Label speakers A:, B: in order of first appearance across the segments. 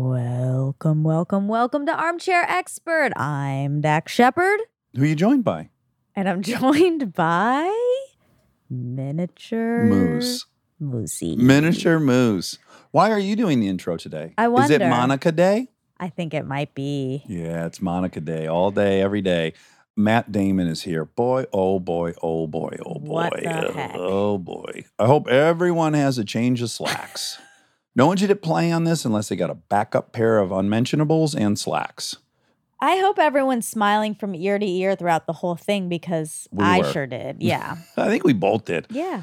A: Welcome, welcome, welcome to Armchair Expert. I'm Dak Shepard,
B: Who you joined by?
A: and I'm joined by miniature
B: Moose.
A: Moosey.
B: Miniature Moose. Why are you doing the intro today?
A: I
B: Is
A: wonder.
B: it Monica Day?
A: I think it might be.
B: Yeah, it's Monica Day all day, every day. Matt Damon is here. Boy, oh boy, oh boy, oh boy.
A: What the heck?
B: Oh boy. I hope everyone has a change of slacks. no one should hit play on this unless they got a backup pair of unmentionables and slacks.
A: I hope everyone's smiling from ear to ear throughout the whole thing because
B: We
A: I
B: were.
A: sure did. Yeah.
B: I think we both did.
A: yeah.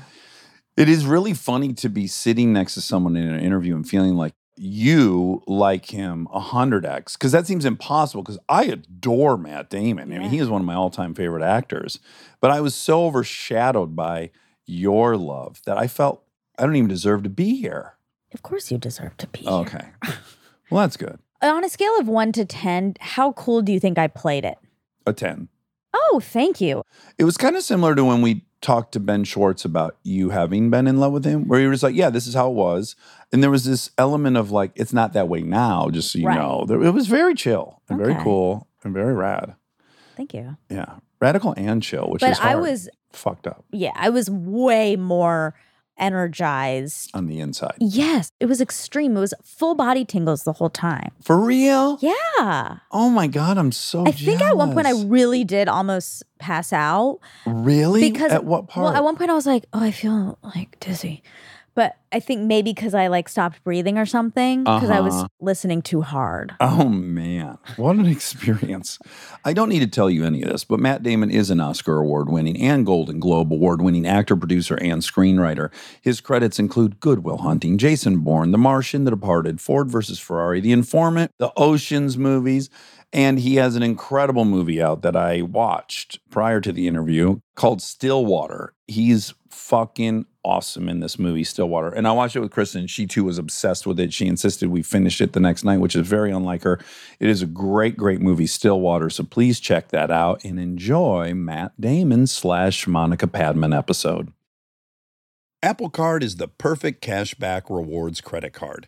B: It is really funny to be sitting next to someone in an interview and feeling like you like him 100x because that seems impossible because I adore Matt Damon. I
A: Yeah.
B: mean, he is one of my all time favorite actors, but I was so overshadowed by your love that I felt I don't even deserve to be here.
A: Of course you deserve to be. here.
B: Okay. well, that's good.
A: On a scale of one to 10, how cool do you think I played it?
B: A 10.
A: Oh, thank you.
B: It was kind of similar to when we talked to Ben Schwartz about you having been in love with him, where you were just like, yeah, this is how it was. And there was this element of like, it's not that way now, just so you
A: Right.
B: know. There- It was very chill and
A: Okay.
B: very cool and very rad.
A: Thank you.
B: Yeah. Radical and chill, which
A: but
B: is
A: I
B: hard.
A: was,
B: fucked up
A: yeah, I was way more energized.
B: on the inside.
A: Yes, it was extreme. It was full body tingles the whole time.
B: For real?
A: Yeah.
B: Oh my God, I'm so
A: I think at one point I
B: jealous.
A: really did almost pass out.
B: really
A: because-
B: at what part?
A: Well, at one point I was like, oh, I feel like dizzy. But I think maybe because I like stopped breathing or something because I was
B: Uh-huh.
A: listening too hard.
B: Oh man, what an experience. I don't need to tell you any of this, but Matt Damon is an Oscar award winning and Golden Globe award winning actor, producer, and screenwriter. His credits include Goodwill Hunting, Jason Bourne, The Martian, The Departed, Ford vs. Ferrari, The Informant, The Oceans movies, and he has an incredible movie out that I watched prior to the interview called Stillwater. He's fucking awesome in this movie, Stillwater. And I watched it with Kristen. She too was obsessed with it. She insisted we finish it the next night, which is very unlike her. It is a great, great movie, Stillwater. So please check that out and enjoy Matt Damon slash Monica Padman episode. Apple Card is the perfect cashback rewards credit card.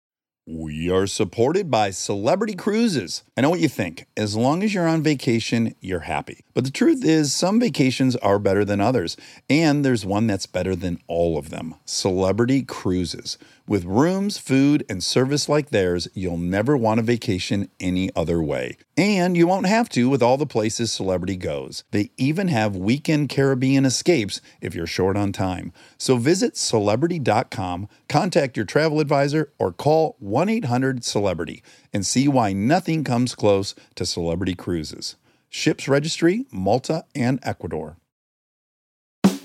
B: We are supported by Celebrity Cruises. I know what you think. As long as you're on vacation, you're happy. But the truth is, some vacations are better than others, and there's one that's better than all of them Celebrity Cruises. With rooms, food, and service like theirs, you'll never want a vacation any other way. And you won't have to with all the places Celebrity goes. They even have weekend Caribbean escapes if you're short on time. So visit celebrity.com, contact your travel advisor, or call 1 800 Celebrity and see why nothing comes close to Celebrity Cruises. Ships Registry, Malta, and Ecuador.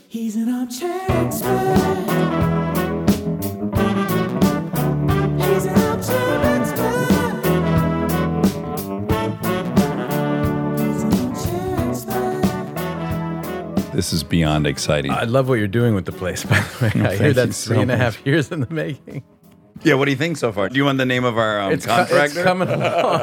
C: He's an armchair expert. He's an armchair expert. He's an armchair expert.
B: This is beyond exciting.
D: I love what you're doing with the place, by the way. I hear
B: thank you
D: that's
B: so
D: three and a
B: much.
D: half years in the making.
B: yeah, what do you think so far? Do you want the name of our um,
D: It's, co- it's coming along.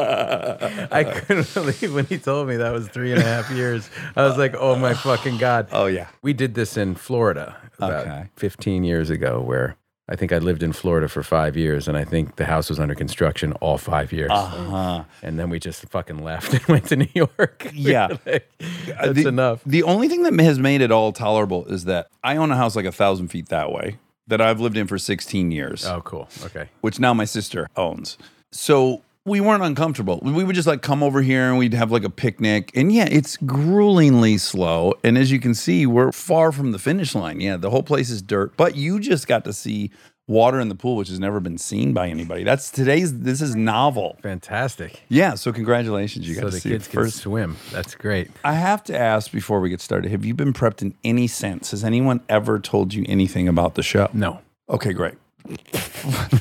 D: I couldn't believe when he told me that was three and a half years. I was like, oh my fucking God.
B: Oh, yeah.
D: We did this in Florida about
B: Okay.
D: 15 years ago, where I think I lived in Florida for five years, and I think the house was under construction all five years.
B: Uh-huh.
D: And then we just fucking left and went to New York. We
B: Yeah.
D: were like,
B: Uh,
D: That's
B: the,
D: enough.
B: The only thing that has made it all tolerable is that I own a house like a thousand feet that way that I've lived in for 16 years,
D: Oh, cool. Okay.
B: which now my sister owns. So we weren't uncomfortable. We- We would just like come over here and we'd have like a picnic. And yeah, it's gruelingly slow. And as you can see, we're far from the finish line. Yeah, the whole place is dirt, but you just got to see water in the pool, which has never been seen by anybody. That's today's, this is novel.
D: Fantastic.
B: Yeah. So congratulations. You got
D: So
B: to
D: the
B: see
D: kids
B: it
D: can
B: first.
D: swim. That's great.
B: I have to ask before we get started have you been prepped in any sense? Has anyone ever told you anything about the show?
D: No.
B: Okay, great.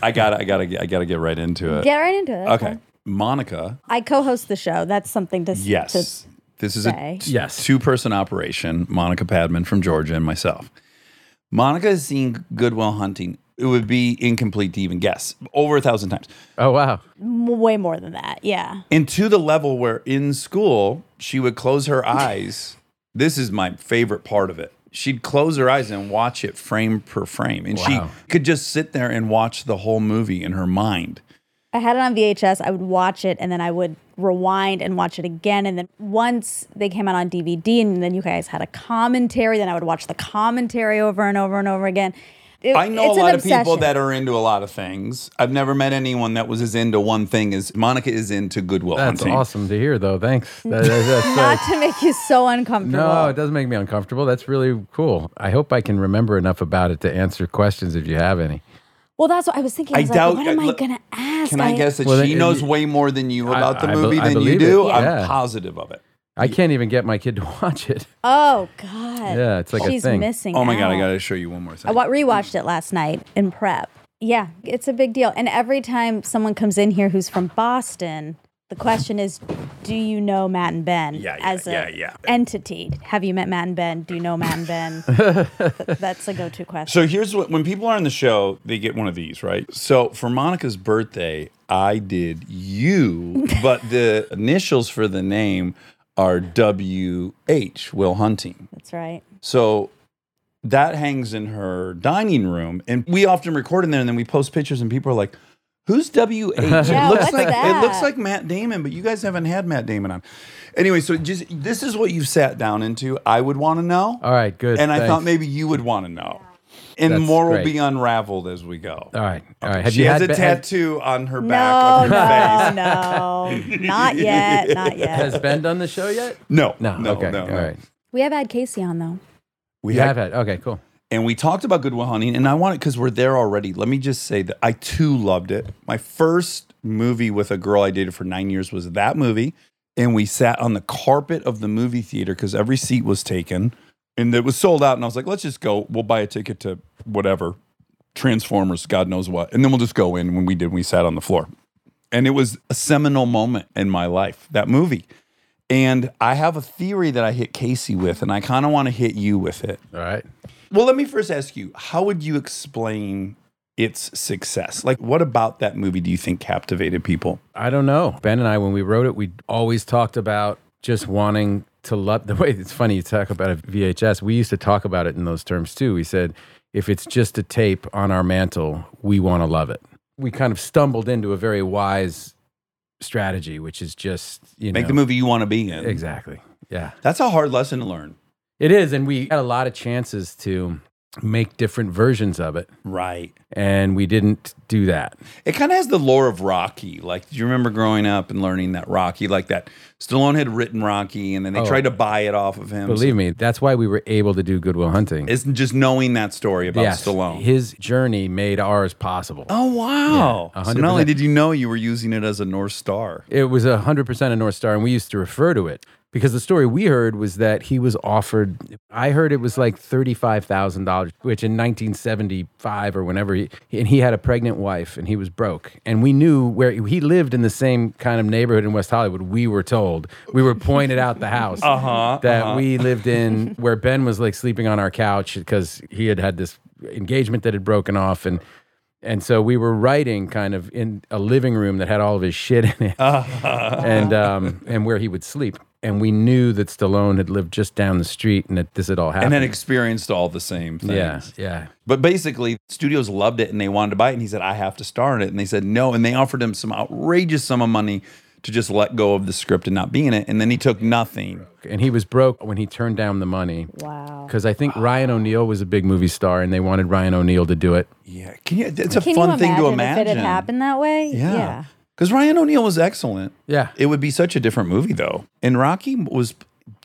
B: I gotta, I gotta, get- I gotta get right into it.
A: Get right into it.
B: Okay. Monica.
A: I co-host the show. That's something to s-
B: Yes.
A: to-
B: This is
A: say.
B: a
D: Yes.
B: two person operation Monica Padman from Georgia and myself. Monica has seen Goodwill Hunting. It would be incomplete to even guess over a thousand times.
D: Oh wow.
A: m- way more than that. Yeah.
B: And to the level where in school, she would close her eyes. this is my favorite part of it. She'd close her eyes and watch it frame per frame. And
D: Wow.
B: she could just sit there and watch the whole movie in her mind.
A: I had it on VHS. I would watch it and then I would rewind and watch it again. And then once they came out on DVD and then you guys had a commentary, then I would watch the commentary over and over and over again. It-
B: I know
A: it's
B: a
A: an
B: lot of people
A: obsession.
B: that are into a lot of things. I've never met anyone that was as into one thing as Monica is into Goodwill
D: That's
B: Hunting.
D: awesome to hear though. Thanks. That- that- that's,
A: not
D: uh,
A: to make you so uncomfortable.
D: no, it doesn't make me uncomfortable. That's really cool. I hope I can remember enough about it to answer questions if you have any.
A: Well, that's what I was thinking. I,
B: I
A: was
B: doubt-
A: Like, what am I
B: look,
A: gonna ask?
B: Can I guess that
D: Well,
B: she
D: then-
B: knows way more than you about the
D: I be-
B: movie
D: I
B: than you
D: believe
B: do?
D: it.
B: I'm
D: Yeah.
B: positive of it.
D: I can't even get my kid to watch it.
A: Oh God.
D: Yeah, it's like a
A: she's
D: thing.
A: missing.
B: Oh my God, I
A: out.
B: got to show you one more
A: I
B: thing.
A: wa- rewatched it last night in prep. Yeah, it's a big deal. And every time someone comes in here who's from Boston, the question is, do you know Matt and Ben
B: Yeah, yeah,
A: as a
B: yeah, yeah.
A: entity? Have you met Matt and Ben? Do you know Matt and Ben? Th- That's a go-to question.
B: So here's what when people are on the show, they get one of these, right? So for Monica's birthday, I did you, but the initials for the name are WH, Will Hunting.
A: That's right.
B: So that hangs in her dining room, and we often record in there, and then we post pictures, and people are like, "Who's WH?"
A: Yeah,
B: it looks
A: what's
B: like
A: that?
B: it looks like Matt Damon, but you guys haven't had Matt Damon on. Anyway, so just this is what you've sat down into. I would want to know,
D: All right, good.
B: and I thought
D: thanks.
B: maybe you would want to know, and
D: That's
B: more will
D: great.
B: be unraveled as we go.
D: All right, all right. Have
B: she
D: you
B: has
D: had
B: a
D: be- has-
B: tattoo on her
A: No,
B: back. of her face.
A: no, no, not yet, not
D: Has
A: yet.
D: Ben done the show yet?
B: No,
D: No.
B: no,
D: okay.
B: no,
D: all
B: no.
D: right.
A: We have had Casey on though.
B: We
D: You
B: had
D: have had. Okay. Cool.
B: and we talked about Goodwill Hunting, and I want it because we're there already. Let me just say that I too loved it. My first movie with a girl I dated for nine years was that movie, and we sat on the carpet of the movie theater because every seat was taken, and it was sold out. And I was like, "Let's just go. We'll buy a ticket to whatever Transformers, God knows what, and then we'll just go in." When we did, we sat on the floor, and it was a seminal moment in my life. That movie. And I have a theory that I hit Casey with, and I kind of want to hit you with it.
D: All right.
B: Well, let me first ask you, how would you explain its success? Like, what about that movie do you think captivated people?
D: I don't know. Ben and I, when we wrote it, we always talked about just wanting to love the way it's funny you talk about a VHS. We used to talk about it in those terms too. We said, if it's just a tape on our mantle, we want to love it. We kind of stumbled into a very wise strategy, which is just, you
B: Make
D: know,
B: the movie you want to be in.
D: Exactly. Yeah.
B: That's a hard lesson to learn.
D: It is. And we had a lot of chances to make different versions of it.
B: Right.
D: And we didn't do that.
B: It kind of has the lore of Rocky. Like, do you remember growing up and learning that Rocky, like that Stallone had written Rocky and then they
D: Oh.
B: tried to buy it off of him?
D: Believe me, that's why we were able to do Goodwill Hunting.
B: It's just knowing that story about Stallone.
D: His journey made ours possible.
B: oh, wow.
D: Yeah,
B: so not only
D: 100%.
B: did you know you were using it as a North Star.
D: It was 100% a North Star, and we used to refer to it because the story we heard was that he was offered, I heard it was like $35,000, which in 1975 or whenever, he, and he had a pregnant wife and he was broke. And we knew where he lived in the same kind of neighborhood in West Hollywood, we were told. We were pointed out the house.
B: Uh-huh.
D: that we lived in where Ben was like sleeping on our couch because he had had this engagement that had broken off and and so we were writing kind of in a living room that had all of his shit in it
B: Uh-huh.
D: and um and where he would sleep and we knew that Stallone had lived just down the street and that this had all
B: And
D: happened
B: then experienced all the same things.
D: yeah yeah
B: But basically, studios loved it and they wanted to buy it. And he said, I have to star in it. And they said, no. And they offered him some outrageous sum of money to just let go of the script and not be in it. And then he took nothing.
D: and he was broke when he turned down the money
A: Wow.
D: because I think Ryan O'Neal was a big movie star and they wanted Ryan O'Neal to do it
B: Yeah. Can you, it's a
A: Can
B: fun
A: you
B: thing to
A: if
B: imagine.
A: it had happened that way?
B: Yeah. Because Ryan O'Neal was excellent.
D: Yeah.
B: It would be such a different movie, though. And Rocky was,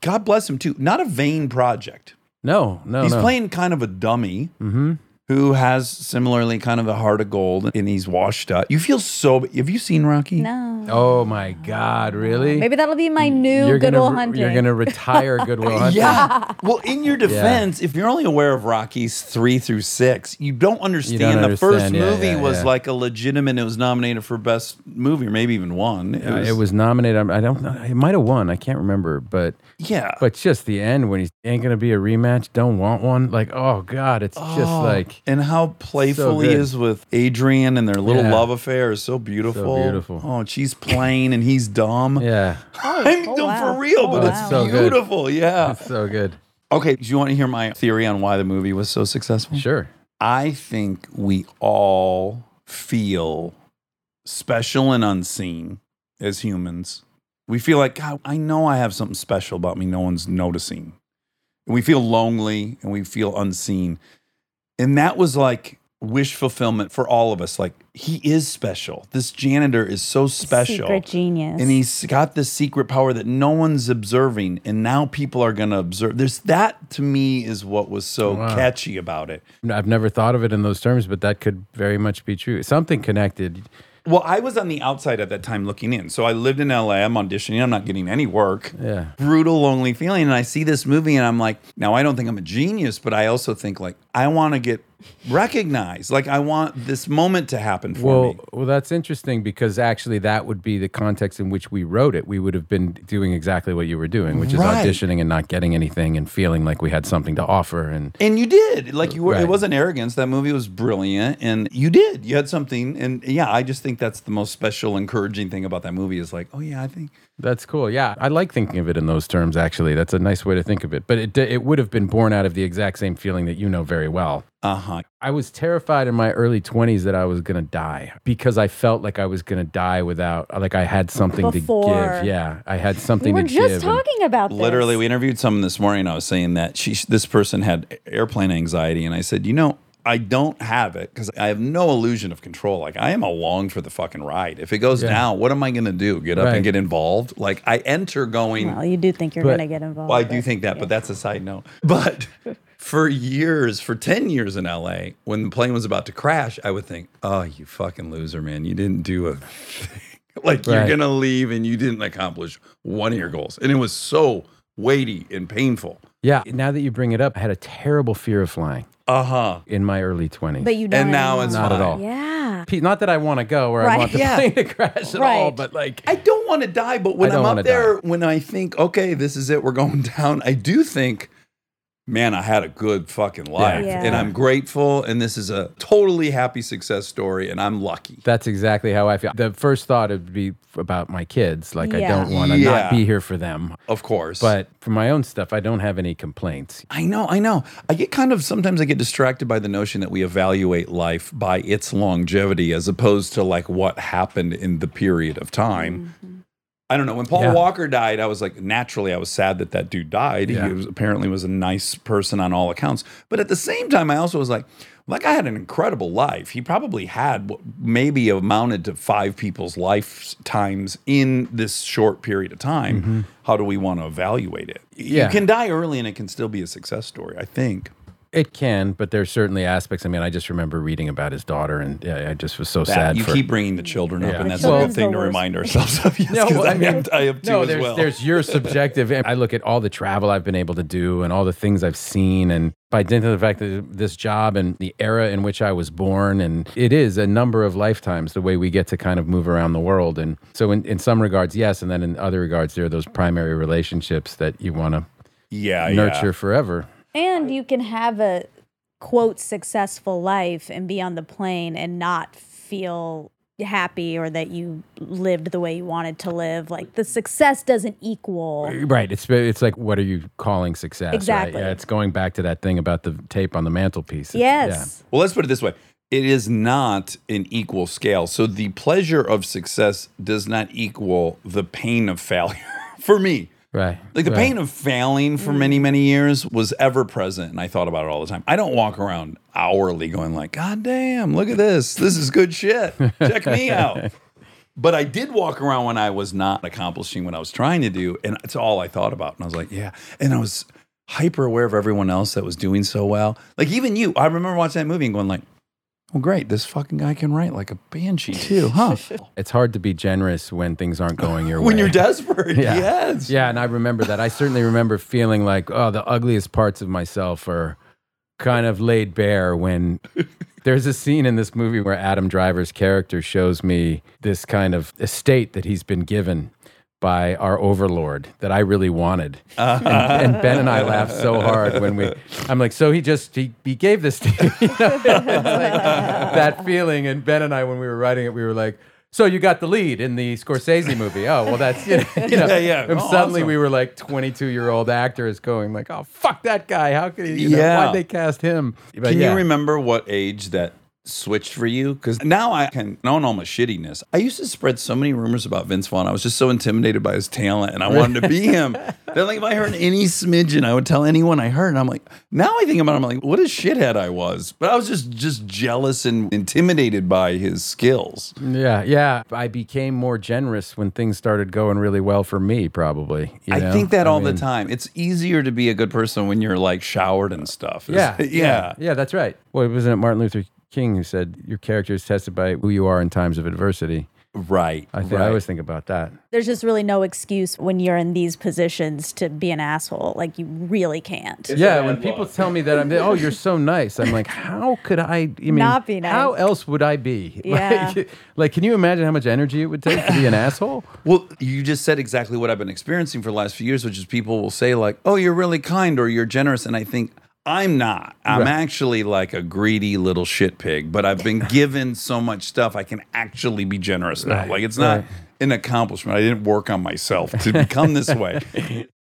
B: God bless him, too, not a vain project.
D: no no
B: He's
D: Oh, no.
B: playing kind of a dummy. Mm-hmm. who has similarly kind of a heart of gold and he's washed up. You feel so. Have you seen Rocky?
A: No.
D: Oh my God, really?
A: Maybe that'll be my new
D: you're
A: Goodwill
D: gonna, re-
A: Hunting.
D: You're going to retire Goodwill Hunting.
B: Yeah. Well, in your defense, if you're only aware of Rockies three through six, you don't understand. the first
D: understand. Yeah,
B: movie
D: yeah,
B: was
D: yeah.
B: like a legitimate. It was nominated for best movie, or maybe even won. It
D: Uh, It was nominated. I'm- I don't know. It might have won. I can't remember, but
B: Yeah.
D: but just the end when he ain't gonna be a rematch. Don't want one. Like oh god, it's just
B: Oh,
D: like
B: and how playful he
D: good.
B: is with Adrian and their little
D: Yeah.
B: love affair is so beautiful.
D: beautiful.
B: Oh, and she's plain and he's dumb.
D: yeah,
B: I'm
A: oh,
B: dumb
A: wow.
B: for real,
A: Oh,
B: but
A: wow.
B: it's
D: So good.
B: beautiful. Yeah.
D: so good.
B: Okay. Do you want to hear my theory on why the movie was so successful?
D: Sure.
B: I think we all feel special and unseen as humans. We feel like, God, I know I have something special about me no one's noticing. And we feel lonely and we feel unseen. And that was like wish fulfillment for all of us. Like, he is special. This janitor is so special.
A: Secret genius.
B: And he's got this secret power that no one's observing, and now people are going to observe. There's that to me is what was so
D: Wow.
B: catchy about it.
D: I've never thought of it in those terms, but that could very much be true. Something connected.
B: Well, I was on the outside at that time looking in. So I lived in LA. I'm auditioning. I'm not getting any work.
D: Yeah.
B: Brutal, lonely feeling. And I see this movie and I'm like, now I don't think I'm a genius, but I also think like I want to get recognized. Like I want this moment to happen for
D: Well,
B: me.
D: well, that's interesting because actually that would be the context in which we wrote it. We would have been doing exactly what you were doing, which is
B: Right.
D: auditioning and not getting anything and feeling like we had something to offer. And
B: And you did. Like you were it
D: Right.
B: wasn't arrogance. That movie was brilliant. And you did. You had something. And yeah, I just think that's the most special, encouraging thing about that movie is like, oh yeah, I think
D: that's cool. Yeah, I like thinking of it in those terms. Actually, that's a nice way to think of it. But it d- it would have been born out of the exact same feeling that you know very well.
B: uh-huh.
D: I was terrified in my early 20s that I was going to die because I felt like I was going to die without, like I had something to
A: Before.
D: give. Yeah, I had
A: we
D: something
A: were
D: to
A: just
D: give. and-
A: talking about this.
B: Literally, we interviewed someone this morning. I was saying that she, this person had airplane anxiety, and I said, you know, I don't have it because I have no illusion of control. Like I am along for the fucking ride. If it goes down, what am I going to do? Get up and
D: Right.
B: get involved? Like I enter going.
A: Well, you do think you're
D: But-
A: going to get involved.
B: Well, I do
A: but-
B: think that, but that's a side note. But for years, for 10 years in LA, when the plane was about to crash, I would think, oh, you fucking loser, man. You didn't do a thing. like you're
D: Right.
B: going to leave and you didn't accomplish one of your goals. And it was so weighty and painful.
D: Yeah, now that you bring it up, I had a terrible fear of flying
B: Uh huh.
D: in my early 20s.
A: But you don't.
B: And now it's
A: anymore.
D: Not at
B: fine.
D: all.
A: Yeah.
D: Pe- Not that I want to go or I
A: Right.
D: want the
B: Yeah.
D: plane to crash at all,
A: Right.
D: but like,
B: I don't want to die, but when
D: I don't
B: I'm up
D: wanna
B: there, when I think, okay, this is it, we're going down, I do think, man, I had a good fucking life.
A: Yeah.
B: And I'm grateful. And this is a totally happy success story. And I'm lucky.
D: that's exactly how I feel. The first thought would be about my kids. Like, I
A: Yeah.
D: don't want to
B: Yeah.
D: not be here for them.
B: Of course.
D: But for my own stuff, I don't have any complaints.
B: I know, I know. I get kind of sometimes I get distracted by the notion that we evaluate life by its longevity as opposed to like what happened in the period of time. I don't know. When Paul
D: Yeah.
B: Walker died, I was like, naturally, I was sad that that dude died.
D: Yeah.
B: He was, apparently was a nice person on all accounts. But at the same time, I also was like, like I had an incredible life. He probably had what maybe amounted to five people's lifetimes in this short period of time.
D: Mm-hmm.
B: How do we want to evaluate it?
D: Yeah.
B: You can die early and it can still be a success story, I think.
D: It can, but there's certainly aspects. I mean, I just remember reading about his daughter, and yeah, I just was so
B: That-
D: sad
B: you
D: for.
B: keep bringing the children up,
D: Yeah.
B: and that's
A: Well-
B: a good thing to
A: Children's the
B: remind ourselves of. Yes, 'cause
D: well,
B: I,
D: I mean-
B: have, I have two
D: no,
B: as
D: there's,
B: well.
D: there's your subjective. I look at all the travel I've been able to do and all the things I've seen, and by dint of the fact that this job and the era in which I was born, and it is a number of lifetimes the way we get to kind of move around the world. And so, in, in some regards, yes, and then in other regards, there are those primary relationships that you want to
B: yeah,
D: nurture
B: yeah.
D: forever.
A: And you can have a quote successful life and be on the plane and not feel happy or that you lived the way you wanted to live. Like the success doesn't equal.
D: Right. It's it's like what are you calling success? right?
A: Exactly.
D: Yeah. It's going back to that thing about the tape on the mantelpiece. It's- yeah.
A: Yes.
B: Well, let's put it this way it is not an equal scale. So the pleasure of success does not equal the pain of failure for me.
D: Right.
B: Like the
D: right.
B: pain of failing for many, many years was ever present. And I thought about it all the time. I don't walk around hourly going like, God damn, look at this. This is good shit. Check me out. But I did walk around when I was not accomplishing what I was trying to do. And it's all I thought about. And I was like, yeah. And I was hyper aware of everyone else that was doing so well. Like even you, I remember watching that movie and going like, "Well, great, this fucking guy can write like a banshee too, huh?"
D: It's hard to be generous when things aren't going your way.
B: when you're desperate,
D: Yeah.
B: yes,
D: Yeah, and I remember that. I certainly remember feeling like, oh, the ugliest parts of myself are kind of laid bare when there's a scene in this movie where Adam Driver's character shows me this kind of estate that he's been given by our overlord that I really wanted. And, and Ben and I laughed so hard when we I'm like, so he just he, he gave this to you. you know? It's like that feeling and Ben and I when we were writing it, we were like so you got the lead in the Scorsese movie. Oh well, that's you know, you know.
B: Yeah, yeah.
D: And
B: Oh,
D: suddenly
B: awesome.
D: we were like twenty-two-year-old actors going like, "Oh fuck that guy! How could he? You know,
B: Yeah.
D: why'd they cast him?" But
B: Can
D: yeah.
B: you remember what age that switched for you? Because now I can own all my shittiness. I used to spread so many rumors about Vince Vaughn. I was just so intimidated by his talent and I wanted to be him. then, like, if I heard any smidgen, I would tell anyone I heard. And I'm like, now I think about it, I'm like, what a shithead I was. But I was just, just jealous and intimidated by his skills.
D: Yeah, yeah. I became more generous when things started going really well for me. Probably. you
B: I
D: know?
B: think that all
D: mean,
B: the time. It's easier to be a good person when you're like showered and stuff.
D: Yeah,
B: It's- yeah.
D: yeah. That's right. Well, it wasn't it Martin Luther King who said, "Your character is tested by who you are in times of adversity."
B: Right.
D: I, think
B: right.
D: I always think about that.
A: There's just really no excuse when you're in these positions to be an asshole. Like you really can't.
D: yeah, when people tell me that I'm, oh, you're so nice. I'm like, how could I? I mean,
A: Not be nice.
D: How else would I be?
A: Yeah.
D: Like, like, can you imagine how much energy it would take to be an asshole?
B: Well, you just said exactly what I've been experiencing for the last few years, which is people will say, like, oh, you're really kind or you're generous. And I think, I'm not. I'm
D: Right.
B: actually like a greedy little shit pig, but I've been given so much stuff, I can actually be generous now.
D: Right,
B: Like, it's not
D: right.
B: an accomplishment. I didn't work on myself to become this way.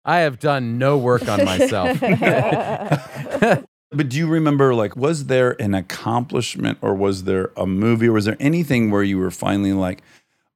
D: I have done no work on myself.
B: But do you remember, like, was there an accomplishment or was there a movie or was there anything where you were finally like,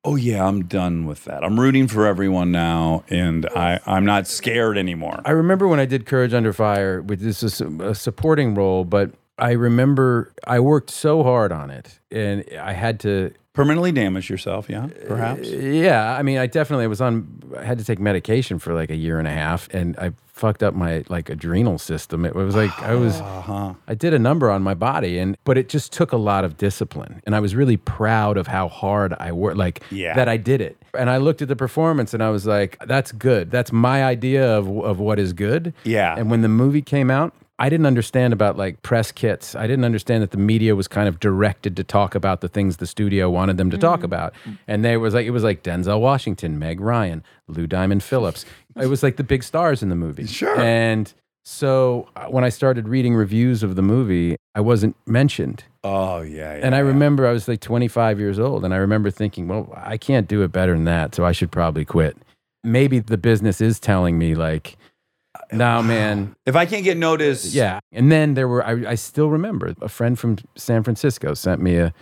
B: oh, yeah, I'm done with that? I'm rooting for everyone now and I, I'm not scared anymore.
D: I remember when I did Courage Under Fire, which is a, su- a supporting role, but I remember I worked so hard on it, and I had to.
B: permanently damage yourself, yeah, perhaps.
D: Yeah, I mean, I definitely was on. I had to take medication for like a year and a half, and I fucked up my like adrenal system. It was like I was. I did a number on my body, and but it just took a lot of discipline, and I was really proud of how hard I worked. Like
B: Yeah.
D: that, I did it, and I looked at the performance, and I was like, "That's good. That's my idea of of what is good."
B: Yeah.
D: And when the movie came out, I didn't understand about like press kits. I didn't understand that the media was kind of directed to talk about the things the studio wanted them to talk about. And they was like it was like Denzel Washington, Meg Ryan, Lou Diamond Phillips. It was like the big stars in the movie.
B: Sure.
D: And so uh, when I started reading reviews of the movie, I wasn't mentioned.
B: Oh yeah, yeah.
D: And I remember I was like 25 years old, and I remember thinking, well, I can't do it better than that, so I should probably quit. Maybe the business is telling me, like, no, man,
B: if I can't get noticed,
D: yeah. And then there were, I, I still remember a friend from San Francisco sent me a,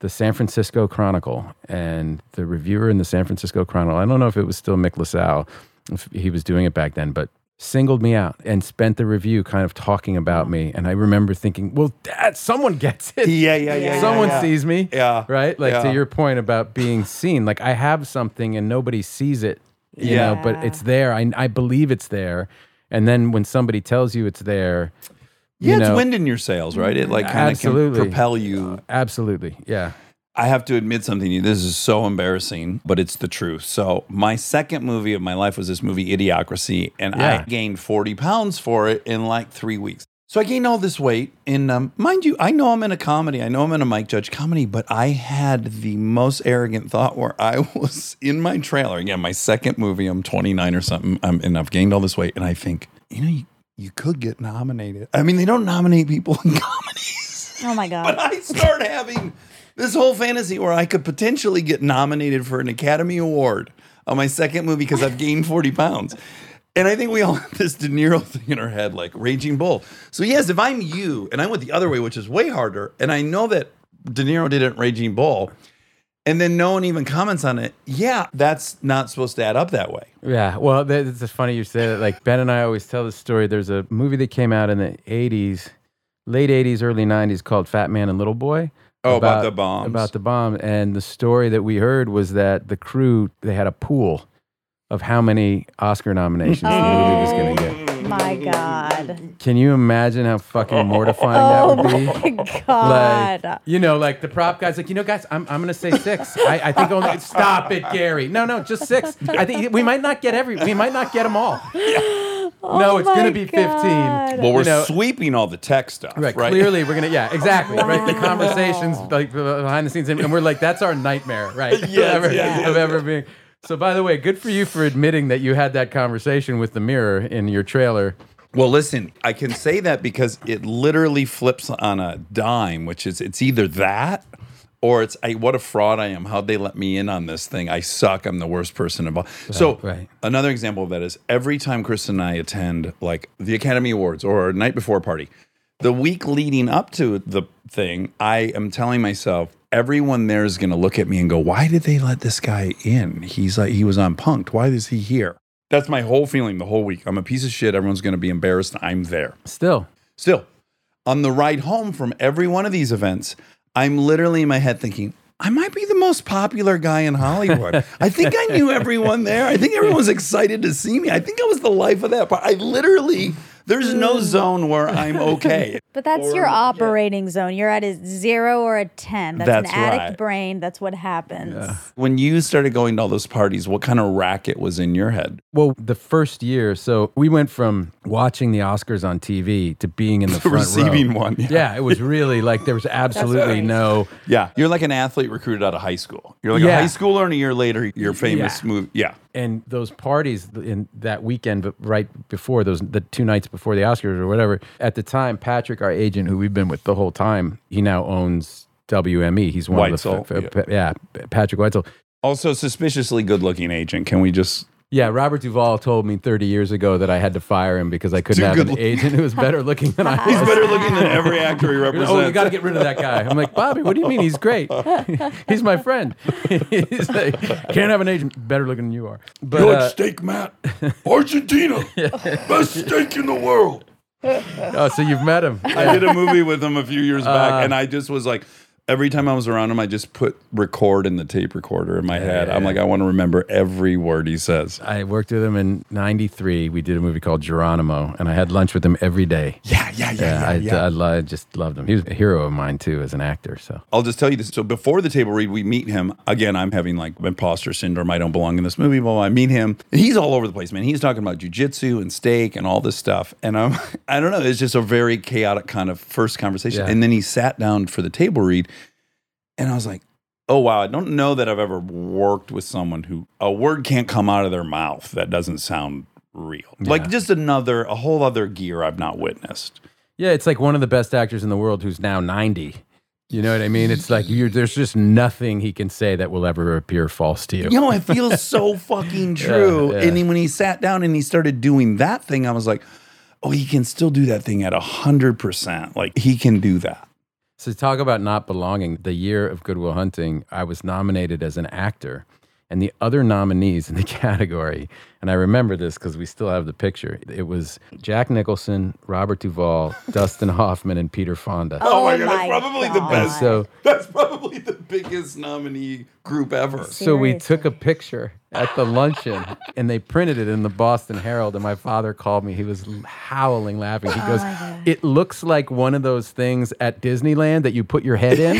D: the San Francisco Chronicle and the reviewer in the San Francisco Chronicle. I don't know if it was still Mick LaSalle, if he was doing it back then, but singled me out and spent the review kind of talking about me. And I remember thinking, well, that someone gets it.
B: yeah, yeah, yeah.
D: Someone
B: yeah, yeah.
D: sees me.
B: Yeah.
D: Right? Like
B: Yeah.
D: to your point about being seen, like I have something and nobody sees it, you
B: Yeah.
D: know, but it's there. I, I believe it's there. And then when somebody tells you it's there,
B: Yeah,
D: you
B: it's
D: know,
B: wind in your sails, right? It like kind of can
D: Absolutely.
B: propel you.
D: absolutely. Yeah.
B: I have to admit something to you. This is so embarrassing, but it's the truth. So my second movie of my life was this movie Idiocracy, and
D: Yeah.
B: I gained forty pounds for it in like three weeks. So I gained all this weight, and um, mind you, I know I'm in a comedy. I know I'm in a Mike Judge comedy, but I had the most arrogant thought where I was in my trailer again, my second movie. I'm 29 or something, i and I've gained all this weight, and I think, you know, you, you could get nominated. I mean, they don't nominate people in comedies.
A: Oh my god.
B: But I start having this whole fantasy where I could potentially get nominated for an Academy Award on my second movie because I've gained 40 pounds. And I think we all have this De Niro thing in our head, like Raging Bull. So, yes, if I'm you and I went the other way, which is way harder, and I know that De Niro didn't Raging Bull, and then no one even comments on it, yeah, that's not supposed to add up that way.
D: Yeah. Well, that- it's just funny you say that. Like Ben and I always tell this story. There's a movie that came out in the 80s, late 80s, early 90s called Fat Man and Little Boy.
B: Oh, about the bombs.
D: About the bomb. And the story that we heard was that the crew, they had a pool of how many Oscar nominations the movie was going to get.
B: Oh.
A: my god.
D: Can you imagine how fucking mortifying
A: Oh
D: that would be?
A: my
D: Like,
A: god.
D: you know, like the prop guy's like, you know, guys, I'm, I'm gonna say six. I, I think only stop it, Gary. No, no, just six. I think we might not get every we might not get them all. no, it's
A: Oh my
D: gonna be
A: God.
D: fifteen.
B: Well, we're
D: You know,
B: sweeping all the tech stuff, right?
D: Right, Clearly, we're gonna. Yeah, exactly. Right. The conversations like behind the scenes, and, and we're like, that's our nightmare, right?
B: Yes,
D: of ever,
B: yes,
D: of ever being. So, by the way, good for you for admitting that you had that conversation with the mirror in your trailer.
B: Well, listen, I can say that because it literally flips on a dime, which is it's either that or it's I, what a fraud I am. How'd they let me in on this thing? I suck. I'm the worst person involved. so
D: right.
B: another example of that is every time Chris and I attend like the Academy Awards or a night before party, the week leading up to the thing, I am telling myself everyone there is going to look at me and go, "Why did they let this guy in? He's like he was on Punked. Why is he here?" That's my whole feeling the whole week. I'm a piece of shit. Everyone's going to be embarrassed. I'm there.
D: Still,
B: Still, on the ride home from every one of these events, I'm literally in my head thinking, I might be the most popular guy in Hollywood. I think I knew everyone there. I think everyone was excited to see me. I think I was the life of that. But I literally, there's no zone where I'm okay.
A: But that's your operating zone. You're at a zero or a ten. That's,
B: That's
A: an addict
B: right.
A: brain. That's what happens.
B: When you started going to all those parties, what kind of racket was in your head?
D: Well, the first year, so we went from watching the Oscars on TV to being in the front
B: Receiving
D: row.
B: one. Yeah.
D: Yeah, it was really like there was absolutely
A: right.
D: no.
B: Yeah. You're like an athlete recruited out of high school. You're like
D: Yeah.
B: a high schooler, and a year later, you're famous
D: Yeah.
B: movie. Yeah.
D: And those parties in that weekend, but right before those, the two nights before the Oscars or whatever. At the time, Patrick, our agent, who we've been with the whole time, he now owns WME. He's one
B: Weitzel,
D: of the f- f- yeah. Patrick Weitzel.
B: Also, suspiciously good looking agent. Can we just
D: Yeah, Robert Duvall told me 30 years ago that I had to fire him because I couldn't
B: Too
D: have
B: good
D: an
B: looking.
D: agent who was better looking than I was.
B: He's better looking than every actor he represents.
D: Oh, you got to get rid of that guy. I'm like, Bobby, what do you mean? He's great. He's my friend. He's like, can't have an agent better looking than you are. But uh,
B: steak, Matt. Argentina, best steak in the world.
D: oh, so you've met him.
B: I did a movie with him a few years back, and I just was like, every time I was around him, I just put record in the tape recorder in my head. I'm like, I want to remember every word he says.
D: I worked with him in '93. We did a movie called Geronimo, and I had lunch with him every day.
B: Yeah, yeah, yeah,
D: I, I, lo- I just loved him. He was a hero of mine too as an actor. So
B: I'll just tell you this. So before the table read, we meet him. Again, I'm having like imposter syndrome. I don't belong in this movie. Blah, blah. I meet him. He's all over the place, man. He's talking about jujitsu and steak and all this stuff. And I'm, I don't know. It's just a very chaotic kind of first conversation.
D: Yeah.
B: And then he sat down for the table read. And I was like, oh, wow. I don't know that I've ever worked with someone who a word can't come out of their mouth that doesn't sound real. Like just another, a whole other gear I've not witnessed.
D: yeah, it's like one of the best actors in the world who's now 90. You know what I mean? It's like you there's just nothing he can say that will ever appear false to you.
B: you know, it feels so fucking true.
D: yeah.
B: And then when he sat down and he started doing that thing, I was like, oh, he can still do that thing at a hundred percent. Like he can do that.
D: So talk about not belonging. The year of Goodwill Hunting, I was nominated as an actor, and the other nominees in the category, and I remember this because we still have the picture. It was Jack Nicholson, Robert Duvall, Dustin Hoffman, and Peter Fonda.
A: Oh my God, my God.
D: And so,
B: That's probably the biggest nominee group ever.
D: so we took a picture at the luncheon, and they printed it in the Boston Herald. And my father called me. He was howling, laughing. He goes, "It looks like one of those things at Disneyland that you put your head in."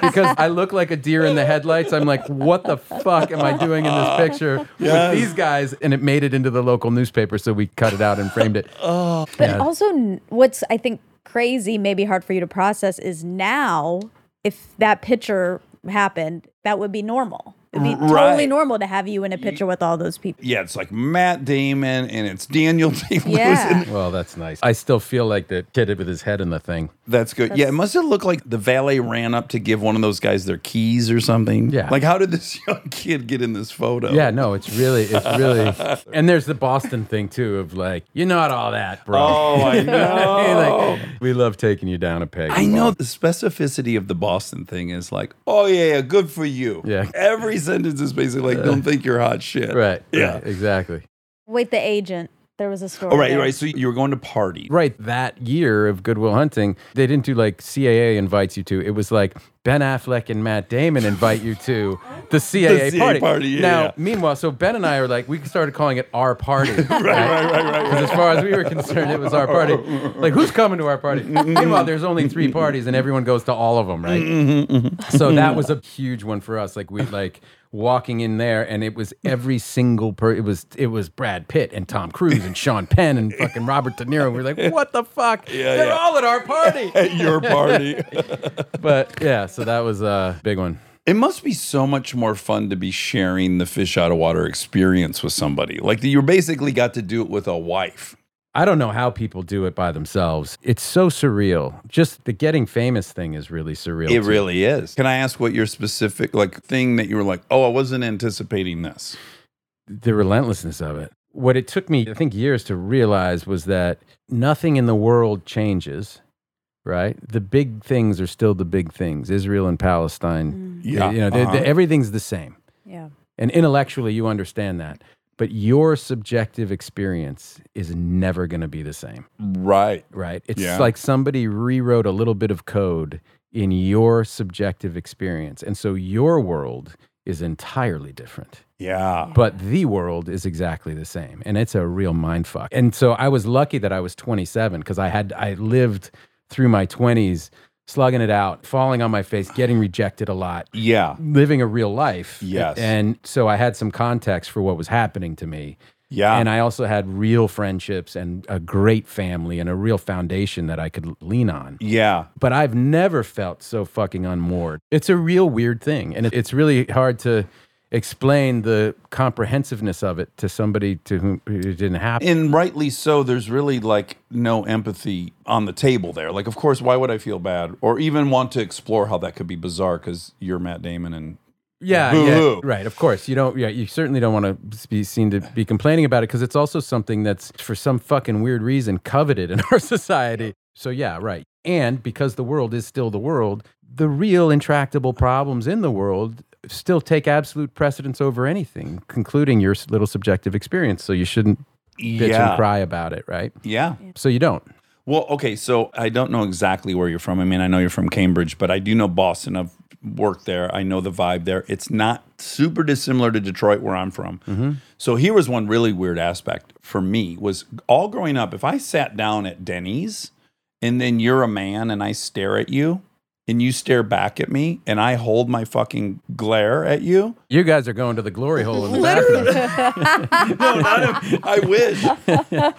D: because I look like a deer in the headlights. I'm like, what the fuck am I doing in this picture with these guys? And it made it into the local newspaper, so we cut it out and framed it.
A: But also, n- what's I think crazy, maybe hard for you to process, is now if that picture happened, that would be normal. It'd be
B: R-
A: totally
B: right.
A: normal to have you in a picture with all those people.
B: Yeah, it's like Matt Damon and it's Daniel Day Lewis.
A: Yeah.
B: And
D: Well, that's nice. I still feel like the kid with his head in the thing.
B: that's good. yeah, it must have looked like the valet ran up to give one of those guys their keys or something.
D: Yeah.
B: Like, how did this young kid get in this photo?
D: Yeah, no, it's really, it's really. And there's the Boston thing too of like, you're not all that, bro.
B: Oh, I
D: You know
B: know.
D: what I mean? Like, we love taking you down a peg.
B: I know the specificity of the Boston thing is like, oh yeah, yeah, good for you.
D: Yeah.
B: Every sentence is basically like, don't think you're hot shit.
D: Right.
B: Yeah.
D: right, exactly.
A: Wait, the agent. There was a story.
B: Oh, right,
A: there.
B: right. So you were going to party.
D: Right, that year of Goodwill Hunting, they didn't do like CAA invites you to. It was like Ben Affleck and Matt Damon invite you to the CAA,
B: CAA
D: party.
B: party, yeah,
D: now,
B: yeah.
D: meanwhile, so Ben and I were like, we started calling it our party. right, right, right, right, As far as we were concerned, it was our party. Like, who's coming to our party? meanwhile, there's only three parties, and everyone goes to all of them, right? so that was a huge one for us. Like we like walking in there, and it was every single per. It was it was Brad Pitt and Tom Cruise and Sean Penn and fucking Robert De Niro. We were like, what the fuck? They're
B: yeah.
D: all at our party.
B: At your party.
D: but yeah, so that was a big one.
B: It must be so much more fun to be sharing the fish out of water experience with somebody. Like you basically got to do it with a wife.
D: I don't know how people do it by themselves. It's so surreal. Just the getting famous thing is really surreal.
B: It
D: too.
B: really is. Can I ask what your specific like thing that you were like, oh, I wasn't anticipating this?
D: the relentlessness of it. What it took me, I think, years to realize was that nothing in the world changes, right? The big things are still the big things Israel and Palestine. You know, they- they-
B: Uh-huh.
D: everything's the same.
A: Yeah.
D: And intellectually, you understand that. But your subjective experience is never going to be the same
B: right.
D: right? It's
B: Yeah.
D: like somebody rewrote a little bit of code in your subjective experience. And so your world is entirely different,
B: Yeah.
D: but the world is exactly the same. And it's a real mind fuck. And so I was lucky that I was 27 because I had, I lived through my 20s slugging it out, falling on my face, getting rejected a lot, e,
B: Yeah.
D: living a real life.
B: Yes.
D: And so I had some context for what was happening to me.
B: Yeah.
D: And I also had real friendships and a great family and a real foundation that I could lean on.
B: yeah.
D: But I've never felt so fucking unmoored. It's a real weird thing. And it- it's really hard to explain the comprehensiveness of it to somebody to whom it didn't happen.
B: And rightly so, there's really like no empathy on the table there. Like, of course, why would I feel bad or even want to explore how that could be bizarre because you're Matt Damon and
D: yeah, yeah.
B: Boo-hoo.
D: Right. Of course. You don't, yeah, you certainly don't want to be seen to be complaining about it because it's also something that's, for some fucking weird reason, coveted in our society. So, yeah, right. And because the world is still the world, the real intractable problems in the world still take absolute precedence over anything, concluding your s- little subjective experience. So, you shouldn't bitch and cry about it, right?
B: yeah.
D: So, you don't.
B: Well, okay, so I don't know exactly where you're from. I mean, I know you're from Cambridge, but I do know Boston. I've worked there. I know the vibe there. It's not super dissimilar to Detroit, where I'm from. So here was one really weird aspect for me was all growing up. If I sat down at Denny's and then you're a man and I stare at you and you stare back at me and I hold my fucking glare at you,
D: You guys are going to the glory hole in the bathroom.
B: no, not if, I wish.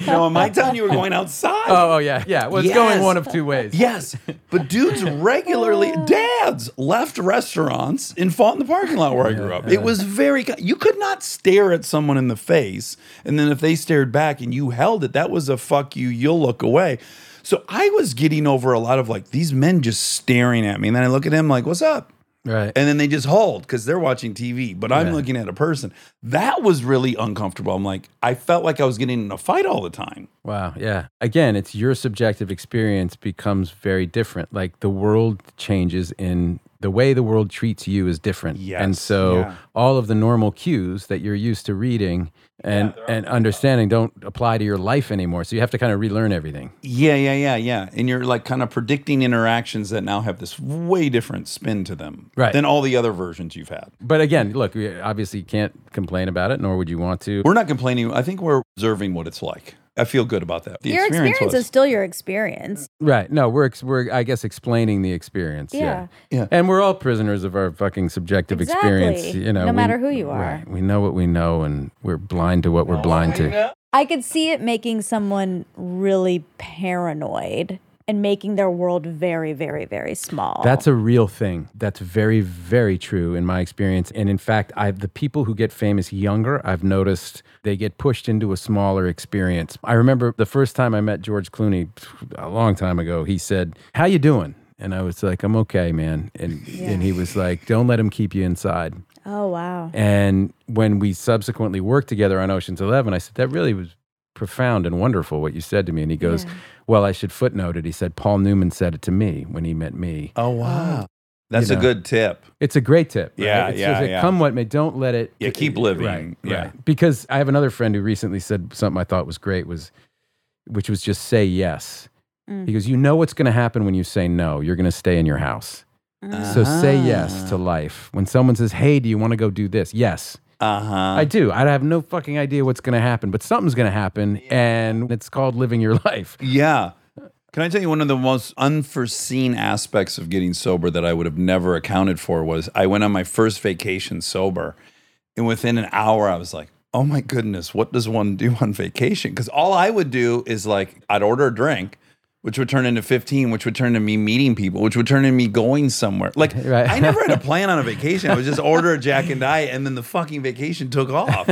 B: No, in my town you were going outside.
D: Oh, oh, yeah. Yeah. Well, it's going
B: Yes.
D: one of two ways.
B: Yes, but dudes regularly, dads left restaurants and fought in the parking lot where I grew up. It was very, you could not stare at someone in the face. And then if they stared back and you held it, that was a fuck you, you'll look away. So I was getting over a lot of like these men just staring at me. And then I look at him like, what's up?
D: Right.
B: And then they just hold because they're watching TV, but I'm
D: Yeah.
B: looking at a person. That was really uncomfortable. I'm like, I felt like I was getting in a fight all the time.
D: Wow. Yeah. Again, it's your subjective experience becomes very different. Like the world changes in the way the world treats you is different. And
B: Yes,
D: so
B: yeah.
D: all of the normal cues that you're used to reading and, and understanding don't apply to your life anymore. So you have to kind of relearn everything.
B: Yeah, yeah, yeah, yeah. And you're like kind of predicting interactions that now have this way different spin to them
D: Right.
B: than all the other versions you've had.
D: But again, look, we obviously can't complain about it, nor would you want to.
B: We're not complaining. I think we're observing what it's like. I feel good about that. The
A: Your experience,
B: was-
A: is still your experience.
D: Right. No, we're, ex- we're I guess, explaining the experience.
A: Yeah.
B: Yeah.
D: And we're all prisoners of our fucking subjective experience.
A: Exactly.
D: You know,
A: No matter who you are.
D: Right. We know what we know and we're blind to what we're blind to.
A: I could see it making someone really paranoid and making their world very, very, very small.
D: That's a real thing. That's very, very true in my experience. And in fact, I the people who get famous younger, I've noticed they get pushed into a smaller experience. I remember the first time I met George Clooney a long time ago. He said, "How you doing?" And I was like, "I'm okay, man." And and he was like, "Don't let him keep you inside."
A: oh wow.
D: And when we subsequently worked together on Ocean's Eleven, I said, That really was profound and wonderful what you said to me. And he goes, Well, I should footnote it. He said, Paul Newman said it to me when he met me.
B: oh, wow. That's
D: you
B: a
D: know.
B: good tip.
D: It's a great tip. right?
B: Yeah,
D: It's
B: yeah,
D: just a
B: yeah.
D: Come what may, don't let it.
B: Yeah, keep living.
D: Right,
B: Yeah.
D: right. Because I have another friend who recently said something I thought was great was, which was just say yes. He goes, you know what's going to happen when you say no. You're going to stay in your house. So say
B: Uh-huh.
D: yes to life. When someone says, "Hey, do you want to go do this?" Yes,
B: Uh huh.
D: I do. I have no fucking idea what's going to happen, but something's going to happen, and it's called living your life.
B: Yeah. Can I tell you one of the most unforeseen aspects of getting sober that I would have never accounted for was I went on my first vacation sober. And within an hour, I was like, oh my goodness, what does one do on vacation? Because all I would do is like, I'd order a drink, which would turn into 15, which would turn to me meeting people, which would turn into me going somewhere. Like,
D: Right.
B: I never had a plan on a vacation. I would just order a Jack and Diet, and then the fucking vacation took off.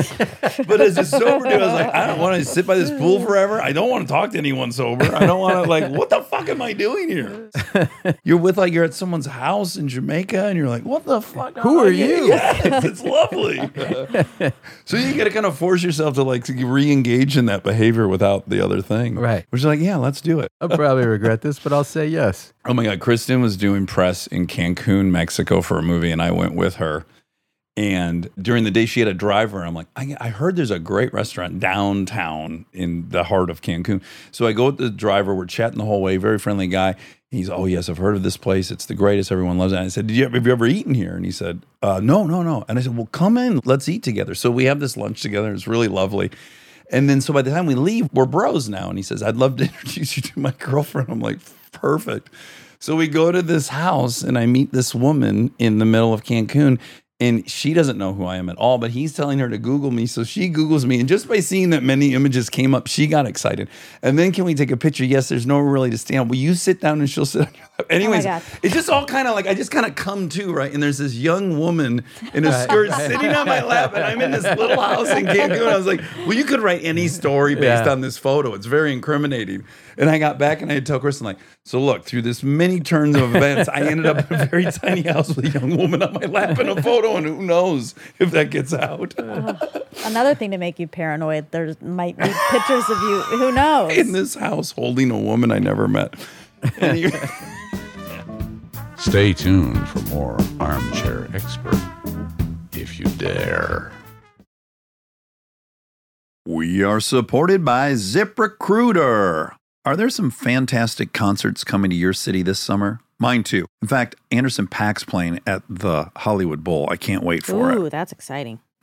B: but as a sober dude, I was like, I don't want to sit by this pool forever. I don't want to talk to anyone sober. I don't want to, like, what the fuck am I doing here? You're with, like, you're at someone's house in Jamaica, and you're like, what the fuck?
D: Who
B: am I
D: are
B: here?
D: you?
B: Yes, it's lovely. so you got to kind of force yourself to like re-engage in that behavior without the other thing,
D: Right.
B: Which is like, yeah, let's do it.
D: I'll probably regret this, but I'll say yes.
B: Oh my god, Kristen was doing press in Cancun, Mexico, for a movie, and I went with her. And during the day, she had a driver. I'm like, I, I heard there's a great restaurant downtown in the heart of Cancun. So I go with the driver. We're chatting the whole way. Very friendly guy. He's, oh yes, I've heard of this place. It's the greatest. Everyone loves it. And I said, Did you, have you ever eaten here? And he said, uh, No, no, no. And I said, Well, come in. Let's eat together. So we have this lunch together. It's really lovely. And then so by the time we leave, we're bros now. And he says, I'd love to introduce you to my girlfriend. I'm like, perfect. So we go to this house and I meet this woman in the middle of Cancun. And she doesn't know who I am at all, but he's telling her to Google me. So she Googles me. And just by seeing that many images came up, she got excited. And then can we take a picture? Yes, there's no really to stand. Will you sit down and she'll sit on your lap? Anyways,
A: God.
B: it's just all kind of like I just kind of come to, right? And there's this young woman in a skirt sitting on my lap, and I'm in this little house in Cancun. I was like, well, you could write any story based
D: Yeah.
B: on this photo. It's very incriminating. And I got back and I had to tell Kristen, like, so look, through this many turns of events, I ended up in a very tiny house with a young woman on my lap in a photo, and who knows if that gets out.
A: Another thing to make you paranoid. There might be pictures of you. Who knows?
B: in this house holding a woman I never met. And you-
E: Stay tuned for more Armchair Expert, if you dare.
B: We are supported by ZipRecruiter. Are there some fantastic concerts coming to your city this summer? Mine too. In fact, Anderson Pack's playing at the Hollywood Bowl. I can't wait for it.
F: Ooh, that's exciting.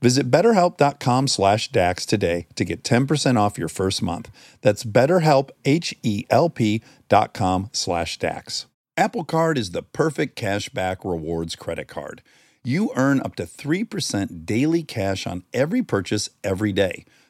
B: Visit betterhelp.com slash DAX today to get 10% off your first month. That's betterhelp, H-E-L-P dot com slash DAX. Apple Card is the perfect cashback rewards credit card. You earn up to 3% daily cash on every purchase every day.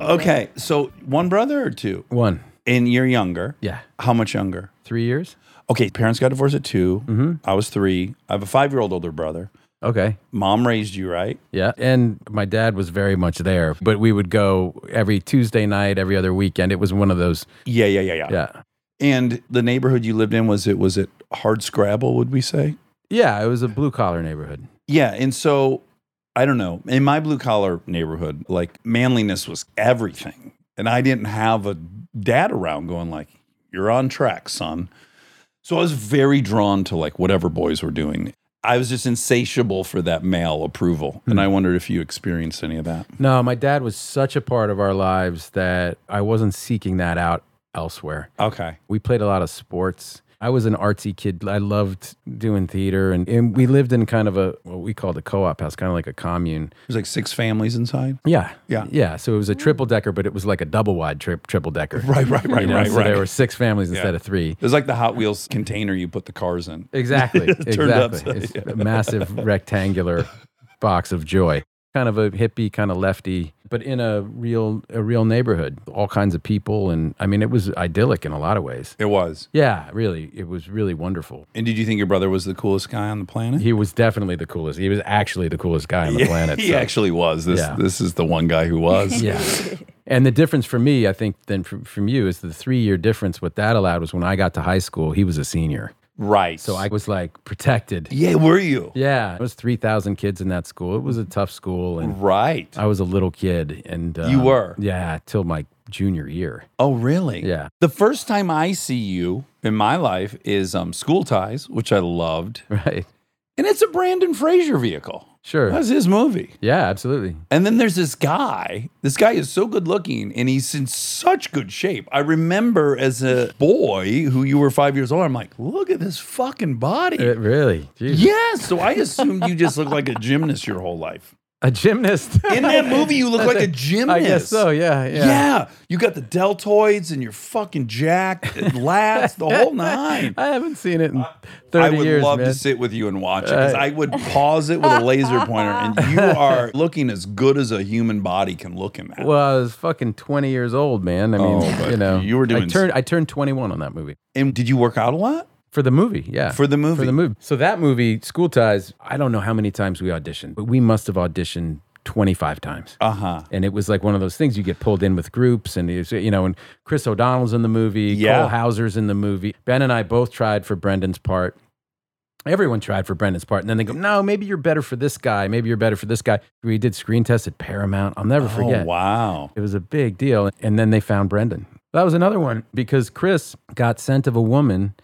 B: Okay, so one brother or two?
D: One.
B: And you're younger.
D: Yeah.
B: How much younger?
D: Three years. Mm-hmm.
B: Okay, parents got divorced at 2 I was three. I have a five year old older brother.
D: Okay.
B: Mom raised you, right?
D: Yeah. And my dad was very much there, but we would go every Tuesday night, every other weekend. It was one of those.
B: Yeah, yeah, yeah, yeah.
D: Yeah.
B: And the neighborhood you lived in was it was it hard scrabble, would we say?
D: Yeah. It was a blue collar neighborhood.
B: Yeah. And so I don't know. In my blue collar neighborhood, like manliness was everything. And I didn't have a dad around going like, You're on track, son. So I was very drawn to like whatever boys were doing. I was just insatiable for that male approval. And I wondered if you experienced any of that.
D: No, my dad was such a part of our lives that I wasn't seeking that out elsewhere.
B: Okay.
D: We played a lot of sports. I was an artsy kid. I loved doing theater, and, and we lived in kind of a what we called a co-op house, kind of like a commune.
B: There's like six families inside.
D: Yeah,
B: Yeah.
D: yeah. So it was a triple decker, but it was like a double wide tri- triple decker.
B: Right, right, right,
D: You know,
B: right,
D: so
B: right.
D: there were six families instead
B: Yeah.
D: of three.
B: There's like the Hot Wheels container you put the cars in.
D: Exactly. exactly.
B: upside
D: it's a massive rectangular box of joy. Kind of a hippie, kind of lefty, but in a real a real neighborhood. All kinds of people and I mean it was idyllic in a lot of ways.
B: It was.
D: Yeah, really. It was really wonderful.
B: And did you think your brother was the coolest guy on the planet?
D: He was definitely the coolest. He was actually the coolest guy on the planet.
B: he
D: so-
B: actually was. This
D: Yeah.
B: this is the one guy who was.
D: Yeah. And the difference for me, I think, than from, from you is the three year difference. What that allowed was when I got to high school, he was a senior.
B: Right.
D: So I was like protected.
B: Yeah, were you?
D: Yeah, it was 3,000 kids in that school. It was a tough school. And
B: Right.
D: I was a little kid. And uh,
B: You were?
D: Yeah, till my junior year.
B: Oh, really?
D: Yeah.
B: The first time I see you in my life is um, School Ties, which I loved.
D: Right.
B: And it's a Brandon Fraser vehicle.
D: Sure.
B: That was his movie.
D: yeah, absolutely.
B: And then there's this guy. This guy is so good looking and he's in such good shape. I remember as a boy who you were five years old, I'm like, look at this fucking body.
D: Uh, really? Jeez.
B: yeah. So I assumed you just looked like a gymnast your whole life.
D: A gymnast.
B: In that movie, you look like a gymnast.
D: I guess so. Yeah. Yeah.
B: Yeah. You got the deltoids and you're fucking jacked, and lats, the whole nine.
D: I haven't seen it in 30
B: I would
D: years.
B: love
D: man.
B: to sit with you and watch it because
D: Uh,
B: I would pause it with a laser pointer, and you are looking as good as a human body can look him at.
D: Well, I was fucking 20 years old, man. I mean,
B: Oh, but
D: you know,
B: you were
D: I
B: doing-
D: turned, I turned 21 on that movie
B: And did you work out a lot?
D: for the movie. Yeah.
B: For the movie.
D: For the movie. So that movie, School Ties, I don't know how many times we auditioned, but we must have auditioned 25 times.
B: Uh huh.
D: and it was like one of those things you get pulled in with groups and it's, you know and chris o'donnell's in the movie
B: Yeah.
D: cole hauser's in the movie ben and i both tried for brendan's part everyone tried for brendan's part and then they go no maybe you're better for this guy maybe you're better for this guy we did screen tests at paramount i'll never
B: Oh
D: forget
B: wow.
D: it was a big deal and then they found brendan that was another one because chris got scent of a woman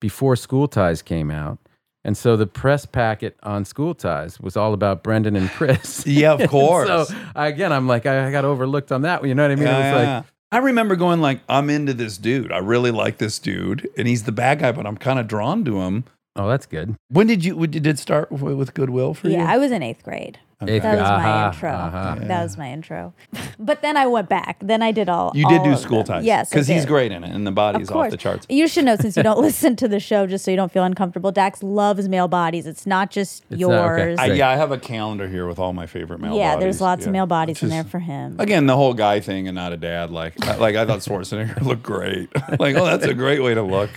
D: before school ties came out and so the press packet on school ties was all about brendan and chris
B: Yeah, of
D: and
B: course.
D: so again, I'm like, I, I got overlooked on that. one, You know what I mean?
B: Yeah,
D: it was
B: yeah, yeah. I remember going like, I'm into this dude. I really like this dude, and he's the bad guy, but I'm kind of drawn to him.
D: like, oh, that's good.
B: When did you? Did it start w- with Goodwill for
A: Yeah,
B: you?
A: I was in eighth grade.
D: Eighth
A: That
D: grade.
A: was my
D: Uh-huh,
A: intro.
D: uh-huh.
A: That was my intro. But then I went back. Then I did all.
B: You did
A: all
B: do
A: of
B: school
A: them.
B: ties.
A: Yes, I
B: Because he's
A: did.
B: great in it and the body is
A: Of course.
B: off the charts.
A: You should know since you don't listen to the show, just so you don't feel uncomfortable. Dax loves male bodies. It's not just
D: It's
A: yours.
D: not- okay.
B: I,
D: Right.
B: yeah, I have a calendar here with all my favorite male
A: yeah,
B: bodies.
A: there's lots
B: Yeah.
A: of male bodies in
B: Just-
A: there for him.
B: Again, the whole guy thing and not a dad. Like, like I thought Schwarzenegger looked great. like, oh, that's a great way to look.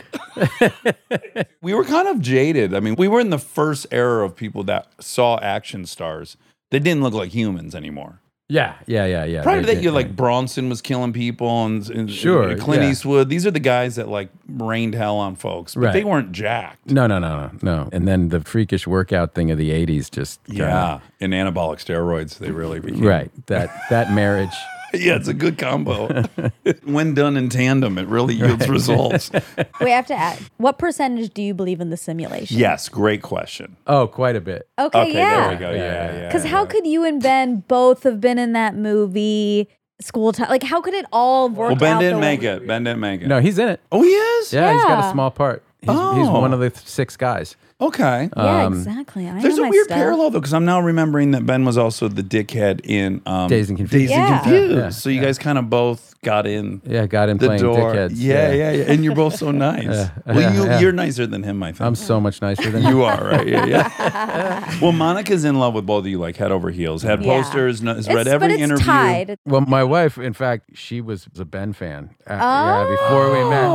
B: we were kind of jaded. I mean, we were in the first era of people that saw action stars that didn't look like humans anymore.
D: Yeah, yeah, yeah, yeah.
B: Prior to
D: They-
B: that, you like Bronson was killing people and, and-
D: Sure,
B: and Clint
D: yeah.
B: Eastwood. These are the guys that like rained hell on folks, but
D: Right.
B: they weren't jacked.
D: No, no, no, no, no. And then the freakish workout thing of the '80s just kinda-
B: Yeah, and anabolic steroids, they really became.
D: right. That that marriage.
B: Yeah, it's a good combo. when done in tandem, it really yields results.
A: We have to add what percentage do you believe in the simulation?
B: yes, great question.
D: Oh, quite a bit.
A: Okay, yeah.
B: there we go. Yeah,
D: Yeah.
B: yeah.
A: Because how could you and Ben both have been in that movie? School time, like how could it all work?
B: Well, Ben
A: out
B: didn't
A: the way-
B: make it. Ben didn't make it.
D: No, he's in it.
B: Oh, he is.
D: Yeah, he's got
A: Yeah.
D: a small part. He's, he's
B: Oh.
D: one of the th- six guys.
B: Okay.
D: Uh,
A: Yeah,
D: Um,
A: exactly. I
B: There's
A: know
B: a
A: my
B: weird
A: stuff.
B: parallel though, because I'm now remembering that Ben was also the dickhead in um,
D: Dazed and Confused.
B: Dazed and
A: Yeah.
B: Confused.
D: Yeah,
B: so you guys kind of both got in
D: Yeah, got him
B: the
D: playing
B: door.
D: dickheads.
B: Yeah, yeah, yeah, And you're both so nice. well, you you're nicer than him, I think.
D: I'm so much nicer than
B: you are right. Yeah, yeah. well, Monica's in love with both of you, like head over heels. Had
A: Yeah.
B: posters, no, has
A: It's-
B: read every
A: but it's
B: interview.
A: tied.
D: Well, my wife, in fact, she was a Ben fan. Uh, Yeah, before we met,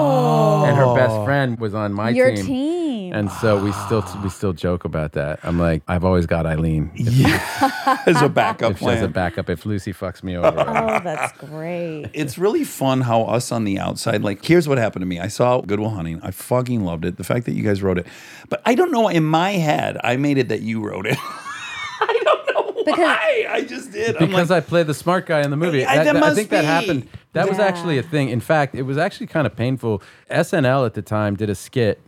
D: and her best friend was on
A: Oh.
D: my
A: Your
D: team.
A: team.
D: And so we still we still joke about that. I'm like, I've always got Eileen if,
B: as a backup
D: if she has a
B: plan.
D: backup if Lucy fucks me over.
A: oh, that's great.
B: It's really fun how us on the outside, like, here's what happened to me. I saw Goodwill Hunting. I fucking loved it. The fact that you guys wrote it. But I don't know, in my head, I made it that you wrote it. I don't know
A: Because-
B: why. I just did. I'm
D: Because
B: like,
D: I played the smart guy in the movie.
B: I- that must
D: think that
B: be.
D: happened. That was
A: Yeah.
D: actually a thing. In fact, it was actually kind of painful. SNL at the time did a skit,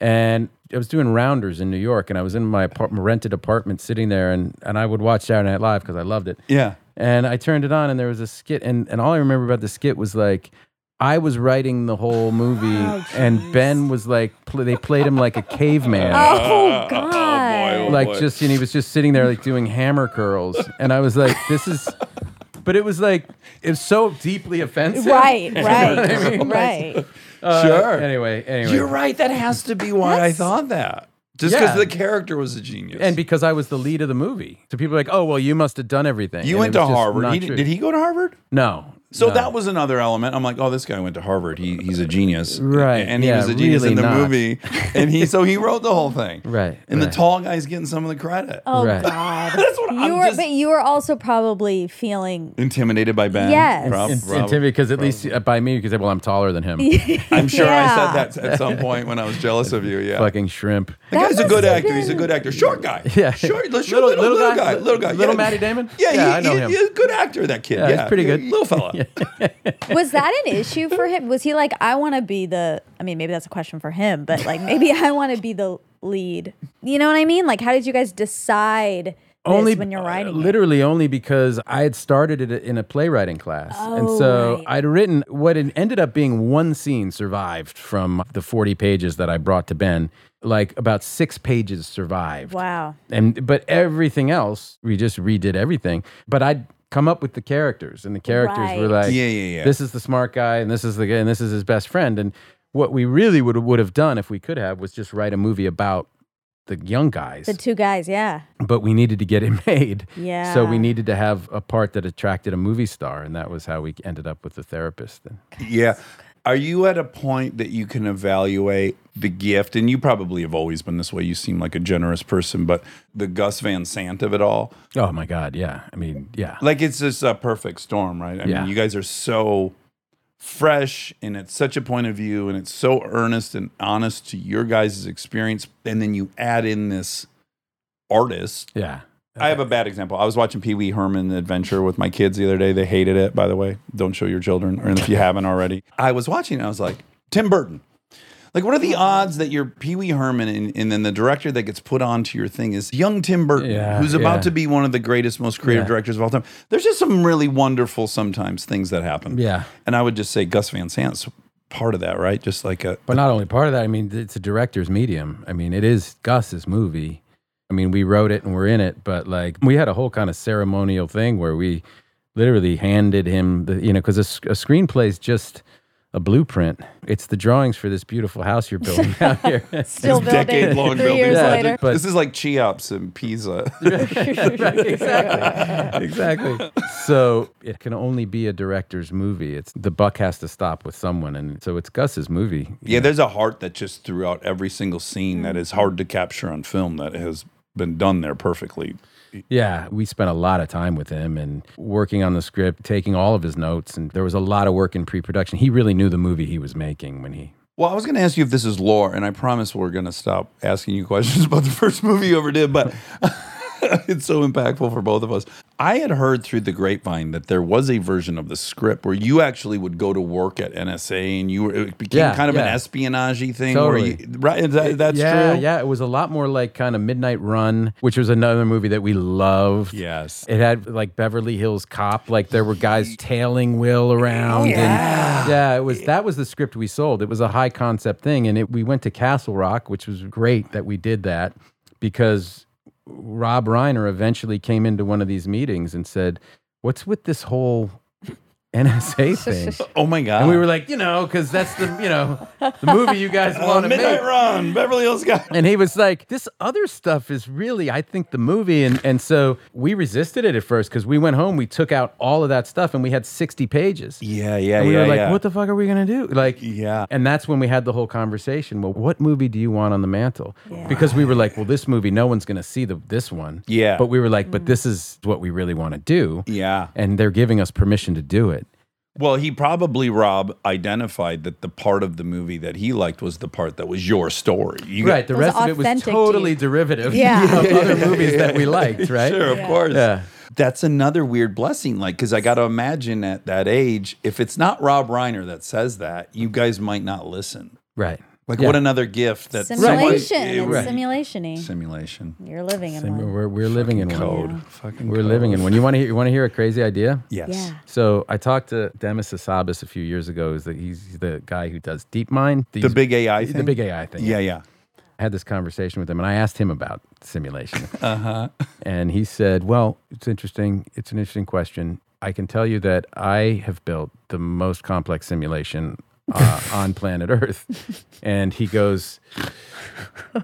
D: and I was doing rounders in New York, and I was in my apart- rented apartment sitting there, and, and I would watch Saturday Night Live because I loved it.
B: yeah.
D: And I turned it on, and there was a skit, and, and all I remember about the skit was like, I was writing the whole movie,
B: Oh,
D: and Ben was like, pl- they played him like a caveman
A: Oh God.
B: Oh, boy.
D: like just and he was just sitting there like doing hammer curls and i was like this is but it was like it's so deeply offensive
A: Right,
D: I
A: right,
D: mean?
A: right.
D: Uh,
B: Sure.
D: anyway anyway
B: You're right. That has to be why I thought that. Just because
D: Yeah.
B: the character was a genius.
D: and because i was the lead of the movie so people are like oh well you must have done everything
B: you went
D: And it
B: to
D: was just
B: Harvard.
D: not
B: He,
D: true.
B: did he go to Harvard?
D: no
B: So
D: no.
B: that was another element. I'm like, oh, this guy went to Harvard. He he's a genius,
D: Right,
B: And he
D: yeah,
B: was a genius
D: really
B: in the
D: not.
B: movie, and he so he wrote the whole thing,
D: Right,
B: And the
D: right.
B: tall guy's getting some of the credit.
A: Oh
D: Right.
A: God. you
B: I'm
A: were,
B: just-
A: but you were also probably feeling.
B: Intimidated by Ben?
A: Yes.
B: Prob-
A: In-
B: prob-
D: intimidated because at least uh, by me you could say well i'm taller than him
B: I'm sure
A: Yeah.
B: I said that at some point when I was jealous of you. Yeah.
D: fucking shrimp
B: the guy's
A: That
B: a good
A: must have
B: actor. He's a
A: been-
B: good actor. Short guy.
D: Yeah.
B: Short, little, little, little, guy. Little guy.
D: little
B: yeah.
D: Matty Damon?
B: Yeah.
D: Yeah,
B: he,
D: I know
B: he-
D: him.
B: He's a good actor. That kid.
D: Yeah,
B: Yeah.
D: he's pretty good.
B: Little fella.
A: Was that an issue for him? Was he like, I want to be the? I mean, maybe that's a question for him, but like, maybe I want to be the lead. You know what I mean? Like, how did you guys decide? Only when you're
D: uh,
A: writing. it?
D: literally only because I had started it in a playwriting class, and
A: Oh,
D: so
A: right.
D: I'd written what it ended up being one scene survived from the 40 pages that I brought to Ben. Like about six pages survived,
A: Wow.
D: and but everything else we just redid everything. But I'd come up with the characters, and the characters were
A: Right.
D: like,
B: Yeah, yeah, yeah.
D: This is the smart guy, and this is the guy, and this is his best friend, and what we really would would have done if we could have was just write a movie about the young guys
A: The two guys, yeah.
D: but we needed to get it made. So
A: Yeah.
D: we needed to have a part that attracted a movie star, and that was how we ended up with the therapist. And
B: Yeah. Are you at a point that you can evaluate the gift? And you probably have always been this way. You seem like a generous person, but the Gus Van Sant of it all,
D: oh my God, yeah. I mean, yeah,
B: like it's just a perfect storm, right? I
D: Yeah.
B: mean, you guys are so fresh and it's such a point of view and it's so earnest and honest to your guys' experience. And then you add in this artist.
D: yeah.
B: I have a bad example. I was watching Pee Wee Herman Adventure with my kids the other day. They hated it, by the way. Don't show your children, or if you haven't already. I was watching and I was like, Tim Burton. Like, what are the odds that you're Pee Wee Herman and, and then the director that gets put onto your thing is young Tim Burton,
D: Yeah,
B: who's about
D: yeah.
B: to be one of the greatest, most creative
D: Yeah.
B: directors of all time? There's just some really wonderful sometimes things that happen.
D: Yeah.
B: And I would just say Gus Van Sant's part of that, right? Just like a.
D: But not only part of that, I mean, it's a director's medium. I mean, it is Gus's movie. I mean, we wrote it and we're in it, but like we had a whole kind of ceremonial thing where we literally handed him the, you know, because a, s- a screenplay is just a blueprint. It's the drawings for this beautiful house you're building out here.
A: Still building.
B: Decade long
A: three
B: building.
A: years
D: Yeah,
A: later.
D: but-
B: this is like Cheops and Pisa.
D: Right, exactly. exactly. So it can only be a director's movie. It's the buck has to stop with someone, and so it's Gus's movie. Mm.
B: Yeah, there's a heart that just throughout every single scene that is hard to capture on film that has been done there perfectly.
D: Yeah, we spent a lot of time with him and working on the script, taking all of his notes, and there was a lot of work in pre-production. He really knew the movie he was making when he.
B: Well, I was going to ask you if this is lore, and I promise we're going to stop asking you questions about the first movie you ever did, but it's so impactful for both of us. I had heard through the grapevine that there was a version of the script where you actually would go to work at NSA, and you were, it became
D: Yeah,
B: kind of an
D: yeah.
B: espionage thing. Where
D: Totally.
B: you, right? Is that, that's
D: yeah,
B: true.
D: yeah. It was a lot more like kind of Midnight Run, which was another movie that we loved.
B: Yes.
D: It had like Beverly Hills Cop, like there were guys tailing Will around. Yeah. And yeah, it was that was the script we sold. It was a high concept thing. And it, we went to Castle Rock, which was great that we did that because Rob Reiner eventually came into one of these meetings and said, What's with this whole NSA thing?
B: Oh my God.
D: And we were like, you know, because that's the, you know, the movie you guys
B: Oh,
D: want to
B: Midnight
D: make.
B: Run, Beverly Hills Guy.
D: And he was like, this other stuff is really, I think, the movie. And, and so we resisted it at first because we went home, we took out all of that stuff, and we had 60 pages.
B: Yeah, yeah,
D: And we
B: yeah.
D: were like,
B: yeah.
D: what the fuck are we going to do? Like,
B: Yeah.
D: And that's when we had the whole conversation. Well, what movie do you want on the mantle? Because we were like, well, this movie, no one's going to see the, this one.
B: Yeah.
D: But we were like,
A: Mm.
D: but this is what we really want to do.
B: Yeah.
D: And they're giving us permission to do it.
B: Well, he probably Rob identified that the part of the movie that he liked was the part that was your story. You got-
D: Right. The
A: It was
D: rest of it was
A: authentic to
D: totally
A: you.
D: derivative
A: Yeah.
D: of other movies that we liked, right?
B: Sure, of course.
D: Yeah.
B: That's another weird blessing. Like, because I got to imagine at that age, if it's not Rob Reiner that says that, you guys might not listen.
D: Right.
B: Like,
D: Yeah.
B: what another gift that someone-
A: Simulation.
B: Eh,
A: It's
B: right.
A: simulation-y.
B: simulation
A: You're living in
D: Same-
A: one.
D: we're, we're living in
B: code.
D: one.
B: Fucking
D: We're living in one. You want to hear? You want to hear a crazy idea?
B: Yes.
A: Yeah.
D: So I talked to Demis Hassabis a few years ago. Is that he's the guy who does DeepMind, these-
B: The big AI thing.
D: the big AI thing.
B: Yeah, yeah.
D: I had this conversation with him, and I asked him about simulation. uh
B: Uh-huh.
D: huh. And he said, "Well, it's interesting. It's an interesting question. I can tell you that I have built the most complex simulation." Uh, on planet Earth, and he goes,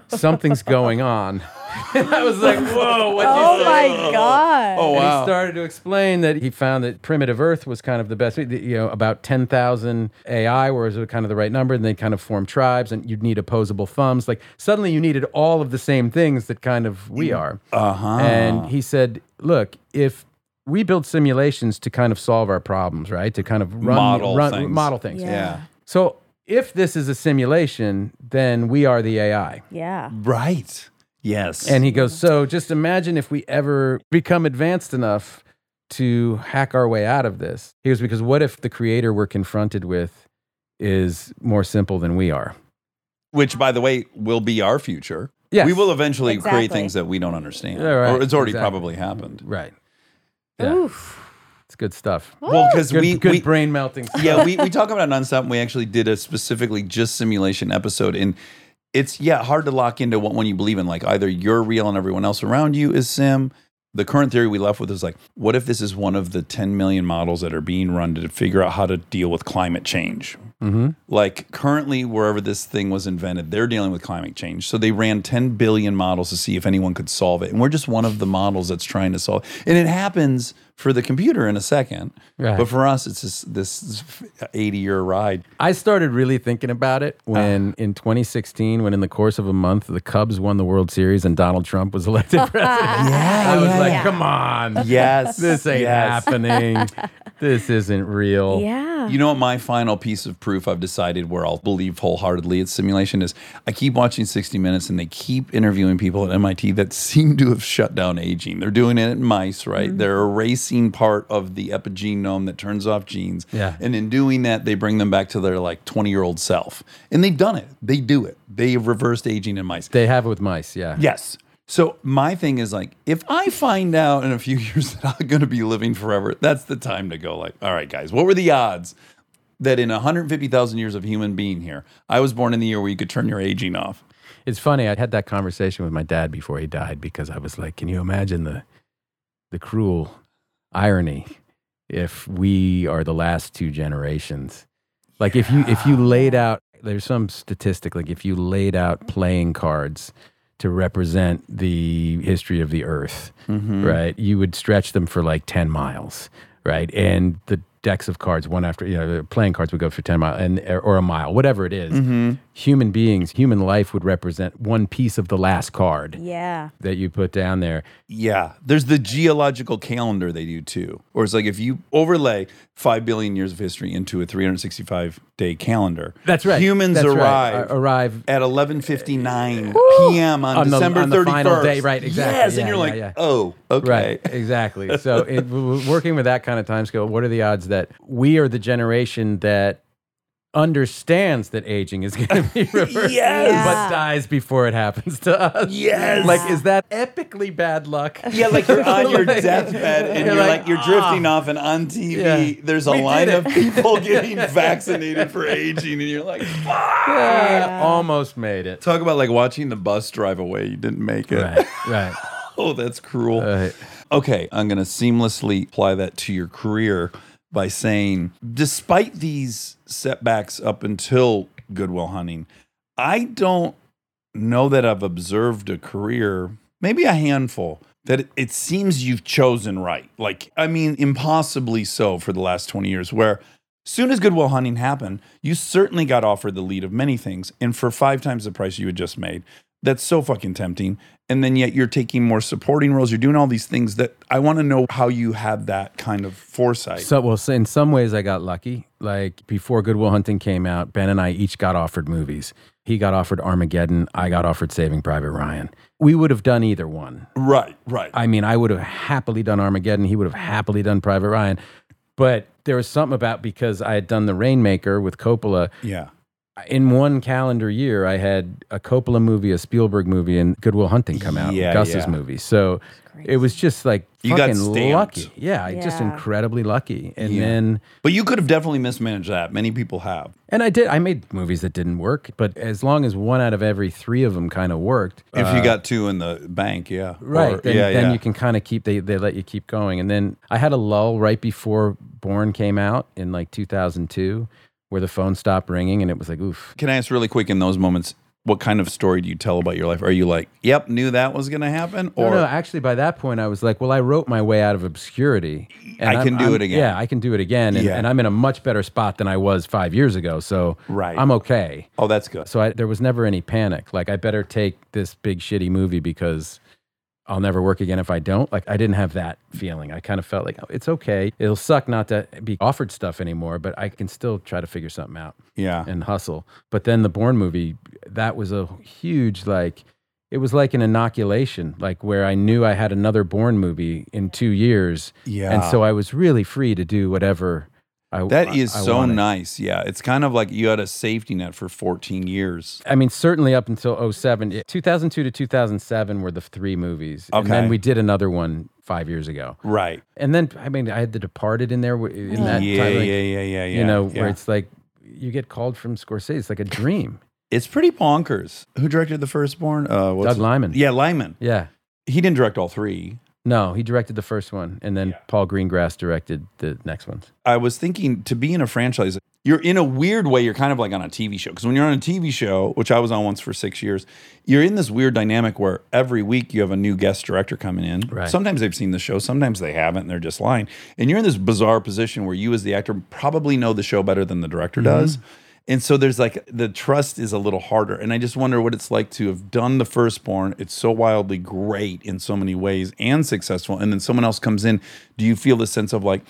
D: "Something's going on." And I was like, "Whoa! What
A: Oh my god.
B: Oh,
D: And
B: wow.
D: he started to explain that he found that primitive Earth was kind of the best, you know, about 10,000 AI was kind of the right number, and they kind of formed tribes, and you'd need opposable thumbs. Like, suddenly you needed all of the same things that kind of we are.
B: Uh-huh.
D: And he said, look, if we build simulations to kind of solve our problems, right? To kind of run,
B: Model
D: run-
B: things.
D: model things.
A: Yeah.
B: yeah.
D: So if this is a simulation, then we are the AI.
A: Yeah.
B: Right. Yes.
D: And he goes, So just imagine if we ever become advanced enough to hack our way out of this. He goes, Because what if the creator we're confronted with is more simple than we are?
B: which by the way will be our future.
D: Yes.
B: We will eventually create
A: Exactly.
B: things that we don't understand.
D: Yeah, right.
B: Or it's already
D: Exactly.
B: probably happened.
D: Right. Yeah.
A: Oof.
D: It's good stuff.
B: Well, because
D: Good,
B: we,
D: good
B: we
D: brain melting stuff.
B: yeah, we, we talk about nonstop. And we actually did a specifically just simulation episode, and it's yeah hard to lock into what one you believe in. Like either you're real and everyone else around you is sim. The current theory we left with is like, what if this is one of the 10 million models that are being run to figure out how to deal with climate change?
D: Mm-hmm.
B: Like currently, wherever this thing was invented, they're dealing with climate change. So they ran 10 billion models to see if anyone could solve it, and we're just one of the models that's trying to solve. And it happens for the computer in a second,
D: Right.
B: but for us, it's this this 80 year ride.
D: I started really thinking about it
B: Ah.
D: when in 2016, when in the course of a month, the Cubs won the World Series and Donald Trump was elected president.
B: Yeah,
D: I was
B: Ah, yeah,
D: like,
B: yeah.
D: Come on.
B: yes,
D: This ain't
B: yes.
D: happening. This isn't real.
A: Yeah.
B: Oh. You know what? My final piece of proof I've decided where I'll believe wholeheartedly it's simulation is I keep watching 60 Minutes and they keep interviewing people at MIT that seem to have shut down aging. They're doing it in mice, right? They're erasing part of the epigenome that turns off genes.
D: Yeah.
B: And in doing that, they bring them back to their like 20 year old self. And they've done it, they do it. They have reversed aging in mice.
D: They have it with mice. Yeah.
B: Yes. So my thing is like, if I find out in a few years that I'm going to be living forever, that's the time to go. Like, all right, guys, what were the odds that in 150,000 years of human being here, I was born in the year where you could turn your aging off?
D: It's funny. I had that conversation with my dad before he died because I was like, "Can you imagine the the cruel irony if we are the last two generations? Like if you if you laid out there's some statistic like if you laid out playing cards to represent the history of the earth, right? You would stretch them for like 10 miles, right? And the decks of cards, one after, you know, playing cards would go for 10 mile and, or a mile, whatever it is. Human beings, human life would represent one piece of the last card
A: Yeah.
D: that you put down there.
B: Yeah. There's the geological calendar they do too. Or it's like if you overlay 5 billion years of history into a 365 day calendar.
D: That's right.
B: Humans
D: That's right.
B: arrive.
D: Ar- arrive.
B: at 11:59 p.m. on,
D: On the-
B: December 31st.
D: on the final day, right, exactly.
B: Yes, and
D: Yeah,
B: you're
D: yeah,
B: like,
D: yeah.
B: "Oh, okay."
D: Right, exactly. So, it, w- w- working with that kind of time scale, what are the odds that we are the generation that understands that aging is going to be reversed,
B: Yes.
A: Yeah.
D: but dies before it happens to us?
B: Yes.
D: Like, is that epically bad luck?
B: Yeah, like you're on your
D: Like- "Ah."
B: deathbed and you're, like, you're drifting off, and on TV
D: Yeah.
B: there's a
D: We did
B: line
D: it.
B: of people getting vaccinated for aging, and you're like, "Fuck!"
D: Yeah, almost made it.
B: Talk about like watching the bus drive away. You didn't make it.
D: Right, Uh, right.
B: Oh, that's cruel.
D: right.
B: Okay, I'm going to seamlessly apply that to your career by saying, despite these setbacks up until Goodwill Hunting, I don't know that I've observed a career, maybe a handful, that it, it seems you've chosen right. Like, I mean, impossibly so for the last 20 years, where soon as Goodwill Hunting happened, you certainly got offered the lead of many things and for five times the price you had just made. That's so fucking tempting. And then yet you're taking more supporting roles. You're doing all these things that I want to know how you had that kind of foresight.
D: So, well, so in some ways, I got lucky. Like before Goodwill Hunting came out, Ben and I each got offered movies. He got offered Armageddon. I got offered Saving Private Ryan. We would have done either one.
B: right, right.
D: I mean, I would have happily done Armageddon. He would have happily done Private Ryan. But there was something about because I had done The Rainmaker with Coppola.
B: yeah.
D: In one calendar year, I had a Coppola movie, a Spielberg movie, and Goodwill Hunting come out.
B: Yeah,
D: Gus's
B: yeah.
D: movie. So it was just like
B: You got
D: fucking
B: stamped.
D: lucky. Yeah, just
A: Yeah.
D: incredibly lucky. And
B: Yeah.
D: then.
B: But you could have definitely mismanaged that. Many people have.
D: And I did. I made movies that didn't work, but as long as one out of every three of them kind of worked,
B: If
D: uh,
B: you got two in the bank, yeah.
D: right,
B: Or-
D: then,
B: yeah,
D: then
B: yeah.
D: you can kind of keep. They they let you keep going. And then I had a lull right before Born came out in like 2002, where the phone stopped ringing, and it was like, oof.
B: Can I ask really quick in those moments, what kind of story do you tell about your life? Are you like, yep, knew that was going to happen?
D: Or
B: Or
D: no, no, actually, by that point, I was like, well, I wrote my way out of obscurity.
B: I can do it again.
D: Yeah, I can do it again, and,
B: Yeah.
D: and I'm in a much better spot than I was five years ago. So
B: Right.
D: I'm okay.
B: oh, that's good.
D: So I, there was never any panic. Like I better take this big shitty movie because I'll never work again if I don't. Like I didn't have that feeling. I kind of felt like oh, it's okay. It'll suck not to be offered stuff anymore, but I can still try to figure something out
B: Yeah.
D: and hustle. But then the Bourne movie, that was a huge like. It was like an inoculation, like where I knew I had another Bourne movie in two years,
B: Yeah.
D: and so I was really free to do whatever. I
B: That is
D: I- I
B: so
D: wanted.
B: nice. Yeah. It's kind of like you had a safety net for 14 years.
D: I mean, certainly up until 07. It- 2002 to 2007 were the three movies. And
B: Okay.
D: then we did another one five years ago.
B: Right.
D: And then, I mean, I had The Departed in there w- in that
B: yeah,
D: time.
B: yeah,
D: like,
B: yeah, yeah, yeah.
D: You know,
B: yeah.
D: where it's like you get called from Scorsese. It's like a dream.
B: It's pretty bonkers. Who directed the firstborn? Uh, what's
D: Doug
B: his-
D: Lyman.
B: Yeah, Lyman.
D: Yeah.
B: He didn't direct all three.
D: No, he directed the first one. And then Paul Greengrass directed the next ones.
B: I was thinking to be in a franchise, you're in a weird way, you're kind of like on a TV show. Because when you're on a TV show, which I was on once for six years, you're in this weird dynamic where every week you have a new guest director coming in.
D: Right.
B: Sometimes they've seen the show, sometimes they haven't, and they're just lying. And you're in this bizarre position where you, as the actor, probably know the show better than the director does. And so there's like the trust is a little harder. And I just wonder what it's like to have done the firstborn. It's so wildly great in so many ways and successful. And then someone else comes in. Do you feel the sense of like,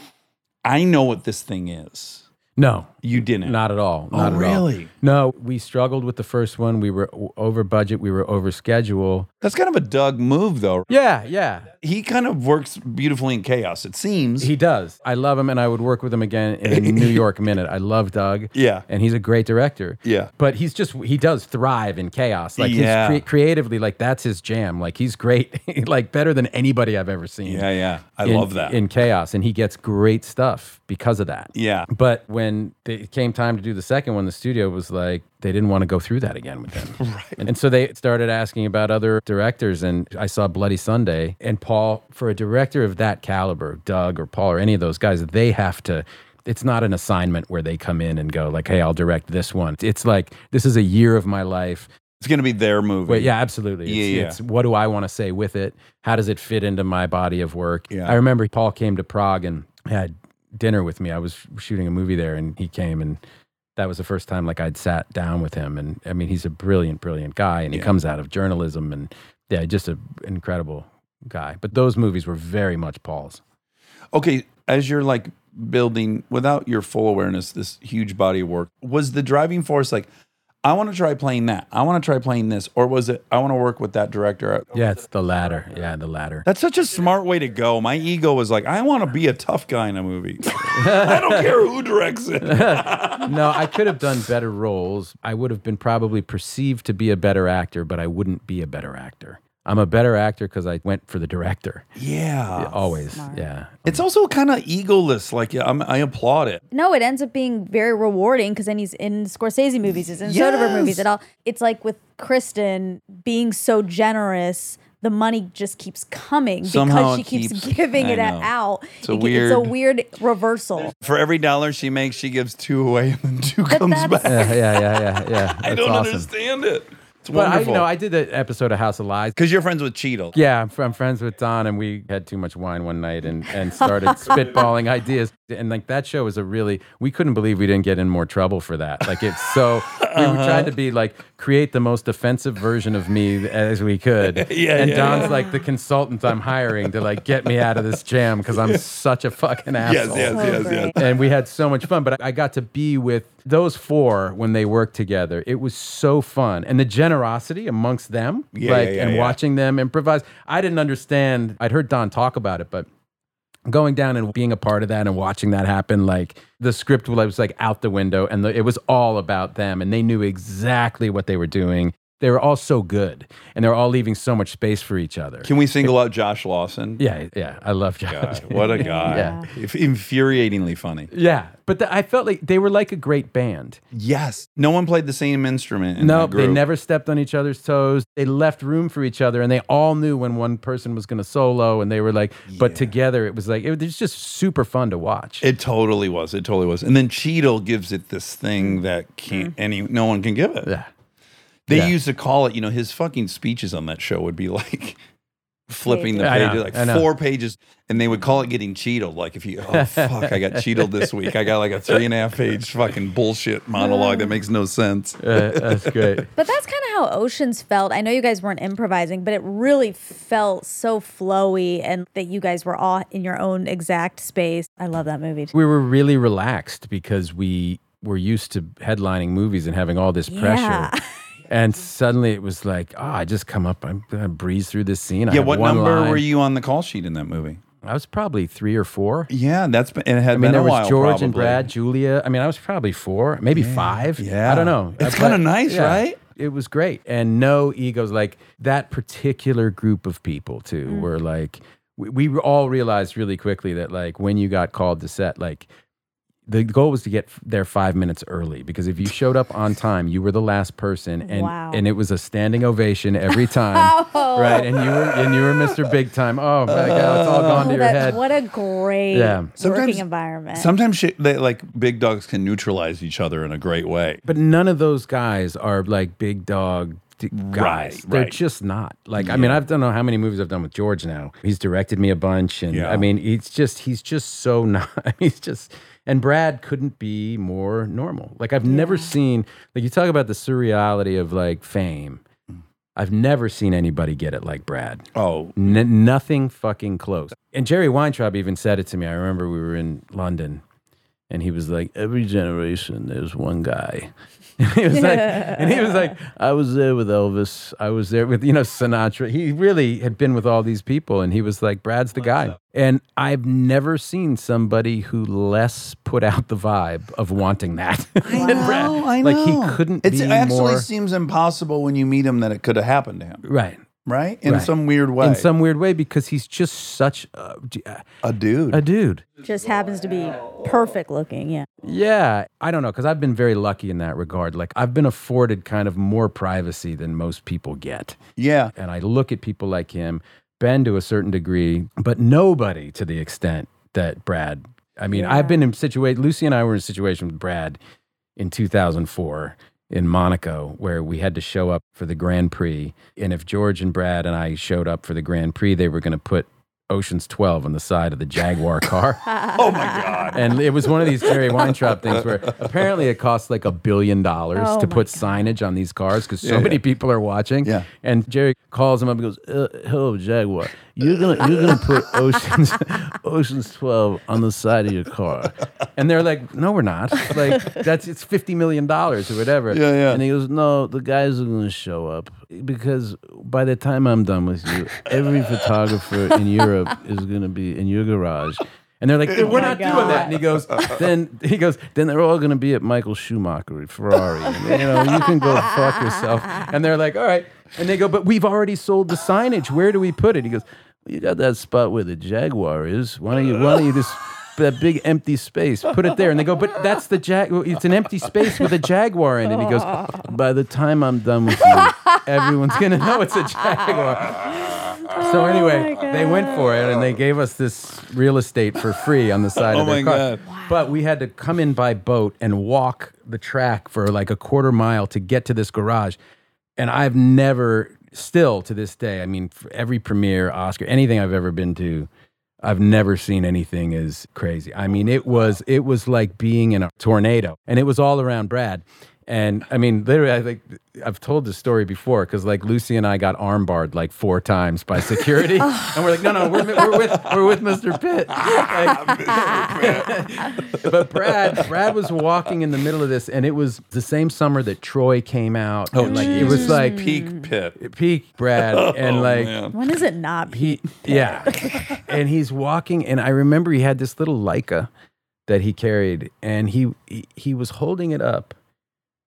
B: I know what this thing is.
D: No,
B: You didn't.
D: Not at all. Not at all.
B: Oh, really?
D: No, we struggled with the first one. We were o- over budget. We were over schedule.
B: That's kind of a Doug move, though.
D: Yeah, yeah.
B: He kind of works beautifully in chaos, it seems.
D: He does. I love him, and I would work with him again in a New York minute. I love Doug.
B: Yeah.
D: and he's a great director.
B: Yeah.
D: but he's just he does thrive in chaos. Like
B: Yeah.
D: he's cre- creatively, like that's his jam. Like he's great, like better than anybody I've ever seen.
B: yeah, yeah. I
D: in-
B: love that.
D: in chaos, and he gets great stuff because of that.
B: yeah.
D: But when they- it came time to do the second one, the studio was like, they didn't want to go through that again with him. right. And, and so they started asking about other directors. And I saw Bloody Sunday. And Paul, for a director of that caliber, Doug or Paul or any of those guys, they have to. It's not an assignment where they come in and go, like, hey, I'll direct this one. It's like, this is a year of my life.
B: It's going to be their movie.
D: Wait, yeah, absolutely. It's,
B: Yeah, yeah.
D: it's what do I want to say with it? How does it fit into my body of work?
B: Yeah.
D: I remember Paul came to Prague and had dinner with me. I was shooting a movie there, and he came, and that was the first time like I'd sat down with him. And I mean, he's a brilliant, brilliant guy, and he
B: Yeah.
D: comes out of journalism, and yeah, just an incredible guy. But those movies were very much Paul's.
B: Okay, as you're like building without your full awareness, this huge body of work, was the driving force like, I want to try playing that, I want to try playing this, or was it, I want to work with that director?
D: Yeah, it's the latter. Yeah, the latter.
B: That's such a smart way to go. My ego was like, I want to be a tough guy in a movie. I don't care who directs it.
D: no, I could have done better roles. I would have been probably perceived to be a better actor, but I wouldn't be a better actor. I'm a better actor because I went for the director.
B: Yeah.
D: Always.
A: smart.
D: Yeah.
B: It's also kind of egoless. Like, yeah, I'm, I applaud it.
A: No, it ends up being very rewarding because then he's in Scorsese movies, he's in Soderbergh movies,
B: Yes.
A: and all. It's like with Kristen being so generous, the money just keeps coming because
B: Somehow
A: she
B: it
A: keeps,
B: keeps-
A: giving
B: I
A: it
B: know.
A: out.
B: It's a
A: It ge- it's a
B: weird-
A: weird reversal.
B: For every dollar she makes, she gives two away and then two comes
A: that's-
B: back.
D: Yeah, yeah, yeah, yeah. yeah.
B: I
D: That's
B: don't
D: awesome.
B: understand it. It's
D: But I, you
B: wonderful.
D: know, I did the episode of House of Lies.
B: Because you're friends with Cheadle.
D: Yeah, I'm, fr- I'm friends with Don, and we had too much wine one night and, and started spitballing ideas. And like that show was a really, we couldn't believe we didn't get in more trouble for that. Like it's so, we
B: Uh-huh.
D: tried to be like, create the most offensive version of me as we could.
B: Yeah,
D: and
B: yeah,
D: Don's
B: yeah.
D: like the consultant I'm hiring to like get me out of this jam because I'm such a fucking
B: Yes,
D: asshole.
B: yes,
A: So
B: yes, yes.
A: great.
D: And we had so much fun, but I got to be with those four when they worked together. It was so fun. And the generosity amongst them,
B: Yeah,
D: like,
B: yeah, yeah,
D: and
B: yeah.
D: watching them improvise. I didn't understand. I'd heard Don talk about it, but going down and being a part of that and watching that happen, like the script was like out the window and the, it was all about them and they knew exactly what they were doing. They were all so good and they were all leaving so much space for each other.
B: Can we single out Josh Lawson?
D: yeah, yeah. I love Josh.
B: God, what a guy.
D: Yeah.
B: If- Infuriatingly funny.
D: Yeah, but the, I felt like they were like a great band.
B: Yes. No one played the same instrument. In
D: no,
B: that group.
D: they never stepped on each other's toes. They left room for each other, and they all knew when one person was going to solo, and they were like, but
B: Yeah.
D: together it was like it was just super fun to watch.
B: It totally was. It totally was. And then Cheadle gives it this thing that can't any no one can give it.
D: Mm. yeah,
B: They
D: Yeah.
B: used to call it, you know, his fucking speeches on that show would be like flipping the
D: I know,
B: pages, like
D: I know.
B: four pages, and they would call it getting cheated. Like if you, oh fuck, I got cheated this week. I got like a three and a half page fucking bullshit monologue that makes no sense.
D: Uh, that's great.
A: But that's kind of how Oceans felt. I know you guys weren't improvising, but it really felt so flowy and that you guys were all in your own exact space. I love that movie.
D: We were really relaxed because we were used to headlining movies and having all this pressure.
A: Yeah.
D: And suddenly it was like, oh, I just come up, I'm gonna breeze through this scene. I
B: Yeah,
D: have
B: what
D: one
B: number
D: line.
B: were you on the call sheet in that movie?
D: I was probably three or four.
B: Yeah, that's been, it had
D: I mean,
B: been
D: there
B: a while.
D: was George and
B: probably.
D: Brad, Julia. I mean, I was probably four, maybe five.
B: Yeah.
D: I don't know.
B: It's
D: I- but-
B: kinda nice, right?
D: It was great. And no egos. Like that particular group of people, too, were like, we, we all realized really quickly that, like, when you got called to set, like, the goal was to get f- there five minutes early because if you showed up on time, you were the last person, and
A: Wow.
D: and it was a standing ovation every time,
A: Oh,
D: right? And you were and you were Mr. Big Time. Oh my God, it's all gone to your
A: That-
D: head.
A: What a great
D: Yeah.
B: Sometimes-
A: working environment.
B: Sometimes shit, they, like big dogs can neutralize each other in a great way.
D: But none of those guys are like big dog d- guys.
B: Right,
D: They're
B: right.
D: just not. Like, I mean, I don't know how many movies I've done with George now. He's directed me a bunch, and
B: Yeah.
D: I mean, he's just he's just so not. He's just. And Brad couldn't be more normal. Like I've never seen. Like you talk about the surreality of like fame.
B: Mm.
D: I've never seen anybody get it like Brad.
B: Oh,
D: N- nothing fucking close. And Jerry Weintraub even said it to me. I remember we were in London and he was like, Every generation, there's one guy. he was like, and he was like, I was there with Elvis. I was there with, you know, Sinatra. He really had been with all these people. And he was like, Brad's the guy. And I've never seen somebody who less put out the vibe of wanting that. I
B: Oh, I
D: Like, he couldn't
B: It's,
D: be
B: it actually
D: more.
B: seems impossible when you meet him that it could have happened to him,
D: Right.
B: right? In
D: Right.
B: some weird way.
D: In some weird way, because he's just such a,
B: a dude.
D: a dude.
A: Just happens to be perfect looking. Yeah.
D: Yeah, I don't know because I've been very lucky in that regard. Like I've been afforded kind of more privacy than most people get,
B: yeah.
D: and I look at people like him, Ben to a certain degree, but nobody to the extent that Brad. I mean, I've been in situation. Lucy and I were in a situation with Brad in 2004 in Monaco where we had to show up for the Grand Prix, and if George and Brad and I showed up for the Grand Prix, they were going to put Ocean's 12 on the side of the Jaguar car.
B: Oh my God.
D: and it was one of these Jerry Weintraub things where apparently it costs like a billion dollars
A: Oh
D: to
A: my
D: put signage on these cars because so
B: Yeah,
D: many
B: yeah.
D: people are watching.
B: Yeah.
D: And Jerry calls him up and goes, uh, "Hello, Jaguar. You're gonna you're gonna put Oceans Oceans 12 on the side of your car." And they're like, "No, we're not. Like that's it's 50 million dollars or whatever."
B: Yeah, yeah.
D: And he goes, "No, the guys are gonna show up because by the time I'm done with you, every photographer in Europe is gonna be in your garage." And they're like, "Dude, we're
A: my
D: not doing that. And he goes, then he goes, then they're all gonna be at Michael Schumacher at Ferrari. And, you know, you can go fuck yourself. And they're like, all right. And they go, but we've already sold the signage. Where do we put it? He goes, well, you got that spot where the Jaguar is. Why don't you? Why don't you just that big empty space? Put it there. And they go, but that's the jag. It's an empty space with a Jaguar in it. He goes, by the time I'm done with you, everyone's gonna know it's a Jaguar. So anyway, they went for it and they gave us this real estate for free on the side
B: Oh
D: of
B: my
D: their car.
B: God.
D: But we had to come in by boat and walk the track for like a quarter mile to get to this garage. And I've never still to this day, I mean for every premiere, Oscar, anything I've ever been to, I've never seen anything as crazy. I mean, it was it was like being in a tornado, and it was all around Brad. And I mean, literally, I think I've told this story before because like Lucy and I got armbarred like four times by security, and we're like, no, no, we're, we're with we're with Mr. Pitt. Like- but Brad, Brad was walking in the middle of this, and it was the same summer that Troy came out.
B: Oh,
D: and, like it
B: Jesus.
D: was like
B: Peak pit.
D: peak Brad, and like
B: man.
A: When is it not?
D: he yeah and he's walking and i remember he had this little leica that he carried and he, he he was holding it up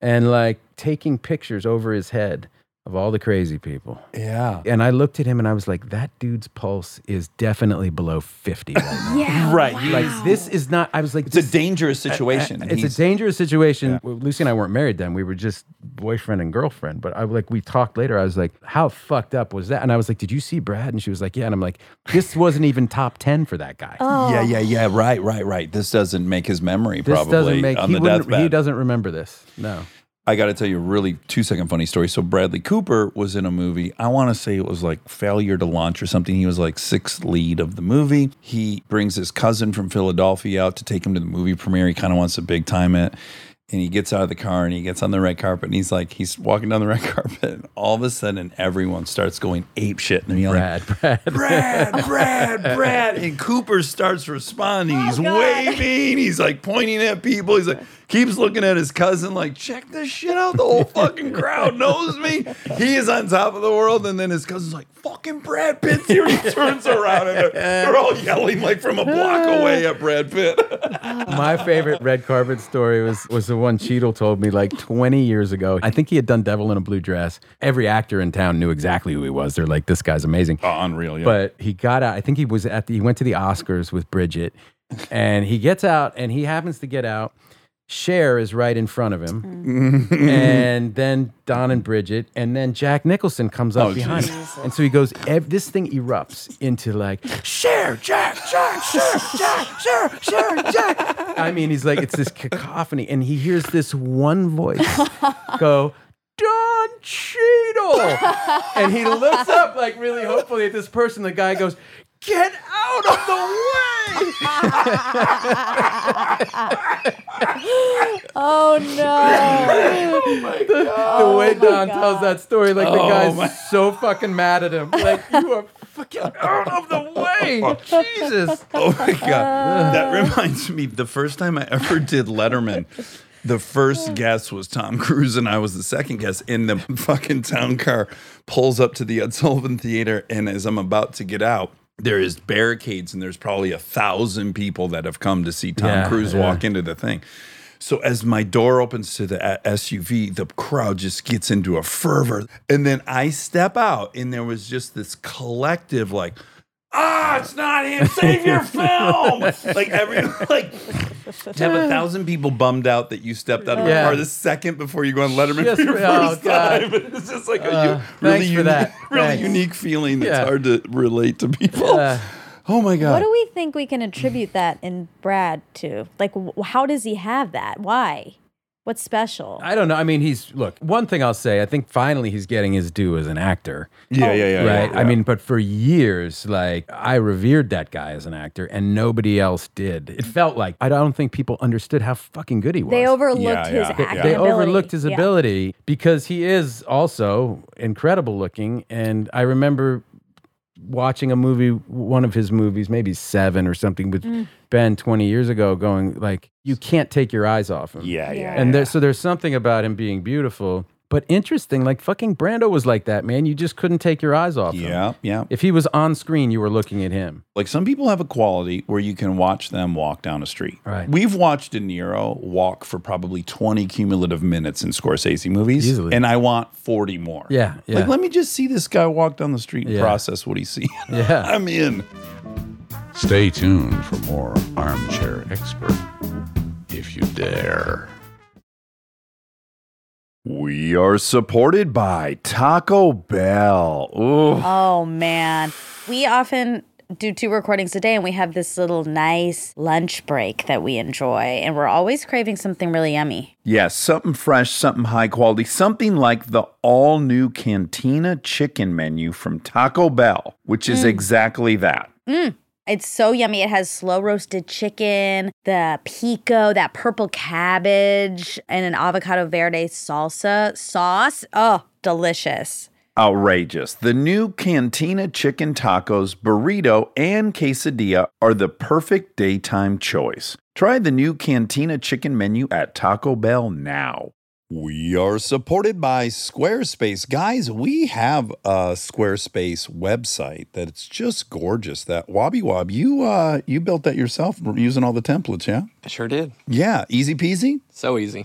D: and like taking pictures over his head of all the crazy people
B: Yeah.
D: and i looked at him and i was like that dude's pulse is definitely below 50 right now
A: Yeah.
B: Right.
D: like this is not i was like
B: It's a
D: this-
B: dangerous situation.
D: it's a
B: He's-
D: dangerous situation. Well, Lucy and I weren't married then; we were just boyfriend and girlfriend. But I like we talked later. I was like, "How fucked up was that?" And I was like, "Did you see Brad?" And she was like, "Yeah." And I'm like, "This wasn't even top ten for that guy.
B: Yeah, yeah, yeah. Right, right, right. This doesn't make his memory
D: this
B: probably
D: doesn't make
B: on
D: he,
B: the
D: wouldn't-
B: deathbed.
D: he doesn't remember this. No,
B: I got to tell you a really two second funny story. So Bradley Cooper was in a movie. I want to say it was like Failure to Launch or something. He was like sixth lead of the movie. He brings his cousin from Philadelphia out to take him to the movie premiere. He kind of wants to big time it. And he gets out of the car and he gets on the red carpet and he's like, he's walking down the red carpet and all of a sudden everyone starts going ape shit and they're yelling,
D: Brad, Brad.
B: Brad, Brad, Brad. Oh, And Cooper starts responding. He's waving. He's like pointing at people. He's like, keeps looking at his cousin, like, check this shit out. The whole fucking crowd knows me. He is on top of the world. And then his cousin's like, fucking Brad Pitt's here. He turns around and they're, they're all yelling like from a block away at Brad Pitt.
D: My favorite red carpet story was was the one Cheadle told me like 20 years ago. I think he had done Devil in a Blue Dress. Every actor in town knew exactly who he was. They're like, "This guy's amazing."
B: unreal. Yeah.
D: But he got out. I think he was at the, he went to the Oscars with Bridget, and he gets out, and he happens to get out. Cher is right in front of him, and then Don and Bridget, and then Jack Nicholson comes up
B: Oh,
D: behind him, and so he goes. Ev- this thing erupts into like Cher, Jack, Jack, Cher, Jack, Cher, Cher, Jack. I mean, he's like it's this cacophony, and he hears this one voice go. Don Cheadle. And he looks up like really hopefully at this person. The guy goes, Get out of the way!
A: Oh no.
D: the way
A: Oh my
D: Don
A: God.
D: tells that story, like the
B: Oh
D: guy's
B: my-
D: so fucking mad at him. Like, you are fucking out of the way! Jesus!
B: Oh my god, that reminds me. The first time I ever did Letterman, the first guest was Tom Cruise, and I was the second guest. And the fucking town car pulls up to the Ed Sullivan Theater, and as I'm about to get out. There is barricades, and there's probably a thousand people that have come to see Tom
D: Yeah,
B: Cruise
D: yeah.
B: walk into the thing. So as my door opens to the uh, SUV, the crowd just gets into a fervor, and then I step out, and there was just this collective like, ah, it's not him. Save your film. like every like to have a thousand people bummed out that you stepped out of
D: Yeah.
B: the car the second before you go on Letterman
D: Yes,
B: for your
D: oh,
B: first
D: God.
B: time. It's just like a
D: Uh,
B: u- really
D: thanks for
B: unique,
D: that.
B: really
D: Thanks.
B: unique feeling that's
D: Yeah.
B: hard to relate to people.
D: Yeah.
B: Oh my
A: What
B: god.
A: do we think we can attribute that in Brad to? Like, wh- how does he have that? Why? What's special?
D: I don't know. I mean, he's look. One thing I'll say, I think finally he's getting his due as an actor.
F: Yeah, yeah, yeah.
D: right.
F: yeah,
D: I
F: yeah.
D: mean, but for years, like I revered that guy as an actor, and nobody else did. It felt like I don't think people understood how fucking good he was.
A: they overlooked
F: Yeah,
A: his
F: yeah.
A: acting
F: They-
D: They
A: ability.
D: overlooked his
A: Yeah.
D: ability because he is also incredible looking. And I remember watching a movie, one of his movies, maybe seven or something, with Ben twenty years ago, going like, "You can't take your eyes off him."
F: yeah, yeah.
D: And
F: yeah.
D: there, so there's something about him being beautiful, but interesting. Like fucking Brando was like that, man. You just couldn't take your eyes off him.
B: Yeah, yeah.
D: If he was on screen, you were looking at him.
B: Like some people have a quality where you can watch them walk down a street.
D: Right.
B: We've watched De Niro walk for probably 20 cumulative minutes in Scorsese movies.
D: Easily.
B: And I want 40 more.
D: Yeah, yeah.
B: Like, let me just see this guy walk down the street and
D: Yeah.
B: process what he's seeing.
D: Yeah.
B: I'm in.
E: Stay tuned for more Armchair Expert, if you dare.
B: We are supported by Taco Bell. Ooh.
A: Oh man. We often do two recordings a day and we have this little nice lunch break that we enjoy and we're always craving something really yummy.
B: Yes, something fresh, something high quality, something like the all new Cantina chicken menu from Taco Bell, which is exactly that.
A: It's so yummy. It has slow roasted chicken, the pico, that purple cabbage, and an avocado verde salsa sauce. Oh, delicious.
B: Outrageous. The new Cantina chicken tacos, burrito, and quesadilla are the perfect daytime choice. Try the new Cantina chicken menu at Taco Bell now. We are supported by Squarespace. Guys, we have a Squarespace website that's just gorgeous. That Wobby Wob, you uh you built that yourself using all the templates, yeah?
G: I sure did.
B: Yeah, easy peasy.
G: So easy.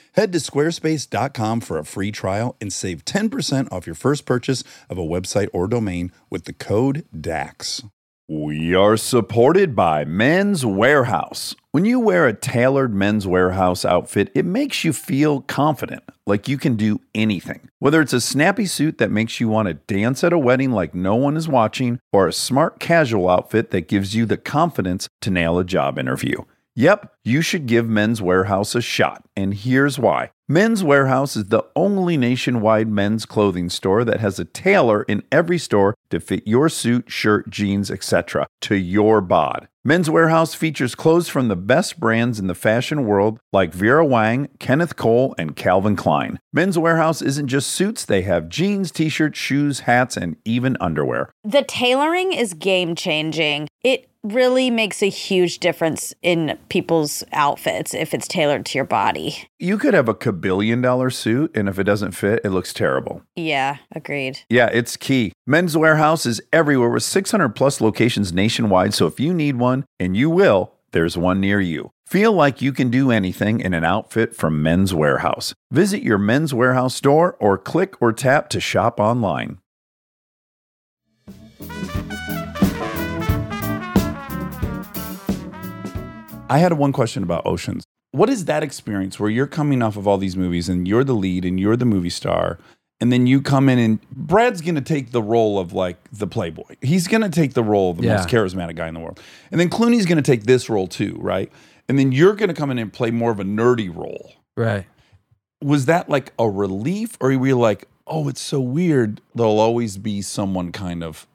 B: Head to squarespace.com for a free trial and save 10% off your first purchase of a website or domain with the code DAX. We are supported by Men's Warehouse. When you wear a tailored Men's Warehouse outfit, it makes you feel confident, like you can do anything. Whether it's a snappy suit that makes you want to dance at a wedding like no one is watching, or a smart casual outfit that gives you the confidence to nail a job interview. Yep, you should give Men's Warehouse a shot, and here's why. Men's Warehouse is the only nationwide men's clothing store that has a tailor in every store to fit your suit, shirt, jeans, etc. to your bod. Men's Warehouse features clothes from the best brands in the fashion world like Vera Wang, Kenneth Cole, and Calvin Klein. Men's Warehouse isn't just suits, they have jeans, t shirts, shoes, hats, and even underwear.
A: The tailoring is game changing. It really makes a huge difference in people's outfits if it's tailored to your body.
B: You could have a kabillion dollar suit, and if it doesn't fit, it looks terrible.
A: Yeah, agreed.
B: Yeah, it's key. Men's Warehouse is everywhere with 600 plus locations nationwide. So if you need one, and you will, there's one near you. Feel like you can do anything in an outfit from Men's Warehouse. Visit your Men's Warehouse store or click or tap to shop online. I had one question about Oceans. What is that experience where you're coming off of all these movies and you're the lead and you're the movie star? And then you come in and Brad's going to take the role of like the playboy. He's going to take the role of the
D: Yeah.
B: most charismatic guy in the world. And then Clooney's going to take this role too, right? And then you're going to come in and play more of a nerdy role.
D: Right.
B: Was that like a relief or were you like, oh, it's so weird. There'll always be someone kind of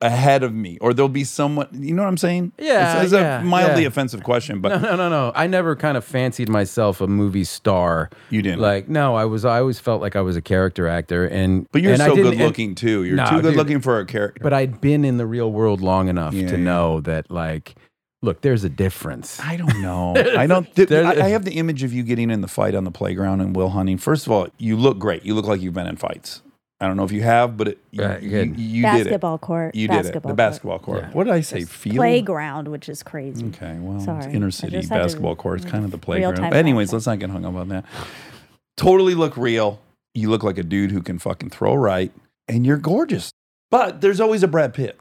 B: ahead of me or there'll be someone, you know what I'm saying?
D: Yeah,
B: It's, it's
D: yeah,
B: a mildly
D: yeah.
B: offensive question, but
D: No, no, no, no. I never kind of fancied myself a movie star.
B: you didn't.
D: Like, no, I was. I always felt like I was a character actor, and
B: But you're
D: and I
B: so
D: didn't-
B: good looking too. You're
D: Nah,
B: too good
D: dude.
B: looking for a character.
D: and- but I'd been in the real world long enough
B: Yeah,
D: to
B: yeah.
D: know that, like, look, there's a difference.
B: I don't know. I don't. th-
D: There's-
B: I, I have the image of you getting in the fight on the playground and Will Hunting. First of all, you look great. You look like you've been in fights. I don't know if you have, but it, you,
D: Right,
B: you,
D: good.
B: you did it.
A: basketball court.
B: You did it.
A: basketball
B: The basketball court.
D: Yeah.
B: What did I say? Field.
A: Playground, which is crazy.
B: Okay, well, it's
A: Sorry. I
B: inner city
A: just had to-
B: basketball court. It's kind of the
A: Real-time
B: playground. But anyways,
A: context.
B: let's not get hung up on that. Totally look real. You look like a dude who can fucking throw right. and you're gorgeous. But there's always a Brad Pitt.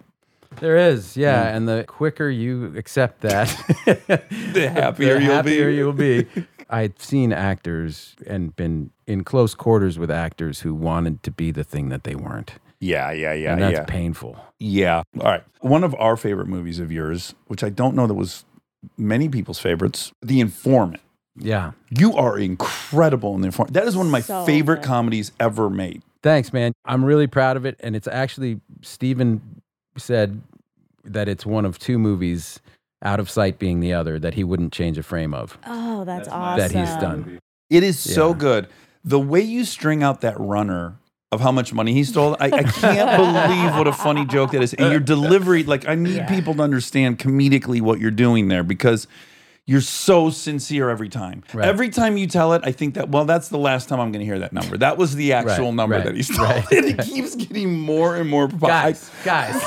D: There is, yeah. And the quicker you accept that, the
B: happier you'll
D: happier
B: be.
D: you'll be. I've seen actors and been in close quarters with actors who wanted to be the thing that they weren't.
B: Yeah, yeah, yeah,
D: and that's painful.
B: Yeah. All right. One of our favorite movies of yours, which I don't know that was many people's favorites, The Informant.
D: Yeah.
B: You are incredible in The Informant. That is one of my
A: So
B: favorite
A: good.
B: comedies ever made.
D: Thanks, man. I'm really proud of it. And it's actually, Steven said that it's one of two movies, Out of Sight being the other, that he wouldn't change a frame of
A: Oh, that's, awesome.
D: that he's done.
B: It is so
D: Yeah.
B: good. The way you string out that runner of how much money he stole, I, I can't believe what a funny joke that is. And your delivery, like, I need people to understand comedically what you're doing there because you're so sincere every time.
D: Right.
B: Every time you tell it, I think that, well, that's the last time I'm going to hear that number. That was the actual
D: Right,
B: number
D: right,
B: that he stole.
D: right.
B: And it keeps getting more and more. po- I-
D: Guys, guys.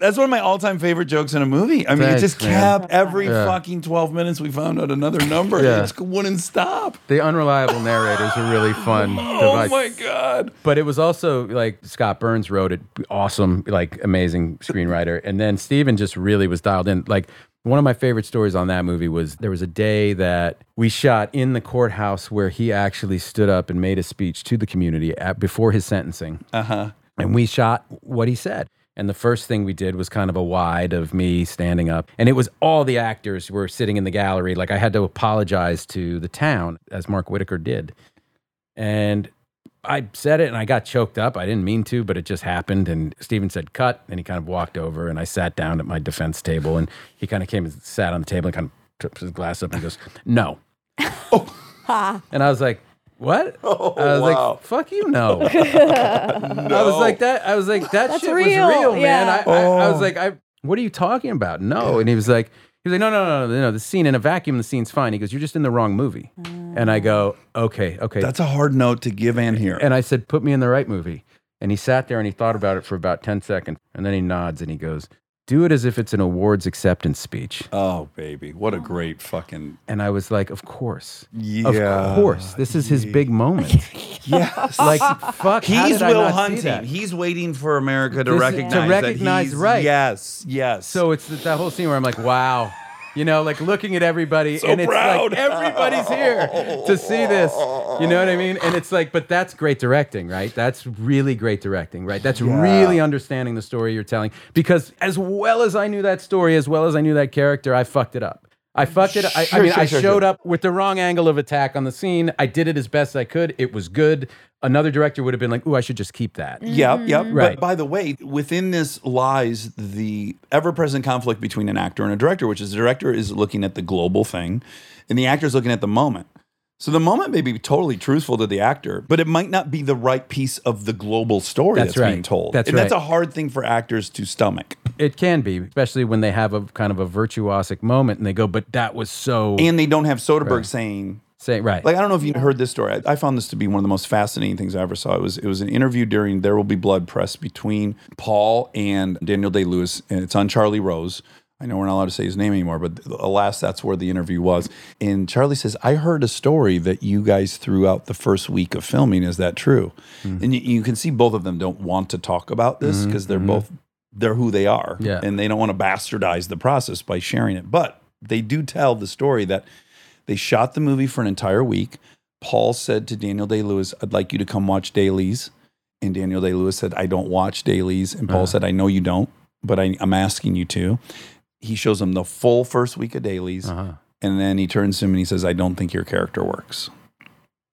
B: that's one of my all time favorite jokes in a movie. I mean, it
D: Thanks,
B: just
D: man.
B: kept every
D: Yeah.
B: fucking 12 minutes we found out another number.
D: Yeah.
B: It just wouldn't stop.
D: the unreliable narrators are really fun.
B: Oh my God.
D: But it was also like Scott Burns wrote it, awesome, like amazing screenwriter. And then Steven just really was dialed in. Like one of my favorite stories on that movie was there was a day that we shot in the courthouse where he actually stood up and made a speech to the community at, before his sentencing. Uh
B: Uh-huh.
D: huh. And we shot what he said. And the first thing we did was kind of a wide of me standing up. And it was all the actors were sitting in the gallery. Like I had to apologize to the town, as Mark Whitaker did. And I said it and I got choked up. I didn't mean to, but it just happened. And Steven said, cut. And he kind of walked over and I sat down at my defense table and he kind of came and sat on the table and kind of took his glass up and goes, no. And I was like, what? I was
B: Oh. wow.
D: like, fuck you, no. I was like, that, I was like, that shit
A: real,
D: was real, man.
A: yeah.
D: I, I, I
B: Oh.
D: was like, I, what are you talking about? No. And he was like, he was like, no, no, no, no, no, no. The scene in a vacuum, the scene's fine. He goes, you're just in the wrong movie. And I go, okay, okay.
B: That's a hard note to give in here.
D: And I said, put me in the right movie. And he sat there and he thought about it for about 10 seconds. And then he nods and he goes, do it as if it's an awards acceptance speech.
B: oh, baby. What a great fucking.
D: And I was like, of course.
B: Yeah.
D: Of course. This is his big moment.
B: Yes.
D: like, fuck. how
B: He's
D: did I
B: Will
D: not see
B: Hunting.
D: that?
B: He's waiting for America to
D: This is- to
B: recognize that
D: recognize,
B: he's,
D: right.
B: Yes, yes.
D: So it's that- that whole scene where I'm like, wow. You know, like looking at everybody,
B: So
D: and it's
B: proud.
D: like everybody's here to see this. You know what I mean? And it's like, but that's great directing, right? That's really great directing, right? That's really understanding the story you're telling. Because as well as I knew that story, as well as I knew that character, I fucked it up. I fucked it. I, I
B: Sure,
D: mean,
B: sure,
D: I
B: sure,
D: showed
B: sure.
D: up with the wrong angle of attack on the scene. I did it as best I could. It was good. Another director would have been like, "Ooh, I should just keep that."
B: Yep, yep. But
D: Right.
B: by the way, within this lies the ever present conflict between an actor and a director, which is the director is looking at the global thing and the actor is looking at the moment. So the moment may be totally truthful to the actor, but it might not be the right piece of the global story that's,
D: That's right.
B: being told.
D: That's
B: and that's
D: right.
B: a hard thing for actors to stomach.
D: It can be, especially when they have a kind of a virtuosic moment and they go, but that was so
B: And they don't have Soderbergh saying,
D: say, right.
B: Like I don't know if you heard this story. I, I found this to be one of the most fascinating things I ever saw. It was it was an interview during There Will Be Blood press between Paul and Daniel Day Lewis, and it's on Charlie Rose. I know we're not allowed to say his name anymore, but alas, that's where the interview was. And Charlie says, "I heard a story that you guys threw out the first week of filming. Is that true?" And you, you can see both of them don't want to talk about this because they're both they're who they are,
D: Yeah.
B: and they don't want to bastardize the process by sharing it. But they do tell the story that they shot the movie for an entire week. Paul said to Daniel Day Lewis, I'd like you to come watch dailies. And Daniel Day Lewis said, I don't watch dailies. And
D: Uh-huh.
B: Paul said, I know you don't, but I, I'm asking you to. He shows him the full first week of dailies.
D: uh-huh.
B: And then he turns to him and he says, I don't think your character works.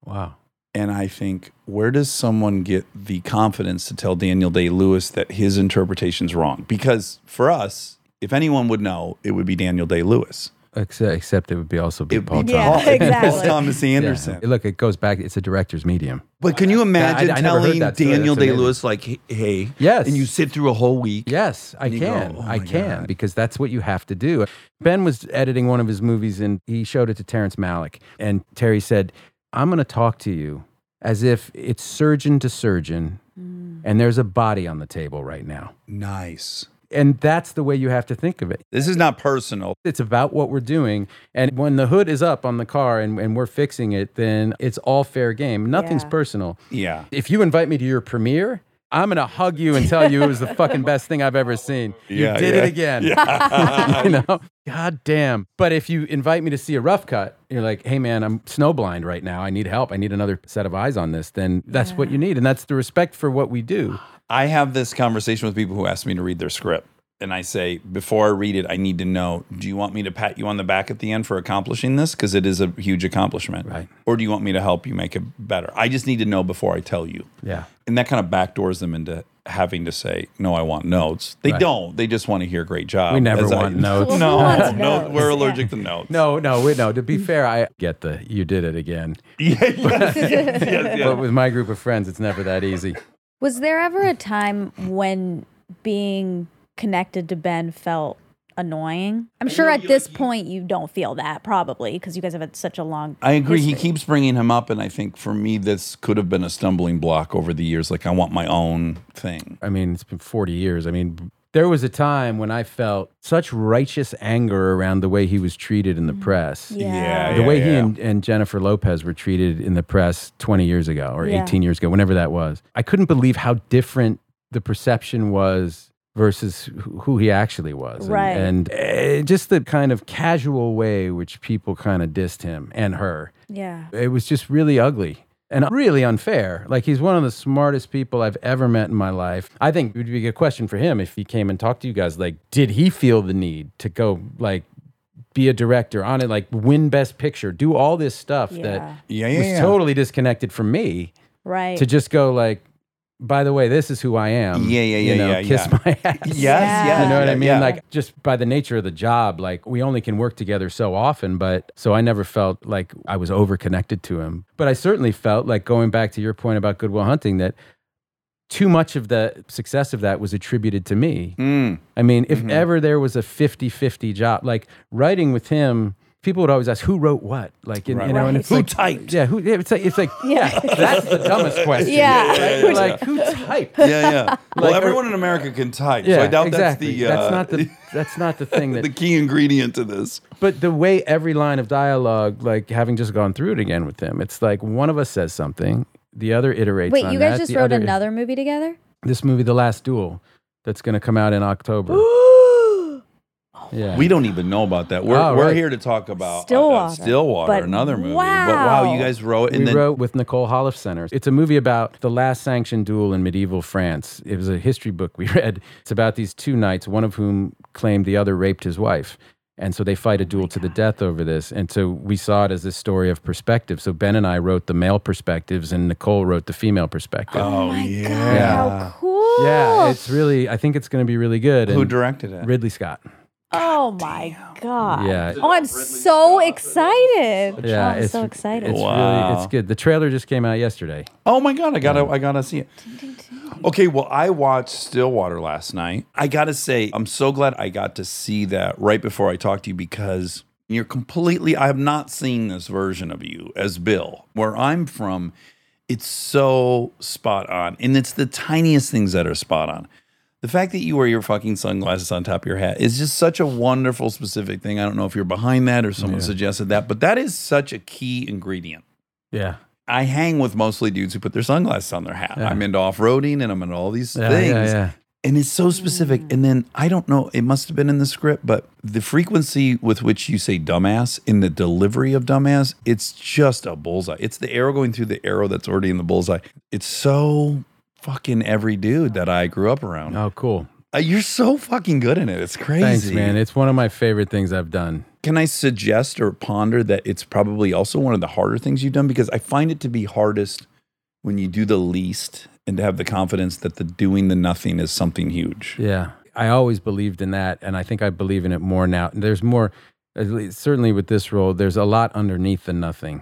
D: Wow.
B: And I think, where does someone get the confidence to tell Daniel Day Lewis that his interpretation's wrong? Because for us, if anyone would know, it would be Daniel Day Lewis.
D: Except, except it would be also be
B: It
D: Paul
B: would be
A: Yeah,
B: Paul,
D: Thomas.
B: it'd be Paul
A: exactly.
B: Thomas Anderson.
D: Yeah. Look, it goes back. It's a director's medium.
B: But can you imagine
D: I never heard
B: telling
D: that story.
B: Daniel
D: That's
B: Day
D: amazing.
B: Lewis like, "Hey, hey,"
D: Yes.
B: and you sit through a whole week?
D: Yes, I
B: And you go,
D: can.
B: "Oh my
D: I can
B: God."
D: because that's what you have to do. Ben was editing one of his movies and he showed it to Terrence Malick. And Terry said, I'm going to talk to you as if it's surgeon to surgeon and there's a body on the table right now.
B: Nice.
D: And that's the way you have to think of it.
B: This is not personal.
D: It's about what we're doing. And when the hood is up on the car and, and we're fixing it, then it's all fair game. Nothing's
A: Yeah.
D: personal.
B: Yeah.
D: If you invite me to your premiere, I'm going to hug you and tell you it was the fucking best thing I've ever seen. You
B: Yeah,
D: did
B: yeah.
D: it again. you know? God damn. But if you invite me to see a rough cut, you're like, hey man, I'm snowblind right now. I need help. I need another set of eyes on this. Then that's what you need. And that's the respect for what we do.
B: I have this conversation with people who ask me to read their script. And I say, before I read it, I need to know do you want me to pat you on the back at the end for accomplishing this? Because it is a huge accomplishment.
D: Right.
B: Or do you want me to help you make it better? I just need to know before I tell you.
D: Yeah.
B: And that kind of backdoors them into having to say, no, I want notes. They
D: Right.
B: don't. They just want to hear great job.
D: We never
B: As I-
D: want notes.
A: Well, who
B: no,
A: wants
B: no,
A: notes?
B: we're
A: Yeah.
B: allergic to notes.
D: No, no, wait, no. To be fair, I get the you did it again.
B: Yeah, yes, yes, yes.
D: But with my group of friends, it's never that easy.
A: Was there ever a time when being connected to Ben felt annoying? I'm sure at this point you don't feel that probably because you guys have had such a long.
B: I agree. He
A: history.
B: keeps bringing him up, and I think for me, this could have been a stumbling block over the years. Like I want my own thing.
D: I mean, it's been 40 years. I mean, there was a time when I felt such righteous anger around the way he was treated in the press.
A: Yeah.
D: The way he
B: yeah.
D: and, and Jennifer Lopez were treated in the press 20 years ago or
A: Yeah.
D: 18 years ago, whenever that was. I couldn't believe how different the perception was versus who who he actually was. And-
A: Right.
D: And, eh, just the kind of casual way which people kind of dissed him and her.
A: Yeah.
D: It was just really ugly and really unfair. Like he's one of the smartest people I've ever met in my life. I think it would be a question for him if he came and talked to you guys. Like, did he feel the need to go like be a director on it, like win Best Picture, do all this stuff
A: Yeah.
D: that
B: Yeah, yeah,
D: was
B: yeah.
D: totally disconnected from me
A: Right.
D: to just go like, by the way, this is who I am.
B: Yeah, yeah, yeah,
D: you know,
B: yeah,
D: Kiss
B: yeah.
D: my ass.
B: Yes,
A: Yeah.
B: yes.
D: You know what I
B: yeah,
D: mean?
B: uh, yeah.
D: Like just by the nature of the job, like we only can work together so often, but so I never felt like I was overconnected to him. But I certainly felt like going back to your point about Goodwill Hunting that too much of the success of that was attributed to me.
B: Mm.
D: I mean, if ever there was a 50-50 job, like writing with him, people would always ask who wrote what? Like and-
B: Right.
D: you know, and
A: Right.
D: it's
B: Who
D: like,
B: typed?
D: Yeah, who yeah, it's like it's like
A: Yeah.
D: that's the dumbest question.
A: Yeah.
D: right?
B: Yeah, yeah,
D: Like who typed?
B: yeah, yeah. well,
D: Like,
B: everyone in America can type, so I doubt
D: exactly.
B: that's the uh,
D: not the that's not the thing that
B: the key ingredient to this.
D: But the way every line of dialogue, like having just gone through it again with him, it's like one of us says something, the other iterates.
A: Wait,
D: on
A: you guys
D: that,
A: just
D: the
A: wrote
D: other-
A: another movie together?
D: this movie, The Last Duel, that's going to come out in October.
A: Oh,
D: yeah,
B: We don't even know about that. We're,
D: Oh,
B: we're
D: right.
B: here to talk about
A: Stillwater.
B: uh, Stillwater,
A: But
B: another movie. But wow,
A: wow.
B: you guys wrote and
D: we
B: then
D: wrote with Nicole Holofcener. It's a movie about the last sanctioned duel in medieval France. It was a history book we read. It's about these two knights, one of whom claimed the other raped his wife. And so they fight a duel to the death over this. And so we saw it as this story of perspective. So Ben and I wrote the male perspectives, and Nicole wrote the female perspective.
B: oh
A: My
B: yeah,
A: God, how cool.
D: Yeah, it's really, I think it's going to be really good.
B: who
D: And
B: directed it?
D: Ridley Scott.
A: oh my God.
D: Yeah.
A: Oh, I'm so excited.
D: Yeah,
A: Oh, I'm so excited.
D: It's really,
B: Wow.
D: it's good. The trailer just came out yesterday.
B: Oh my god, I gotta I gotta see it. Okay, well, I watched Stillwater last night. I gotta say, I'm so glad I got to see that right before I talked to you because you're completely I have not seen this version of you as Bill. Where I'm from, it's so spot on. And it's the tiniest things that are spot on. The fact that you wear your fucking sunglasses on top of your hat is just such a wonderful specific thing. I don't know if you're behind that or someone suggested that, but that is such a key ingredient.
D: Yeah.
B: I hang with mostly dudes who put their sunglasses on their hat. I'm into off roading and I'm into all these
D: Yeah,
B: things.
D: yeah, yeah.
B: And it's so specific. And then I don't know, it must have been in the script, but the frequency with which you say dumbass in the delivery of dumbass, it's just a bullseye. It's the arrow going through the arrow that's already in the bullseye. It's so fucking every dude that I grew up around.
D: Oh, cool.
B: Uh, You're so fucking good in it. It's crazy.
D: Thanks, man. It's one of my favorite things I've done.
B: Can I suggest or ponder that it's probably also one of the harder things you've done? Because I find it to be hardest when you do the least and to have the confidence that the doing the nothing is something huge.
D: Yeah. I always believed in that. And I think I believe in it more now. There's more, at least, certainly with this role, there's a lot underneath the nothing.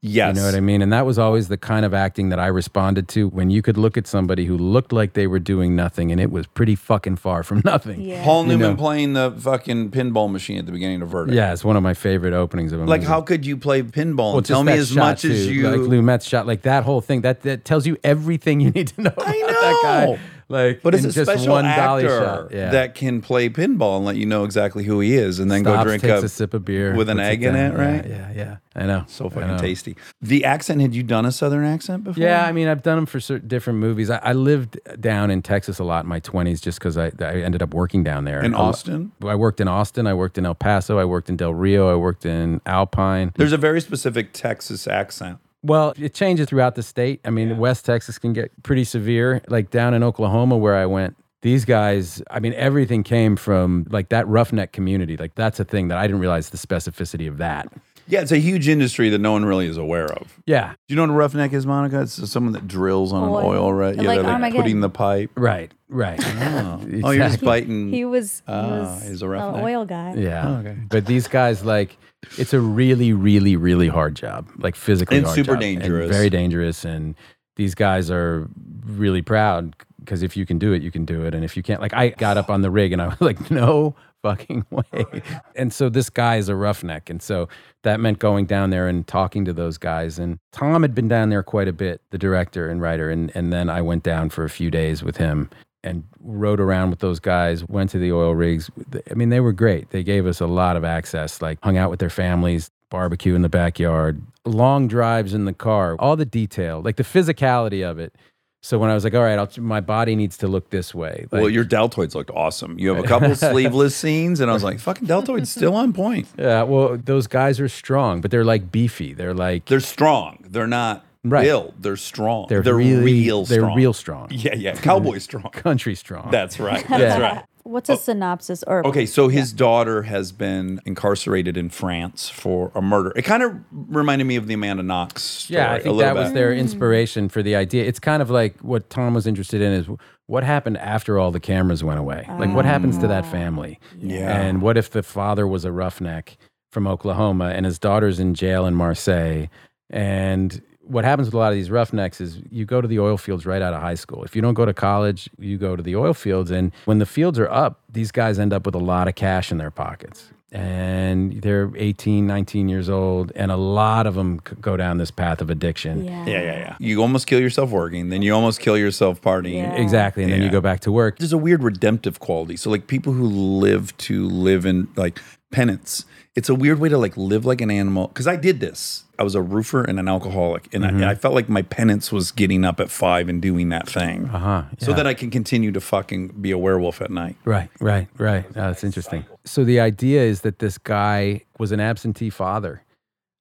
B: Yes.
D: You know what I mean? And that was always the kind of acting that I responded to when you could look at somebody who looked like they were doing nothing and it was pretty fucking far from nothing.
A: Yeah.
B: Paul Newman
D: know.
B: playing the fucking pinball machine at the beginning of Verdict.
D: Yeah, it's one of my favorite openings of a
B: Like,
D: movie.
B: how could you play pinball?
D: Well,
B: and
D: just
B: tell me
D: that
B: as
D: shot,
B: much as
D: too,
B: you.
D: like Lou Metz shot, like that whole thing. That that tells you everything you need to know.
B: I
D: about that guy.
B: know.
D: Like,
B: But it's
D: in
B: a
D: just
B: special
D: one dolly
B: actor
D: shot. Yeah.
B: that can play pinball and let you know exactly who he is, and then
D: Stops,
B: go drink
D: takes
B: a,
D: a, sip of beer
B: with an
D: puts
B: egg in
D: down.
B: it, right?
D: Yeah, yeah, yeah. I know.
B: So
D: I
B: fucking
D: know.
B: tasty. The accent. Had you done a southern accent before?
D: Yeah, I mean, I've done them for certain different movies. I, I lived down in Texas a lot in my twenties, just because I, I ended up working down there
B: In
D: Al-
B: Austin?
D: I worked in Austin. I worked in El Paso. I worked in Del Rio. I worked in Alpine.
B: There's a very specific Texas accent.
D: Well, it changes throughout the state. I mean, West Texas can get pretty severe. Like down in Oklahoma, where I went, these guys, I mean, everything came from like that roughneck community. Like that's a thing that I didn't realize the specificity of that.
B: Yeah, it's a huge industry that no one really is aware of.
D: Yeah.
B: Do you know what a roughneck is, Monica? It's someone that drills on
A: Oil.
B: an oil rig.
A: Like
B: they're
A: Armageddon.
B: putting the pipe.
D: Right. Right.
B: Oh, Oh, you're just
D: Exactly.
B: biting.
A: He was, he
B: Ah,
A: was
B: he's a
A: an
B: roughneck.
A: oil guy.
D: Yeah.
B: Oh, okay.
D: But these guys, like, it's a really, really, really hard job, like physically
B: And
D: hard
B: super
D: job, and
B: dangerous.
D: very dangerous. And these guys are really proud because if you can do it, you can do it. And if you can't, like, I got up on the rig and I was like, no fucking way. And so this guy is a roughneck. And so that meant going down there and talking to those guys. And Tom had been down there quite a bit, the director and writer. And, and then I went down for a few days with him and rode around with those guys, went to the oil rigs. I mean, they were great. They gave us a lot of access, like hung out with their families, barbecue in the backyard, long drives in the car, all the detail, like the physicality of it. So when I was like, all right, I'll, my body needs to look this way. Like,
B: well, your deltoids looked awesome. You have a couple sleeveless scenes, and I was like, "Fucking deltoids, still on point.
D: yeah, well, those guys are strong, but they're like beefy. They're like,
B: They're strong. They're not
D: Right.
B: ill. They're strong.
D: they're,
B: real
D: really, they're
B: strong.
D: real strong.
B: Yeah, yeah. Cowboy strong.
D: Country strong.
B: That's right. That's right.
A: What's a synopsis? Or
B: Oh. Okay, so his daughter has been incarcerated in France for a murder. It kind of reminded me of the Amanda Knox story.
D: Yeah, I
B: a
D: think
B: little
D: that was
B: bit.
D: their inspiration for the idea. It's kind of like what Tom was interested in is what happened after all the cameras went away. Like what happens to that family?
B: Yeah.
D: And what if the father was a roughneck from Oklahoma and his daughter's in jail in Marseille and what happens with a lot of these roughnecks is you go to the oil fields right out of high school. If you don't go to college, you go to the oil fields. And when the fields are up, these guys end up with a lot of cash in their pockets. And they're 18, 19 years old. And a lot of them go down this path of addiction.
A: Yeah.
B: Yeah, yeah, yeah. You almost kill yourself working, then you almost kill yourself partying.
A: Yeah.
D: Exactly. And then
B: Yeah.
D: you go back to work.
B: There's a weird redemptive quality. So like people who live to live in like penance. It's a weird way to like live like an animal. Cause I did this. I was a roofer and an alcoholic. And, I, and I
D: Mm-hmm.
B: felt like my penance was getting up at five and doing that thing.
D: Uh-huh.
B: So that I can continue to fucking be a werewolf at night.
D: Right, right, right. No, that's interesting. So the idea is that this guy was an absentee father,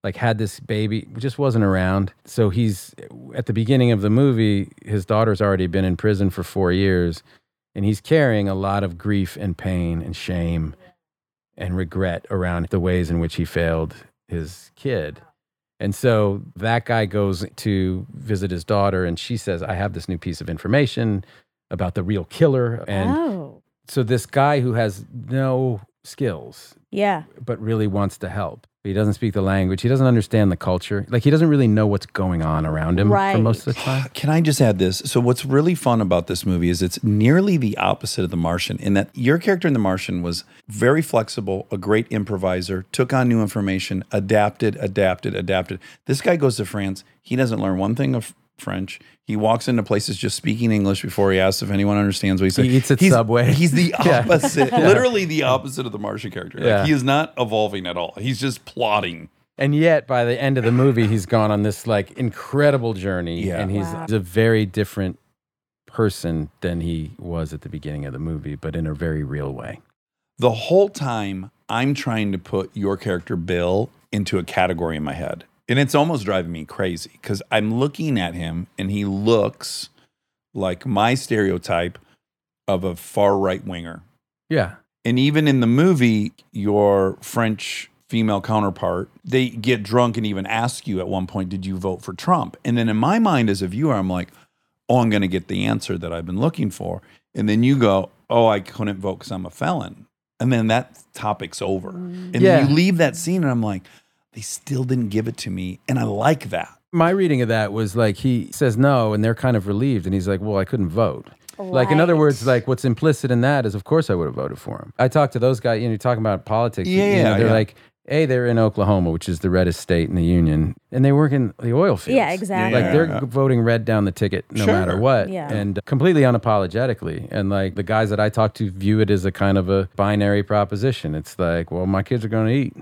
D: like had this baby, just wasn't around. So he's at the beginning of the movie, his daughter's already been in prison for four years, and he's carrying a lot of grief and pain and shame and regret around the ways in which he failed his kid. And so that guy goes to visit his daughter, and she says, I have this new piece of information about the real killer. And
A: oh.
D: so this guy who has no skills
A: Yeah.
D: but really wants to help he doesn't speak the language he doesn't understand the culture like he doesn't really know what's going on around him for
A: Right.
D: most of the time
B: Can I just add this? So, what's really fun about this movie is it's nearly the opposite of The Martian in that your character in The Martian was very flexible, a great improviser, took on new information, adapted, adapted, adapted. This guy goes to France. He doesn't learn one thing of French. He walks into places just speaking English before he asks if anyone understands what he's saying.
D: eats at
B: he's,
D: Subway.
B: He's the
D: Yeah.
B: opposite, literally the opposite of the Martian character. Like,
D: Yeah.
B: he is not evolving at all. He's just plotting.
D: and yet by the end of the movie he's gone on this like incredible journey
B: Yeah.
D: and he's,
A: Wow.
D: he's a very different person than he was at the beginning of the movie but in a very real way
B: the whole time I'm trying to put your character Bill into a category in my head. And it's almost driving me crazy because I'm looking at him and he looks like my stereotype of a far right winger.
D: yeah
B: And even in the movie, your French female counterpart, they get drunk and even ask you at one point, Did you vote for Trump? And then in my mind as a viewer, I'm like, Oh, I'm going to get the answer that I've been looking for. And then you go, Oh, I couldn't vote because I'm a felon. And then that topic's over. And
D: Mm. Yeah.
B: you leave that scene and I'm like, They still didn't give it to me. And I like that.
D: my reading of that was like he says no and they're kind of relieved and he's like well i couldn't vote like in other
A: Right.
D: words like what's implicit in that is of course i would have voted for him i talked to those guys you know you're talking about politics you
B: Yeah,
D: know,
B: yeah,
D: they're
B: yeah.
D: like A, they're in Oklahoma, which is the reddest state in the union, and they work in the oil fields.
A: Yeah, exactly.
D: Like they're voting red down the ticket no
B: Sure.
D: matter what,
A: Yeah.
D: and completely unapologetically. And like the guys that I talk to view it as a kind of a binary proposition. It's like, well, my kids are going to eat,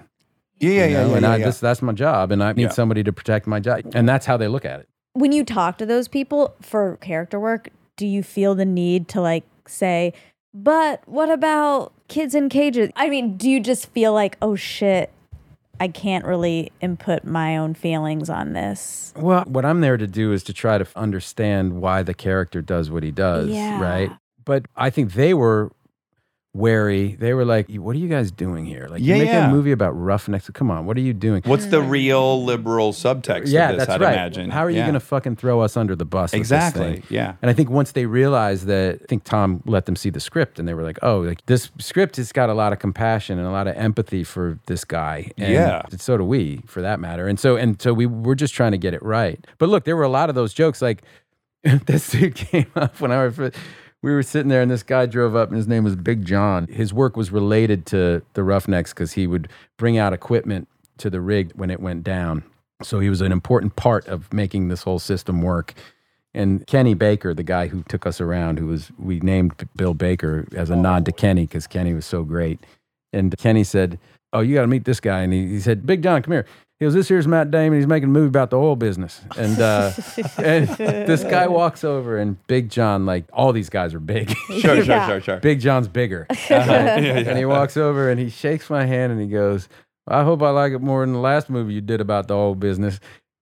B: Yeah, yeah,
D: you
B: yeah.
D: know,
B: yeah,
D: and
B: yeah,
D: I,
B: yeah.
D: This, that's my job, and I need
B: Yeah.
D: somebody to protect my job, and that's how they look at it.
A: when you talk to those people for character work, do you feel the need to like say, but what about kids in cages? I mean, do you just feel like, oh shit, I can't really input my own feelings on this?
D: Well, what I'm there to do is to try to understand why the character does what he does,
A: Yeah.
D: right? But I think they were wary. They were like, "What are you guys doing here? Like,
B: Yeah,
D: you make
B: yeah.
D: a movie about roughnecks. Come on, what are you doing?"
B: What's the real liberal subtext
D: yeah,
B: of this,
D: that's
B: I'd
D: right.
B: imagine?
D: How are you
B: Yeah.
D: going to fucking throw us under the bus? with this
B: Exactly.
D: thing?
B: Yeah.
D: And I think once they realized that, I think Tom let them see the script, and they were like, "Oh, like this script has got a lot of compassion and a lot of empathy for this guy." And
B: Yeah.
D: So do we, for that matter. And so, and so we were just trying to get it right. But look, there were a lot of those jokes. Like this dude came up when I was. We were sitting there, and this guy drove up, and his name was Big John. His work was related to the Roughnecks because he would bring out equipment to the rig when it went down. So he was an important part of making this whole system work. And Kenny Baker, the guy who took us around, who was we named Bill Baker as a nod to Kenny because Kenny was so great. And Kenny said, "Oh, you got to meet this guy." And he, he said, "Big John, come here." He goes, "This here's Matt Damon. He's making a movie about the oil business." And uh, and this guy walks over, and Big John, like all these guys are big.
B: Sure, sure,
A: Yeah.
B: sure, sure.
D: Big John's bigger. Uh-huh.
B: Yeah, yeah.
D: And he walks over and he shakes my hand and he goes, I hope I like it more than the last movie you did about the whole
B: Oh,
D: business.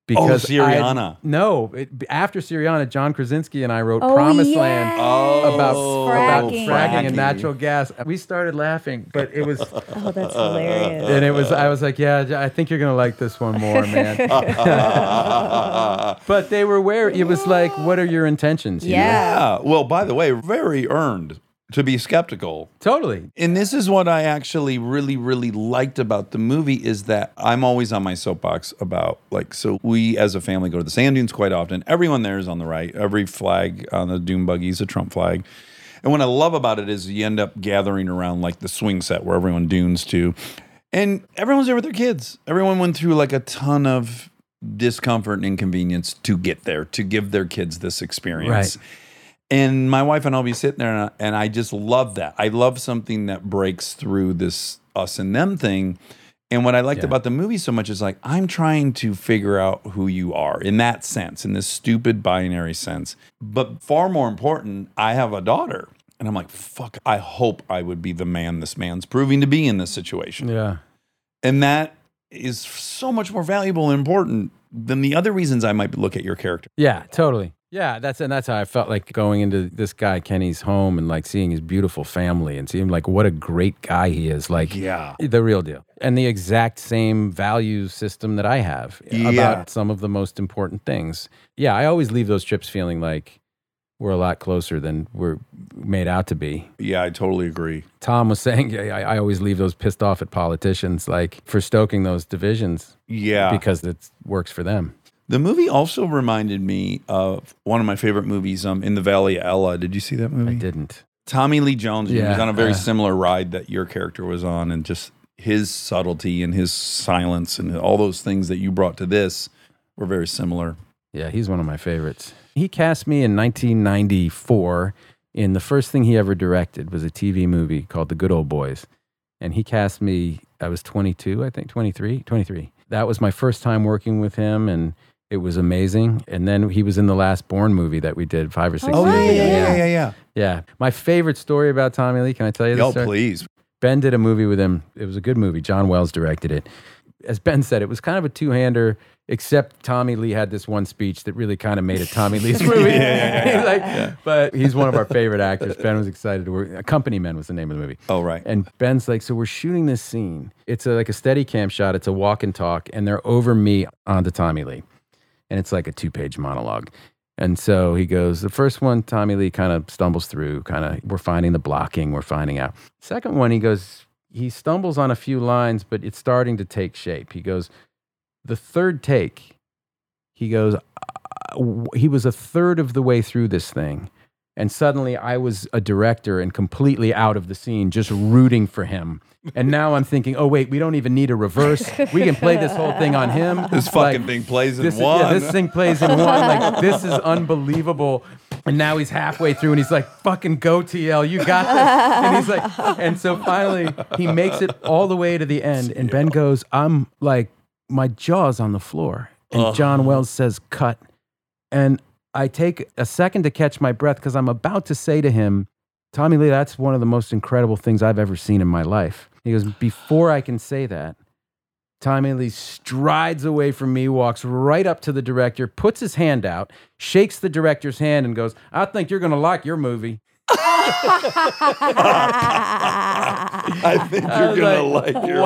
D: Because I-
B: Syriana.
D: no, it, after Syriana, John Krasinski and I wrote
A: Oh,
D: Promised
A: yeah.
D: Land
B: Oh,
D: about, about
A: Fracking.
D: fracking.
B: Fracking.
D: and natural gas. We started laughing, but it was,
A: Oh, that's hilarious.
D: and it was, I was like, yeah, I think you're going to like this one more, man. but they were where it was like, what are your intentions? here?
A: yeah.
B: yeah. Well, by the way, very earned to be skeptical
D: Totally.
B: and this is what I actually really, really liked about the movie is that I'm always on my soapbox about like so we as a family go to the sand dunes quite often. Everyone there is on the right. Every flag on the dune buggy is a Trump flag. And what I love about it is you end up gathering around like the swing set where everyone dunes to. And everyone's there with their kids. Everyone went through like a ton of discomfort and inconvenience to get there, to give their kids this experience.
D: Right.
B: And my wife and I'll be sitting there, and I, and I just love that. I love something that breaks through this us and them thing. And what I liked about the movie so much is like, I'm trying to figure out who you are in that sense, in this stupid binary sense. But far more important, I have a daughter. And I'm like, fuck, I hope I would be the man this man's proving to be in this situation.
D: Yeah.
B: And that is so much more valuable and important than the other reasons I might look at your character.
D: Yeah, totally. Yeah, that's and that's how I felt like going into this guy Kenny's home and like seeing his beautiful family and seeing like what a great guy he is. Like
B: Yeah.
D: the real deal. And the exact same value system that I have
B: Yeah.
D: about some of the most important things. Yeah, I always leave those trips feeling like we're a lot closer than we're made out to be.
B: Yeah, I totally agree.
D: Tom was saying, yeah, I, I always leave those pissed off at politicians, like for stoking those divisions
A: Ah.
B: Yeah.
D: because it works for them.
B: The movie also reminded me of one of my favorite movies, um, In the Valley of Ella. Did you see that
A: Mm-hmm.
B: movie?
D: I didn't.
B: Tommy Lee Jones he
D: Yeah,
B: was on a very
D: uh.
B: similar ride that your character was on, and just his subtlety and his silence and all those things that you brought to this were very similar.
D: Yeah, he's one of my favorites. He cast me in 1994 in the first thing he ever directed was a TV movie called The Good Old Boys. And he cast me I was 22, I think 23, 23. That was my first time working with him and it was amazing. And then he was in the last Born movie that we did 5 or 6
A: Oh,
D: years
A: yeah,
D: ago.
A: yeah, yeah,
B: yeah, yeah.
D: Yeah. My favorite story about Tommy Lee, can I tell you this?
B: Yo,
D: story?
B: please.
D: Ben did a movie with him. It was a good movie. John Wells directed it. As Ben said, it was kind of a two hander, except Tommy Lee had this one speech that really kind of made it Tommy Lee's movie. Like, But he's one of our favorite actors. Ben was excited to work. Company Men was the name of the movie.
B: Oh, right.
D: And Ben's like, so we're shooting this scene. It's a, like a steady cam shot. It's a walk and talk, and they're over me onto Tommy Lee. And it's like a two page monologue. And so he goes, the first one, Tommy Lee kind of stumbles through, kind of, we're finding the blocking, we're finding out. Second one, he goes, he stumbles on a few lines, but it's starting to take shape. He goes, the third "Uh, take, he goes, "I- I- w- he was a third of the way through this thing And suddenly I was a director and completely out of the scene, just rooting for him. And now I'm thinking, oh, wait, we don't even need a reverse. We can play this whole thing on him.
B: This fucking thing plays in
D: this,
B: one.
D: Yeah, this thing plays in one. Like, this is unbelievable. And now he's halfway through and he's like, fucking go, TL, you got this. And he's like, and so finally he makes it all the way to the end. And Ben goes, I'm like, my jaw's on the floor. And John Wells says, cut. And I take a second to catch my breath because I'm about to say to him, Tommy Lee, that's one of the most incredible things I've ever seen in my life. He goes, Before I can say that, Tommy Lee strides away from me, walks right up to the director, puts his hand out, shakes the director's hand, and goes, I think you're going to like your movie.
B: I think
D: I
B: you're
D: was
B: gonna like, your movie.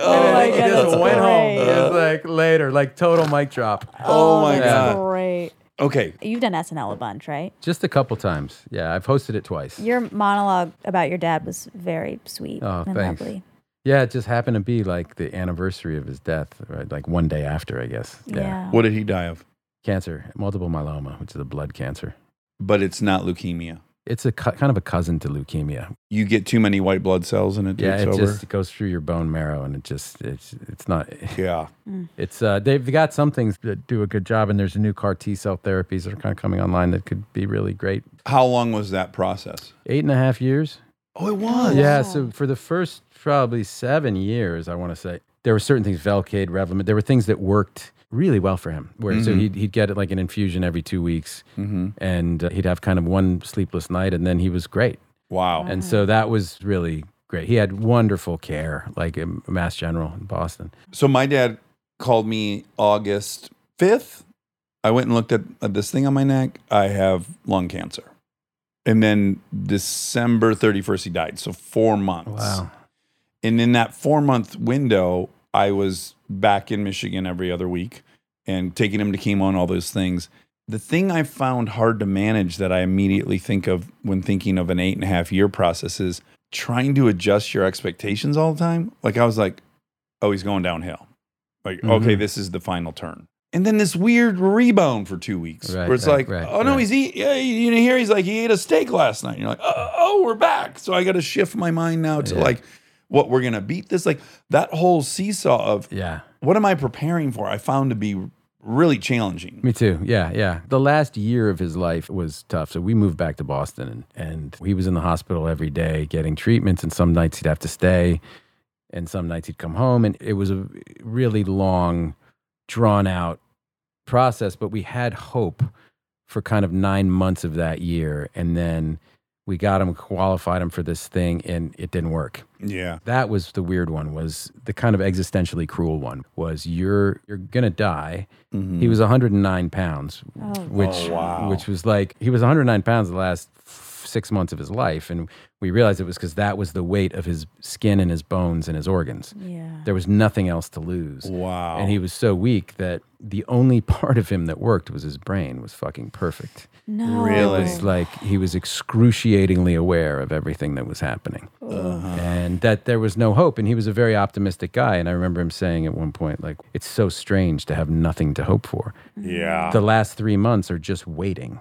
A: Oh
D: and
A: my
D: I think he
A: God,
D: just
A: that's
D: went
A: great.
D: home. It was like later, like total mic drop.
B: Oh my
A: that's
B: God.
A: Great.
B: Okay.
A: You've done SNL a bunch, right?
D: Just a couple times. Yeah, I've hosted it twice.
A: Your monologue about your dad was very sweet
D: Oh,
A: and
D: thanks.
A: lovely.
D: Yeah, it just happened to be like the anniversary of his death, right? Like one day after, I guess.
A: Yeah.
B: What did he die of?
D: Cancer, multiple myeloma, which is a blood cancer.
B: But it's not leukemia.
D: It's a cu- kind of a cousin to leukemia.
B: You get too many white blood cells and it
D: yeah,
B: takes
D: it
B: over.
D: just goes through your bone marrow, and it just it's it's not.
B: yeah.
D: It's uh, they've got some things that do a good job, and there's new CAR T cell therapies that are kind of coming online that could be really great.
B: How long was that process?
D: Eight and a half years.
B: Oh, it was.
D: Yeah. So for the first probably seven years, I want to say there were certain things, Velcade, Revlimid, there were things that worked really well for him. Where
B: Mm-hmm.
D: so he'd, he'd get it like an infusion every two weeks,
B: Mm.
D: and uh, he'd have kind of one sleepless night, and then he was great.
B: Wow.
D: And so that was really great. He had wonderful care, like a Mass General in Boston.
B: So my dad called me August 5th. I went and looked at at this thing on my neck. I have lung cancer. And then December 31st, he died. So four months. And in that four month window, I was back in Michigan every other week and taking him to chemo and all those things. The thing I found hard to manage that I immediately think of when thinking of an eight and a half year process is trying to adjust your expectations all the time. Like I was like, oh, he's going downhill. Like,
D: Mm-hmm.
B: okay, this is the final turn. And then this weird rebound for two weeks
D: Right,
B: where it's
D: right,
B: like,
D: right,
B: oh no,
D: right.
B: he's eat. Yeah, you know, here he's like he ate a steak last night. And you're like, oh, oh, we're back. So I got to shift my mind now to
D: Yeah.
B: like what we're gonna beat this. Like that whole seesaw of
D: Yeah.
B: what am I preparing for? I found to be really challenging.
D: Me too. Yeah, yeah. The last year of his life was tough. So we moved back to Boston and, and he was in the hospital every day getting treatments and some nights he'd have to stay and some nights he'd come home and it was a really long drawn out process, but we had hope for kind of 9 months of that year and then we got him qualified him for this thing and it didn't work
B: Yeah.
D: that was the weird one was the kind of existentially cruel one was you're you're gonna die
B: Mm-hmm.
D: he was 109 pounds which
B: Oh, wow.
D: which was like he was 109 pounds the last f- six months of his life and we realized it was because that was the weight of his skin and his bones and his organs
A: Yeah.
D: there was nothing else to lose
B: Wow.
D: and he was so weak that the only part of him that worked was his brain was fucking perfect
A: No.
B: Really?
D: it's like he was excruciatingly aware of everything that was happening
B: Uh-huh.
D: and that there was no hope and he was a very optimistic guy and i remember him saying at one point like it's so strange to have nothing to hope for
B: yeah.
D: the last three months are just waiting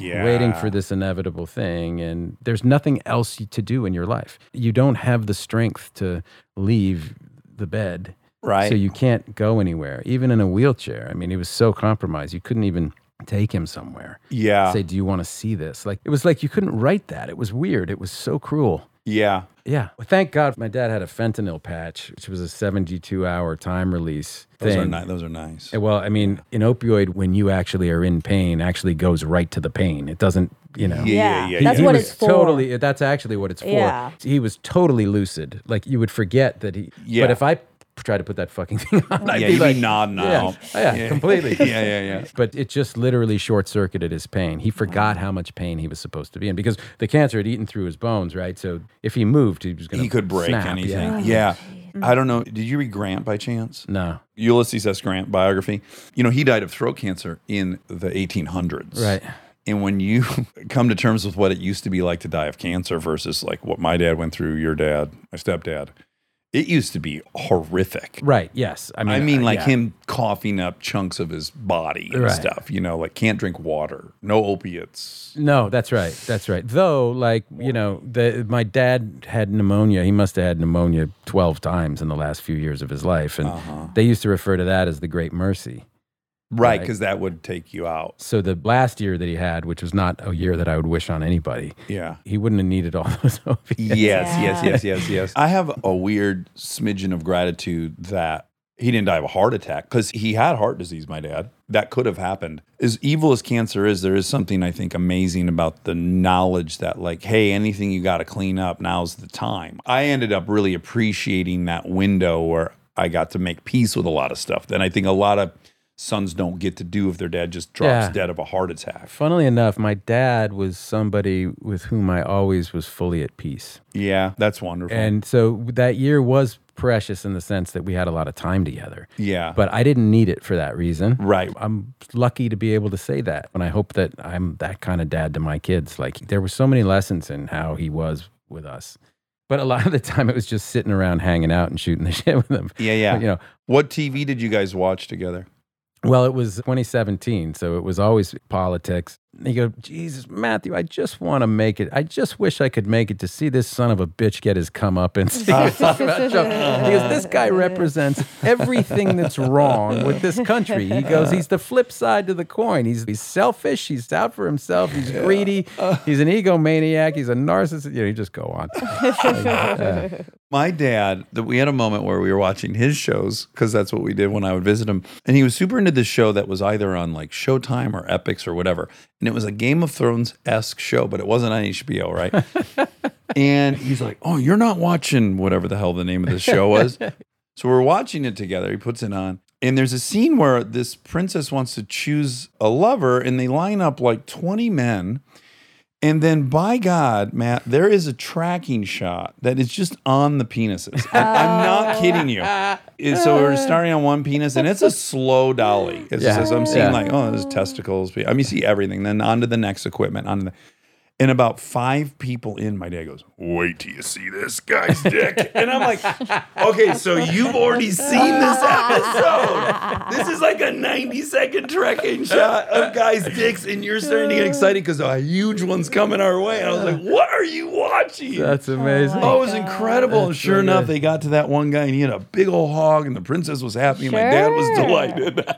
B: yeah.
D: waiting for this inevitable thing and there's nothing else to do in your life you don't have the strength to leave the bed
B: right.
D: so you can't go anywhere even in a wheelchair i mean he was so compromised you couldn't even take him somewhere
B: yeah.
D: say, "Do you want to see this?" Like it was like you couldn't write that. It was weird. It was so cruel.
B: yeah.
D: Yeah. Well, thank God my dad had a fentanyl patch, which was a 72 hour time release
B: Those
D: thing.
B: are nice. Those are nice.
D: Uh, Well, I mean, an opioid when you actually are in pain actually goes right to the pain. It doesn't, you know.
B: Yeah, yeah,
A: Yeah. That's
B: yeah, yeah.
D: He
A: what
D: was
A: it's for.
D: Totally, that's actually what it's for.
A: Yeah.
D: He was totally lucid. Like you would forget that he.
B: Yeah.
D: But if I p- tried to put that fucking thing on, I'd
B: yeah.
D: be
B: You'd
D: like,
B: be nodding out.
D: yeah, yeah, completely.
B: yeah. Yeah. Yeah.
D: But it just literally short circuited his pain. He forgot how much pain he was supposed to be in because the cancer had eaten through his bones, right? So if he moved, he was going to
B: He could break
D: Oh,
B: anything. Yeah. I don't know. Did you read Grant by chance?
D: No.
B: Ulysses S. Grant biography. You know, he died of throat cancer in the 1800s.
D: Right.
B: And when you come to terms with what it used to be like to die of cancer versus like what my dad went through, your dad, my stepdad, It used to be horrific.
D: Right. Yes. I mean,
B: I mean,
D: uh,
B: like
D: yeah.
B: him coughing up chunks of his body and
D: Right.
B: stuff, you know, like can't drink water, no opiates.
D: No, that's right. That's right. Though, like you know, the, my dad had pneumonia. He must have had pneumonia twelve times in the last few years of his life, and
B: Uh-huh.
D: they used to refer to that as the Great Mercy.
B: Right.
D: Right.
B: Because that would take you out.
D: So the last year that he had, which was not a year that I would wish on anybody,
B: Yeah.
D: he wouldn't have needed all those opiates.
B: Yes,
A: Yeah.
B: yes, yes, yes, yes. I have a weird smidgen of gratitude that he didn't die of a heart attack because he had heart disease, my dad. That could have happened. As evil as cancer is, there is something I think amazing about the knowledge that, like, hey, anything you got to clean up, now's the time. I ended up really appreciating that window where I got to make peace with a lot of stuff that I think a lot of sons don't get to do if their dad just drops
D: Yeah.
B: dead of a heart attack.
D: Funnily enough, my dad was somebody with whom I always was fully at peace.
B: Yeah, that's wonderful.
D: And so that year was precious in the sense that we had a lot of time together.
B: yeah.
D: But I didn't need it for that reason.
B: right.
D: I'm lucky to be able to say that. And I hope that I'm that kind of dad to my kids. Like there were so many lessons in how he was with us. But a lot of the time it was just sitting around hanging out and shooting the shit with him.
B: Yeah, yeah.
D: You know,
B: What TV did you guys watch together?
D: well, it was 2017, so it was always politics. And you go, Jesus, Matthew, I just want to make it. I just wish I could make it to see this son of a bitch get his come up and see what it's about Trump. Because this guy represents everything that's wrong with this country. He goes, he's the flip side to the coin. He's, he's selfish. He's out for himself. He's greedy. He's an egomaniac. He's a narcissist. You know, you just go on.
B: My dad, that we had a moment where we were watching his shows because that's what we did when I would visit him. And he was super into this show that was either on like Showtime or Epics or whatever. And it was a Game of Thrones esque show, but it wasn't on HBO, right? and he's like, Oh, you're not watching whatever the hell the name of the show was. so we're watching it together. He puts it on. And there's a scene where this princess wants to choose a lover, and they line up like 20 men. And then, by God, Matt, there is a tracking shot that is just on the penises. I, I'm not kidding you. And so we're starting on one penis, and it's a slow dolly. It's
D: Yeah.
B: just, I'm seeing
D: Yeah.
B: like, oh, there's testicles. I mean, you see everything. Then onto the next equipment. Onto the, and about five people in, my dad goes, "Wait till you see this guy's dick." and I'm like, "Okay, so you've already seen this episode. This is like a 90 second trekking shot of guys' dicks, and you're starting to get excited because a huge one's coming our way." And I was like, "What are you watching?"
D: That's amazing.
B: Oh, it was incredible. And sure
D: so
B: enough,
D: good.
B: they got to that one guy and he had a big old hog, and the princess was happy, and my dad was
A: Sure.
B: delighted.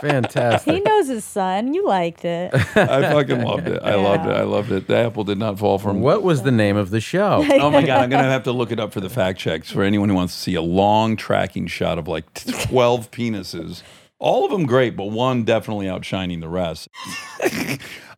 A: He
D: Fantastic.
A: knows his son. You liked it.
B: I fucking loved it. I loved it.
A: Yeah.
B: I loved it. The apple did not fall from
D: What was the name of the show?
B: Oh my god, I'm gonna have to look it up for the fact checks for anyone who wants to see a long tracking shot of like 12 penises. All of them great, but one definitely outshining the rest.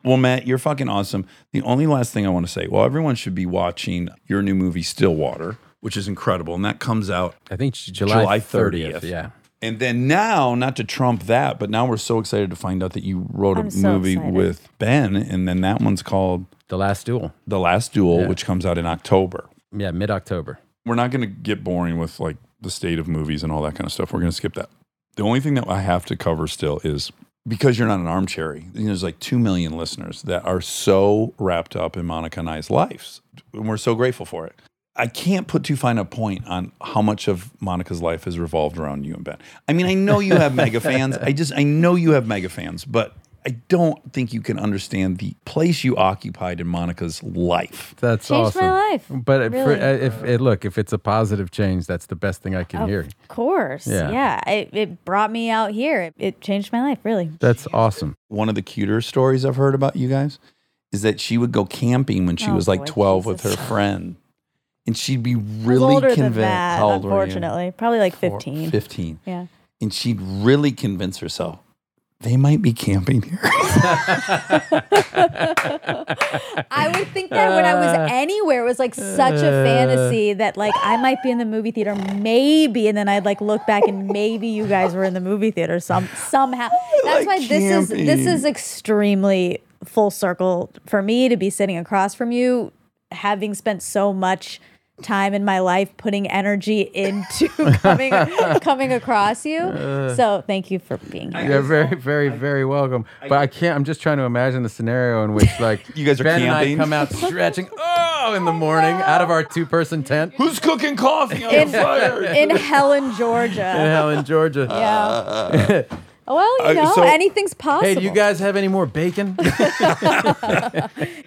B: well, Matt, you're fucking awesome. The only last thing I want to say, well, everyone should be watching your new movie Stillwater, which is incredible, and that comes out.
D: I think July,
B: July
D: 30th.
B: 30th.
D: Yeah.
B: And then now, not to trump that, but now we're so excited to find out that you wrote a
A: I'm so
B: movie
A: excited.
B: with Ben, and then that one's called
D: The Last Duel.
B: The Last Duel, which comes out in October.
D: Yeah, mid October.
B: we're not going to get boring with like the state of movies and all that kind of stuff. We're going to skip that. The only thing that I have to cover still is because you're not an armchair, you know, there's like 2 million listeners that are so wrapped up in Monica and I's lives. And we're so grateful for it. I can't put too fine a point on how much of Monica's life has revolved around you and Ben. I mean, I know you have mega fans. I just, I know you have mega fans, but I don't think you can understand the place you occupied in Monica's life.
D: That's
A: Changed
D: awesome.
A: my life.
D: But it- for-
A: Really.
D: uh, if it, look, if it's a positive change, that's the best thing I can hear.
A: Of course.
D: Yeah.
A: Yeah. It, it brought me out here. It, it changed my life, really.
D: That's awesome.
B: one of the cuter stories I've heard about you guys is that she would go camping when she
A: Oh,
B: was like
A: boy,
B: 12 with
A: Jesus.
B: her friend. And she'd be
A: I was
B: really
A: older
B: convinced.
A: than that,
B: How old were you?
A: unfortunately. Probably like
B: Four-
A: 15.
B: 15.
A: Yeah.
B: And she'd really convince herself they might be camping here.
A: I would think that when I was anywhere, it was like such a fantasy that like I might be in the movie theater, maybe, and then I'd like look back and maybe you guys were in the movie theater some somehow. That's
B: Like
A: why this is this is
B: camping.
A: extremely full circle for me to be sitting across from you, having spent so much time in my life putting energy into coming coming across you. So thank you for being here.
D: You're very, very, very welcome. But I can't. I'm just trying to imagine the scenario in which, like,
B: You guys are
D: ben
B: camping?
D: and I come out stretching, oh, in the morning, out of our two-person tent
B: Who's cooking coffee on
A: In,
B: fire?
A: in Helen,
D: in
A: Georgia.
D: Helen, Georgia.
A: Yeah. Oh, Well,
B: Uh,
A: you know,
B: so-
A: anything's possible.
D: Hey, do you guys have any more bacon?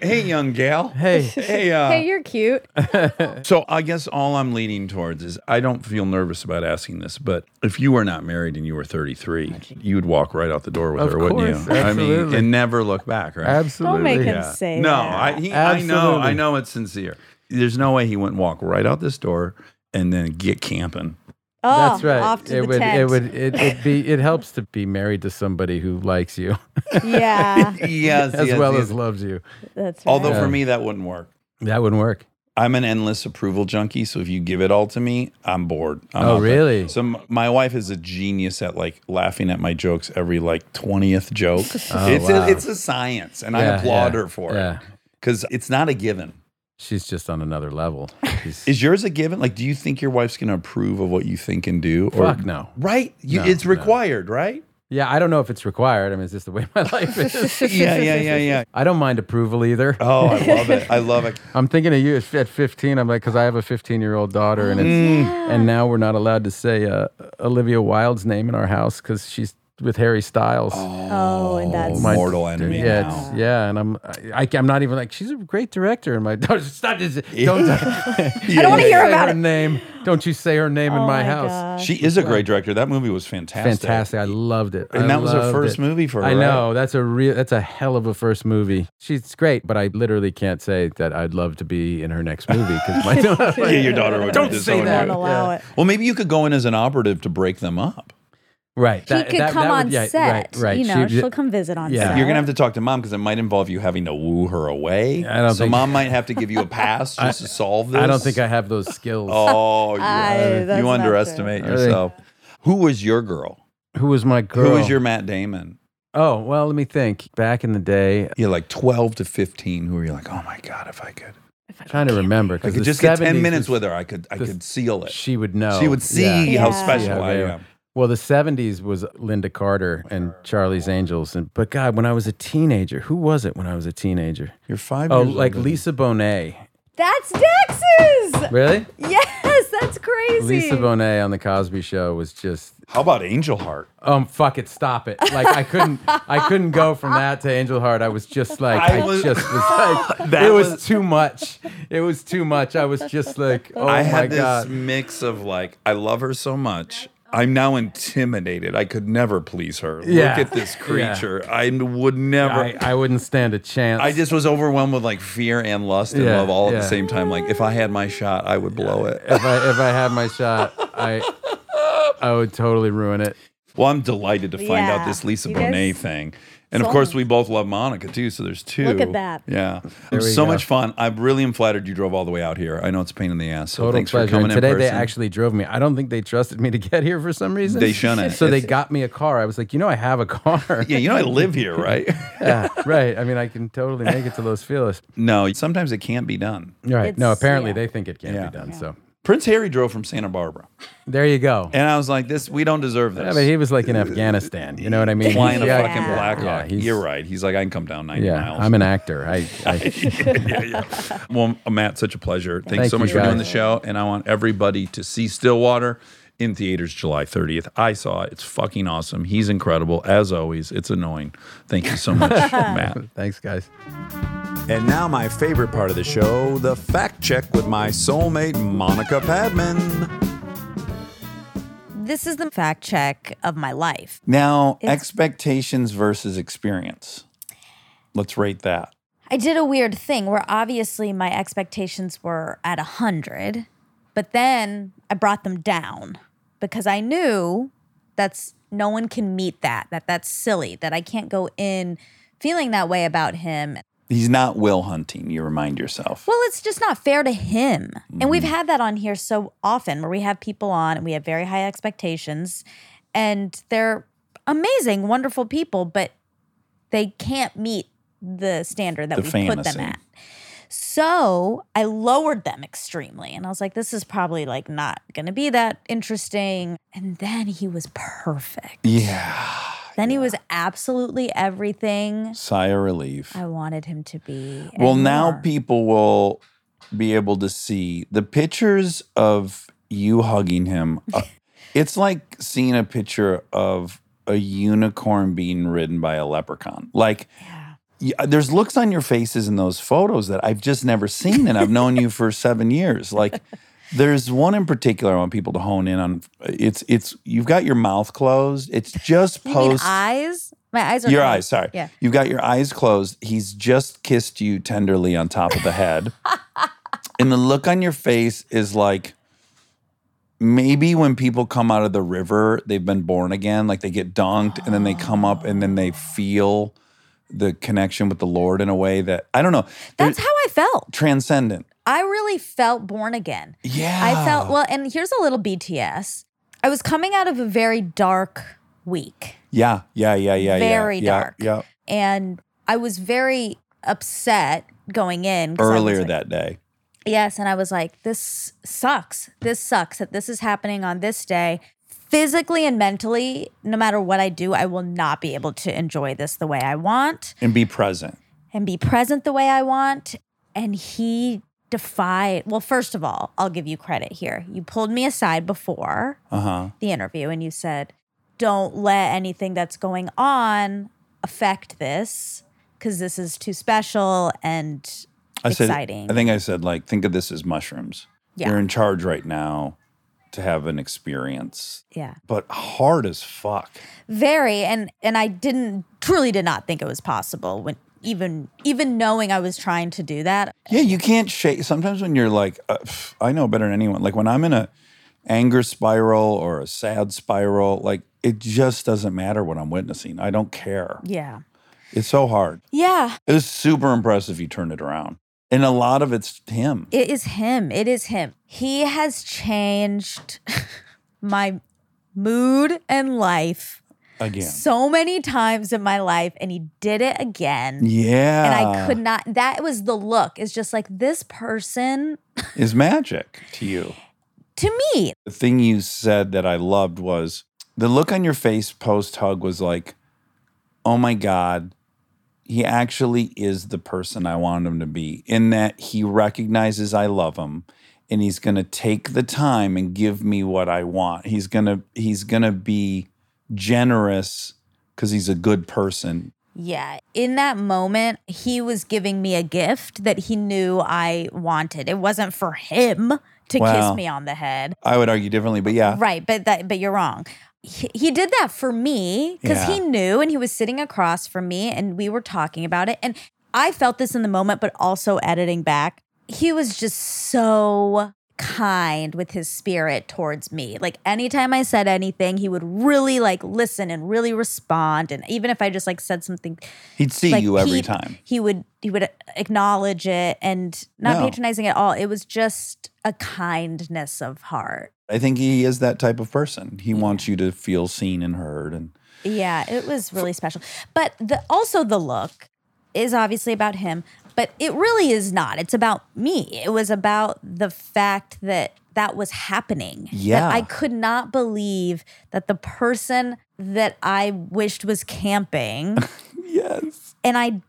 B: Hey, young gal.
D: hey,
B: Hey, uh,
A: Hey, you're cute. Oh,
B: So I guess all I'm leaning towards is I don't feel nervous about asking this, but if you were not married and you were 33, you would walk right out the door with
D: Of
B: her, wouldn't
D: course,
B: you? I mean,
D: absolutely.
B: and never look back, right?
D: absolutely.
A: Don't make him
B: Yeah.
A: say
B: no,
A: that.
B: I, he, I know,
D: Absolutely.
B: I know it's sincere. There's no way he wouldn't walk right out this door and then get camping.
A: oh,
D: That's right.
A: Off to
D: it,
A: the
D: would,
A: tent.
D: it would. It would. be. It helps to be married to somebody who likes you
A: Yeah,
B: Yes,
D: as
B: yes,
D: well
B: yes.
D: as loves you.
A: that's right.
B: Although
D: Yeah.
B: for me that wouldn't work.
D: That wouldn't work.
B: I'm an endless approval junkie, so if you give it all to me, I'm bored. I'm
D: Oh,
B: out there.
D: really?
B: So m- my wife is a genius at like laughing at my jokes every like twentieth joke.
D: Oh,
B: it's
D: wow.
B: a, it's a science, and I
D: Yeah,
B: applaud
D: yeah,
B: her for
D: yeah.
B: it because it's not a given.
D: She's just on another level. She's-
B: Is yours a given? Like, do you think your wife's going to approve of what you think and do?
D: fuck no.
B: Right? You,
D: No,
B: it's
D: no.
B: required, right?
D: Yeah, I don't know if it's required. I mean, it's just the way my life is.
B: yeah, yeah, yeah, yeah.
D: I don't mind approval either.
B: Oh, I love it. I love it.
D: I'm thinking of you at at 15. I'm like, because I have a 15 year old daughter, and it's,
B: Mm.
D: and now we're not allowed to say uh, Olivia Wilde's name in our house because she's with Harry Styles.
A: oh, and that's
D: my-
B: mortal enemy.
D: yeah,
B: now.
D: it's- yeah, and I'm I, am not even like she's a great director, and my daughter's stop this. Don't
A: I don't want to
D: say
A: hear
D: her
A: about it.
D: name. Don't you say her name in
A: Oh my
D: my, house?
A: gosh.
B: She is a great director. That movie was fantastic.
D: Fantastic! I loved it,
B: And
D: I
B: that was her
D: loved
B: first
D: it.
B: movie for her,
D: I
B: right?
D: know that's a real, that's a hell of a first movie. She's great, but I literally can't say that I'd love to be in her next movie because my
B: Yeah, your daughter would
D: Don't
B: just
D: say
B: own
D: that.
A: won't
B: you.
A: allow
D: Yeah.
A: it.
B: Well, maybe you could go in as an operative to break them up.
D: right.
A: He could come on
D: yeah,
A: set.
D: Right, right.
A: You know,
D: She-
A: she, will come visit on
D: yeah.
A: set.
B: You're gonna have to talk to mom because it might involve you having to woo her away.
D: I don't
B: so
D: think-
B: mom might have to give you a pass just to solve this.
D: I don't think I have those skills.
B: Oh, you,
A: I- that's
B: you
A: not
B: underestimate
D: true.
B: yourself. Who was your girl?
D: Who was my girl?
B: Who was your Matt Damon?
D: Oh well, let me think. Back in the day,
B: Yeah, like 12 to 15. Who were you like? Oh my god, if I could,
D: trying to remember
B: I
D: because
B: could just get 10 minutes with her. I could, I
D: the-
B: could seal it.
D: She would know.
B: She would see
D: Oh, Yeah.
B: how
A: Yeah.
B: special
D: Yeah,
B: I
D: yeah.
B: am.
D: Well, the '70s was Linda Carter and Charlie's Angels, and but God, when I was a teenager, who was it when I was a teenager?
B: You're five.
D: Oh,
B: years
D: like
B: older than-
D: Lisa Bonet.
A: That's Dax's.
D: Really?
A: Yes, that's crazy.
D: Lisa Bonet on the Cosby Show was just
B: How about Angel Heart?
D: um fuck it stop it like I couldn't I couldn't go from that to Angel Heart I was just like
B: I
D: I,
B: was-
D: just was like
B: That
D: it was,
B: was-
D: too much it was too much I was just like oh
B: I
D: my
B: had this
D: god
B: mix of like, I love her so much. I'm now intimidated. I could never please her.
D: Yeah.
B: Look at this
D: Yeah.
B: creature. I would never.
D: I,
B: I,
D: I wouldn't stand a chance
B: just was overwhelmed with like fear and lust and
D: Yeah,
B: love all at
D: yeah.
B: the same time. Like, if I had my shot, I would blow it.
D: if I if I had my shot I I would totally ruin it
B: Well, I'm delighted to find out
A: Yeah.
B: this Lisa
A: You
B: Bonet
A: guys
B: thing. And of
A: sold
B: course,
A: me.
B: we both love Monica too. So there's two.
A: Look at that.
B: Yeah.
D: There we
B: So
D: go.
B: much fun. I really am flattered you drove all the way out here. I know it's a pain in the ass. So
D: total
B: thanks
D: pleasure
B: for coming
D: and today
B: in
D: they
B: person.
D: actually drove me I don't think they trusted me to get here for some reason
B: They shouldn't.
D: so they
B: It's-
D: got me a car I was like you know I have a car
B: Yeah, you know, I live here, right?
D: yeah, right. I mean, I can totally make it to Los Feliz.
B: no, sometimes it can't be done.
D: Right. no,
A: It's-
D: apparently
A: yeah.
D: they think it can't
B: Yeah.
D: be done. So
B: Prince Harry drove from Santa Barbara.
D: there you go.
B: And I was like, this, we don't deserve this.
D: Yeah, but he was like in Afghanistan. You know what I mean?
B: flying a
D: Yeah,
B: fucking
A: yeah.
B: Blackhawk.
D: Yeah, he's-
B: You're right. He's like, I can come down 90
D: Yeah,
B: miles.
D: I'm an actor. I, I
B: yeah, yeah. Well, Matt, such a pleasure. Thanks
D: Thank
B: so
D: you,
B: much for
D: guys.
B: doing the show. And I want everybody to see Stillwater in theaters July 30th. I saw it. It's fucking awesome. He's incredible. As always, it's annoying. Thank you so much, Matt.
D: thanks, guys.
B: And now, my favorite part of the show the fact check with my soulmate, Monica Padman.
A: this is the fact check of my life.
B: Now,
A: It's-
B: expectations versus experience. Let's rate that.
A: I did a weird thing where obviously my expectations were at 100, but then I brought them down because I knew that's no one can meet that, that that's silly, that I can't go in feeling that way about him.
B: He's not will hunting, you remind yourself.
A: Well, it's just not fair to him. And
B: Mm-hmm.
A: we've had that on here so often where we have people on and we have very high expectations and they're amazing, wonderful people, but they can't meet the standard that
B: The
A: we put
B: fantasy.
A: them at. So I lowered them extremely. And I was like, this is probably like not going to be that interesting. And then he was perfect.
B: Yeah.
A: Then he was absolutely everything
B: Sigh of relief.
A: I wanted him to be. and
B: Well, now
A: more.
B: people will be able to see the pictures of you hugging him. Uh, it's like seeing a picture of a unicorn being ridden by a leprechaun. Like, y- uh, there's looks on your faces in those photos that I've just never seen, and I've known you for seven years. Like, there's one in particular I want people to hone in on. It's it's you've got your mouth closed. It's just
A: You mean
B: post
A: eyes? My eyes are
B: your
A: closed.
B: eyes. Sorry,
A: Yeah.
B: you've got your eyes closed. He's just kissed you tenderly on top of the head, and the look on your face is like maybe when people come out of the river, they've been born again, like they get dunked, and then they come up, and then they feel the connection with the Lord in a way that I don't know. They're
A: That's how I felt.
B: transcendent.
A: I really felt born again.
B: Yeah,
A: I felt well, and here's a little BTS. I was coming out of a very dark week,
B: Yeah, yeah, yeah, yeah, yeah.
A: Very
B: yeah,
A: dark.
B: Yeah,
A: and I was very upset going in 'cause I was
B: earlier
A: like-
B: that day.
A: Yes, and I was like, this sucks. This sucks that this is happening on this day. Physically and mentally, no matter what I do, I will not be able to enjoy this the way I want
B: And be present.
A: and be present the way I want. And he defied, well, first of all, I'll give you credit here. You pulled me aside before
B: Uh huh.
A: the interview and you said, don't let anything that's going on affect this because this is too special and
B: I said,
A: exciting.
B: I think I said, like, think of this as mushrooms.
A: Yeah.
B: You're in charge right now to have an experience,
A: yeah.
B: but hard as fuck.
A: very and and i didn't truly did not think it was possible when even even knowing i was trying to do that
B: Yeah, you can't shake. Sometimes when you're like, uh, pff, I know better than anyone. Like when I'm in a anger spiral or a sad spiral, like it just doesn't matter what I'm witnessing. I don't care.
A: yeah
B: It's so hard.
A: yeah
B: It was super impressive you turned it around. And a lot of it's him.
A: it is him it is him he has changed my mood and life
B: Again.
A: so many times in my life and he did it again
B: Yeah.
A: and i could not that was the look it's just like this person
B: Is magic to you.
A: to me
B: the thing you said that I loved was the look on your face post hug was like, oh my God, he actually is the person I want him to be, in that he recognizes I love him and he's gonna take the time and give me what I want. He's gonna he's gonna be generous because he's a good person.
A: Yeah. In that moment, he was giving me a gift that he knew I wanted. It wasn't for him to
B: Wow.
A: kiss me on the head.
B: I would argue differently, but yeah.
A: Right, but that but you're wrong. He, he did that for me cuz
B: Yeah.
A: he knew and he was sitting across from me and we were talking about it and I felt this in the moment but also editing back. He was just so kind with his spirit towards me. Like anytime I said anything, he would really like listen and really respond and even if I just like said something
B: He'd see
A: like
B: you every
A: Pete,
B: time.
A: He would he would acknowledge it and not
B: No.
A: patronizing at all. It was just a kindness of heart.
B: I think he is that type of person. He wants you to feel seen and heard and
A: Yeah, it was really special. But the also the look is obviously about him, but it really is not. It's about me. It was about the fact that that was happening. That
B: Yeah.
A: I could not believe that the person that I wished was camping
B: yes.
A: and I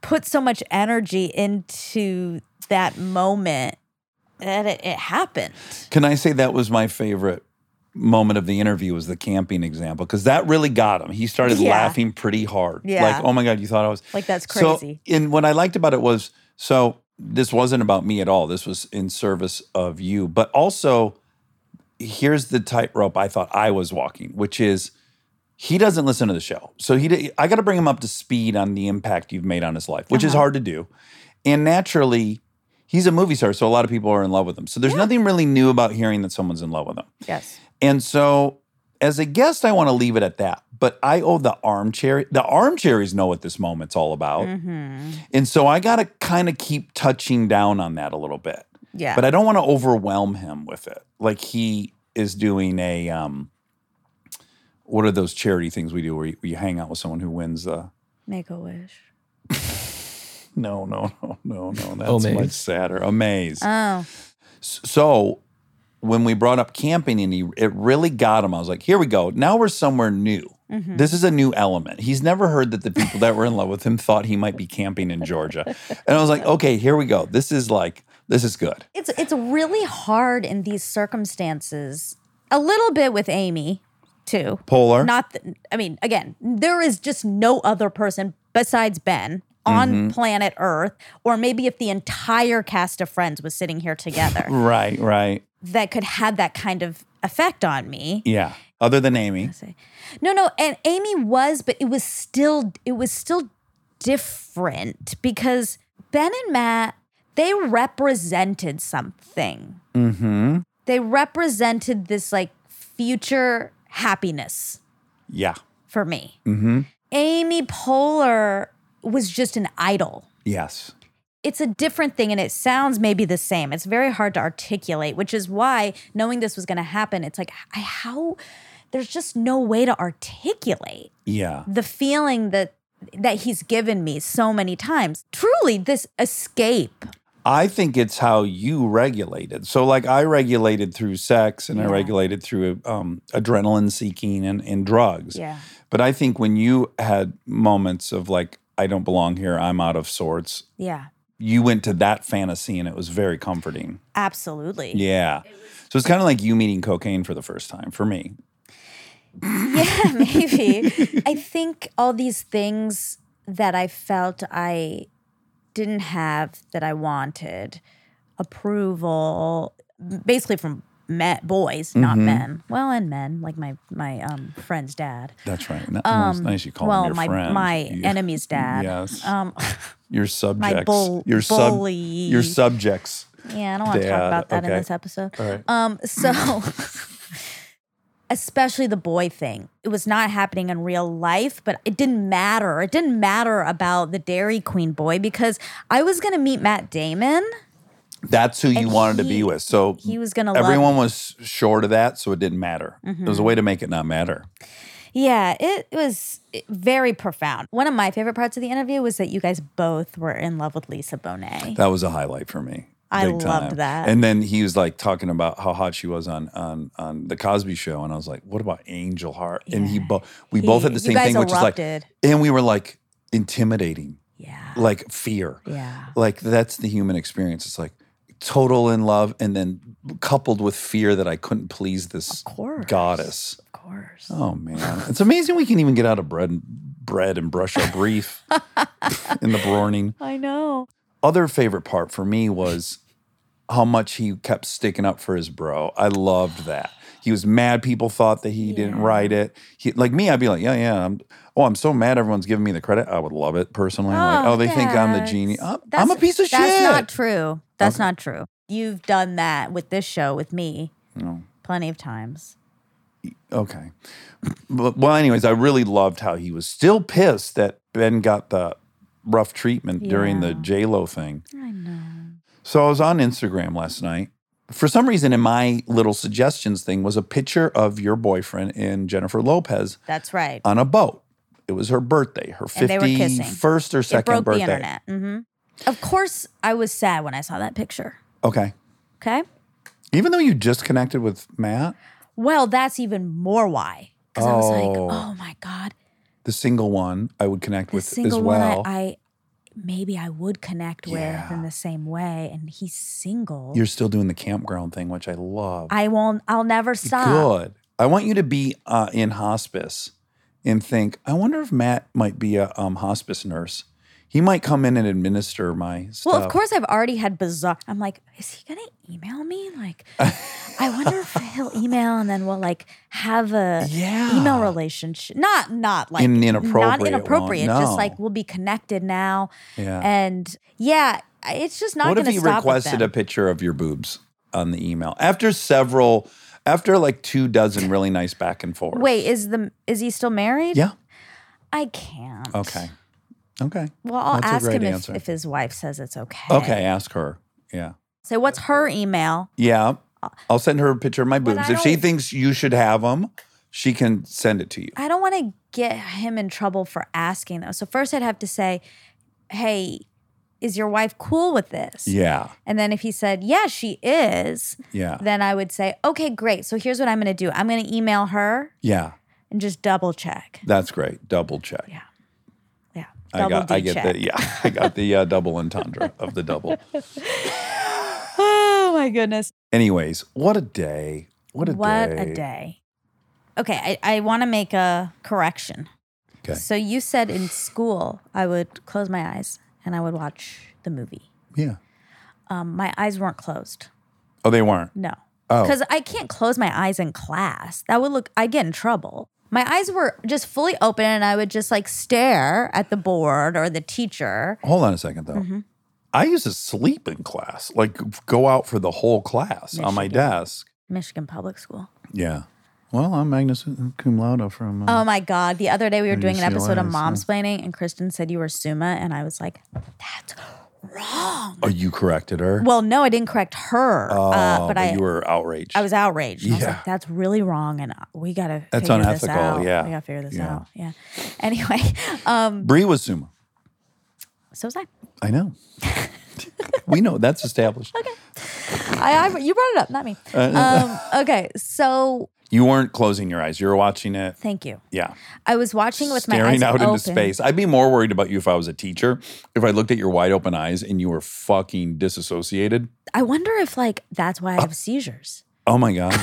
A: put so much energy into that moment that it, it happened.
B: Can I say that was my favorite moment of the interview was the camping example because that really got him. He started
A: Yeah.
B: laughing pretty hard.
A: Yeah.
B: Like, oh my God, you thought I was
A: Like that's
B: So-
A: crazy.
B: and what I liked about it was so this wasn't about me at all. This was in service of you. But also, here's the tightrope I thought I was walking, which is he doesn't listen to the show. So he did, I got to bring him up to speed on the impact you've made on his life, which is
A: Uh-huh.
B: hard to do. And naturally, he's a movie star, so a lot of people are in love with him. So there's nothing really new about hearing that someone's in love with him.
A: yes.
B: And so, as a guest, I want to leave it at that. But I owe the armchair. The armchairs know what this moment's all about, and so I got to kind of keep touching down on that a little bit.
A: Yeah.
B: But I don't want to overwhelm him with it. Like he is doing a um, what are those charity things we do where you, where you hang out with someone who wins? Uh,
A: Make a wish.
B: No, no, no, no, no. That's
F: Omaze.
B: much sadder. Amaze.
A: Oh,
B: so when we brought up camping and he, it really got him. I was like, here we go. Now we're somewhere new. This is a new element. He's never heard that the people that were in love with him thought he might be camping in Georgia. And I was like, okay, here we go. This is like, this is good.
A: it's it's really hard in these circumstances. A little bit with Amy, too.
B: Polar.
A: Not, th- I mean, again, there is just no other person besides Ben on planet Earth, or maybe if the entire cast of Friends was sitting here together,
B: right, right.
A: that could have that kind of effect on me.
B: Yeah. Other than Amy.
A: No, no, and Amy was, but it was still it was still different because Ben and Matt they represented something. Mm-hmm. They represented this like future happiness
B: Yeah.
A: for me. Mm-hmm. Amy Poehler was just an idol.
B: Yes.
A: It's a different thing, and it sounds maybe the same. It's very hard to articulate, which is why knowing this was going to happen, it's like I, how there's just no way to articulate
B: Yeah.
A: the feeling that that he's given me so many times. Truly, this escape.
B: I think it's how you regulated. So, like, I regulated through sex and I regulated through um, adrenaline seeking and, and drugs.
A: Yeah.
B: But I think when you had moments of, like, I don't belong here, I'm out of sorts,
A: Yeah,
B: you went to that fantasy and it was very comforting.
A: absolutely.
B: Yeah. So, it's kind of like you meeting cocaine for the first time for me.
A: Yeah, maybe. I think all these things that I felt I didn't have that I wanted approval, basically from men, boys, not
B: Mm-hmm.
A: men. Well, and men, like my my um, friend's dad.
B: That's right. That, well, it's nice you
A: Um,
B: call
A: well,
B: him your
A: my
B: friend.
A: my
B: You-
A: enemy's dad.
B: Yes.
A: Um,
B: your subjects.
A: bull-
B: your, sub-
A: bully.
B: your subjects.
A: Yeah, I don't want to
B: Dad,
A: talk about that
B: okay.
A: in this episode.
B: All right.
A: Um, so especially the boy thing. It was not happening in real life, but it didn't matter. It didn't matter about the Dairy Queen boy because I was gonna meet Matt Damon.
B: That's who you
A: And
B: wanted to
A: he-
B: be with. So
A: he was gonna love Mm-hmm.
B: Everyone was short of that, so it didn't matter. It was a way to make it not matter.
A: Yeah, it was very profound. One of my favorite parts of the interview was that you guys both were in love with Lisa Bonet.
B: That was a highlight for me.
A: I loved
B: big time.
A: that.
B: And then he was like talking about how hot she was on on on the Cosby Show, and I was like, "What about Angel Heart?" And he, bo- we both had
A: you
B: the same
A: guys
B: thing, which is
A: erupted.
B: like, and we were like intimidating,
A: yeah.
B: like fear,
A: Yeah.
B: like that's the human experience. It's like total in love, and then coupled with fear that I couldn't please this
A: course.
B: goddess.
A: Of course.
B: Oh man, it's amazing we can even get out of bread and bread and brush our brief in the morning.
A: I know.
B: Other favorite part for me was how much he kept sticking up for his bro. I loved that. He was mad. People thought that he didn't write it. He, like me, I'd be like, yeah, yeah. I'm, oh, I'm so mad. Everyone's giving me the credit. I would love it personally. like, oh, they think I'm the
A: that's-
B: genie. I'm,
A: that's-
B: I'm a piece of
A: That's
B: shit.
A: not true. That's not true. You've done that with this show with me plenty of times.
B: Okay. But, well, anyways, I really loved how he was still pissed that Ben got the rough treatment during the J Lo thing. I know. So I was on Instagram last night. For some reason, in my little suggestions thing was a picture of your boyfriend and Jennifer Lopez
A: That's right.
B: on a boat. It was her birthday, her
A: And they were kissing.
B: fifty-first or second
A: it broke
B: birthday.
A: the internet. hmm Of course, I was sad when I saw that picture.
B: Okay.
A: Okay.
B: Even though you just connected with Matt,
A: Well, that's even more why. Because I was like,
B: Oh.
A: oh my God,
B: the single one I would connect
A: the
B: with
A: single
B: as well.
A: one I, I maybe I would connect with
B: Yeah.
A: in the same way. And he's single.
B: You're still doing the campground thing, which I love.
A: I won't, I'll never stop.
B: Good. I want you to be uh, in hospice and think, I wonder if Matt might be a um, hospice nurse. He might come in and administer my stuff.
A: Well, of course, I've already had bizarre. I'm like, is he gonna email me? Like, I wonder if he'll email, and then we'll like have a
B: Yeah.
A: email relationship. Not not like
B: In an inappropriate
A: not
B: one,
A: inappropriate. Just
B: no.
A: like we'll be connected now.
B: Yeah.
A: and yeah, I- it's just not.
B: What if
A: gonna
B: he
A: stop with
B: requested a
A: them.
B: picture of your boobs on the email after several, after like two dozen really nice back and forth?
A: Wait, is the is he still married?
B: Yeah.
A: I can't.
B: Okay. Okay.
A: Well, I'll
B: That's a
A: ask
B: great
A: him if,
B: answer.
A: if his wife says it's okay.
B: Okay. Ask her. Yeah.
A: So what's her email?
B: Yeah. I'll send her a picture of my
A: But
B: boobs.
A: I
B: If she
A: don't-
B: thinks you should have them, she can send it to you.
A: I don't want to get him in trouble for asking them. So first I'd have to say, "Hey, is your wife cool with this?
B: Yeah.
A: And then if he said, yeah, she is,
B: Yeah.
A: then I would say, okay, great. So here's what I'm going to do I'm going to email her
B: yeah.
A: and just double check.
B: That's great. Double check.
A: Yeah. Yeah.
B: I got. I get
A: D-check.
B: the. Yeah. I got the uh, double entendre of the double.
A: Oh my goodness.
B: Anyways, what a day. What a day.
A: a day. Okay, I, I want to make a correction.
B: 'Kay.
A: So you said in school I would close my eyes and I would watch the movie.
B: Yeah.
A: Um, my eyes weren't closed.
B: Oh, they weren't.
A: No.
B: Oh.
A: Because I can't close my eyes in class. That would look, I get in trouble. My eyes were just fully open and I would just like stare at the board or the teacher.
B: Hold on a second though.
A: Mm-hmm.
B: I used to sleep in class, like go out for the whole class on my desk.
A: Michigan Public School.
B: Yeah. Well, I'm Magnus cum laude from. Uh,
A: Oh my God. The other day we were doing an episode of
B: UCLA, so-
A: Mom's Planning and Kristen said you were Suma. And I was like, that's wrong.
B: oh, you corrected her.
A: Well, no, I didn't correct her, uh,
B: Oh,
A: but, I
B: you were outraged.
A: I was outraged. And I was
B: Yeah.
A: like, that's really wrong, and uh, we gotta
B: That's
A: figure This
B: unethical,
A: out.
B: yeah.
A: we gotta figure this
B: Yeah.
A: out. Yeah. Anyway, um,
B: Bree was Suma.
A: so was I.
B: I know. we know that's established.
A: I, I you brought it up, not me.
B: Uh,
A: Um, okay, so
B: You weren't closing your eyes. You were watching it.
A: thank you.
B: Yeah.
A: I was watching with my
B: Staring
A: eyes
B: out
A: open.
B: into space. I'd be more worried about you if I was a teacher. If I looked at your wide open eyes and you were fucking disassociated.
A: I wonder if like that's why I have seizures.
B: Oh my God.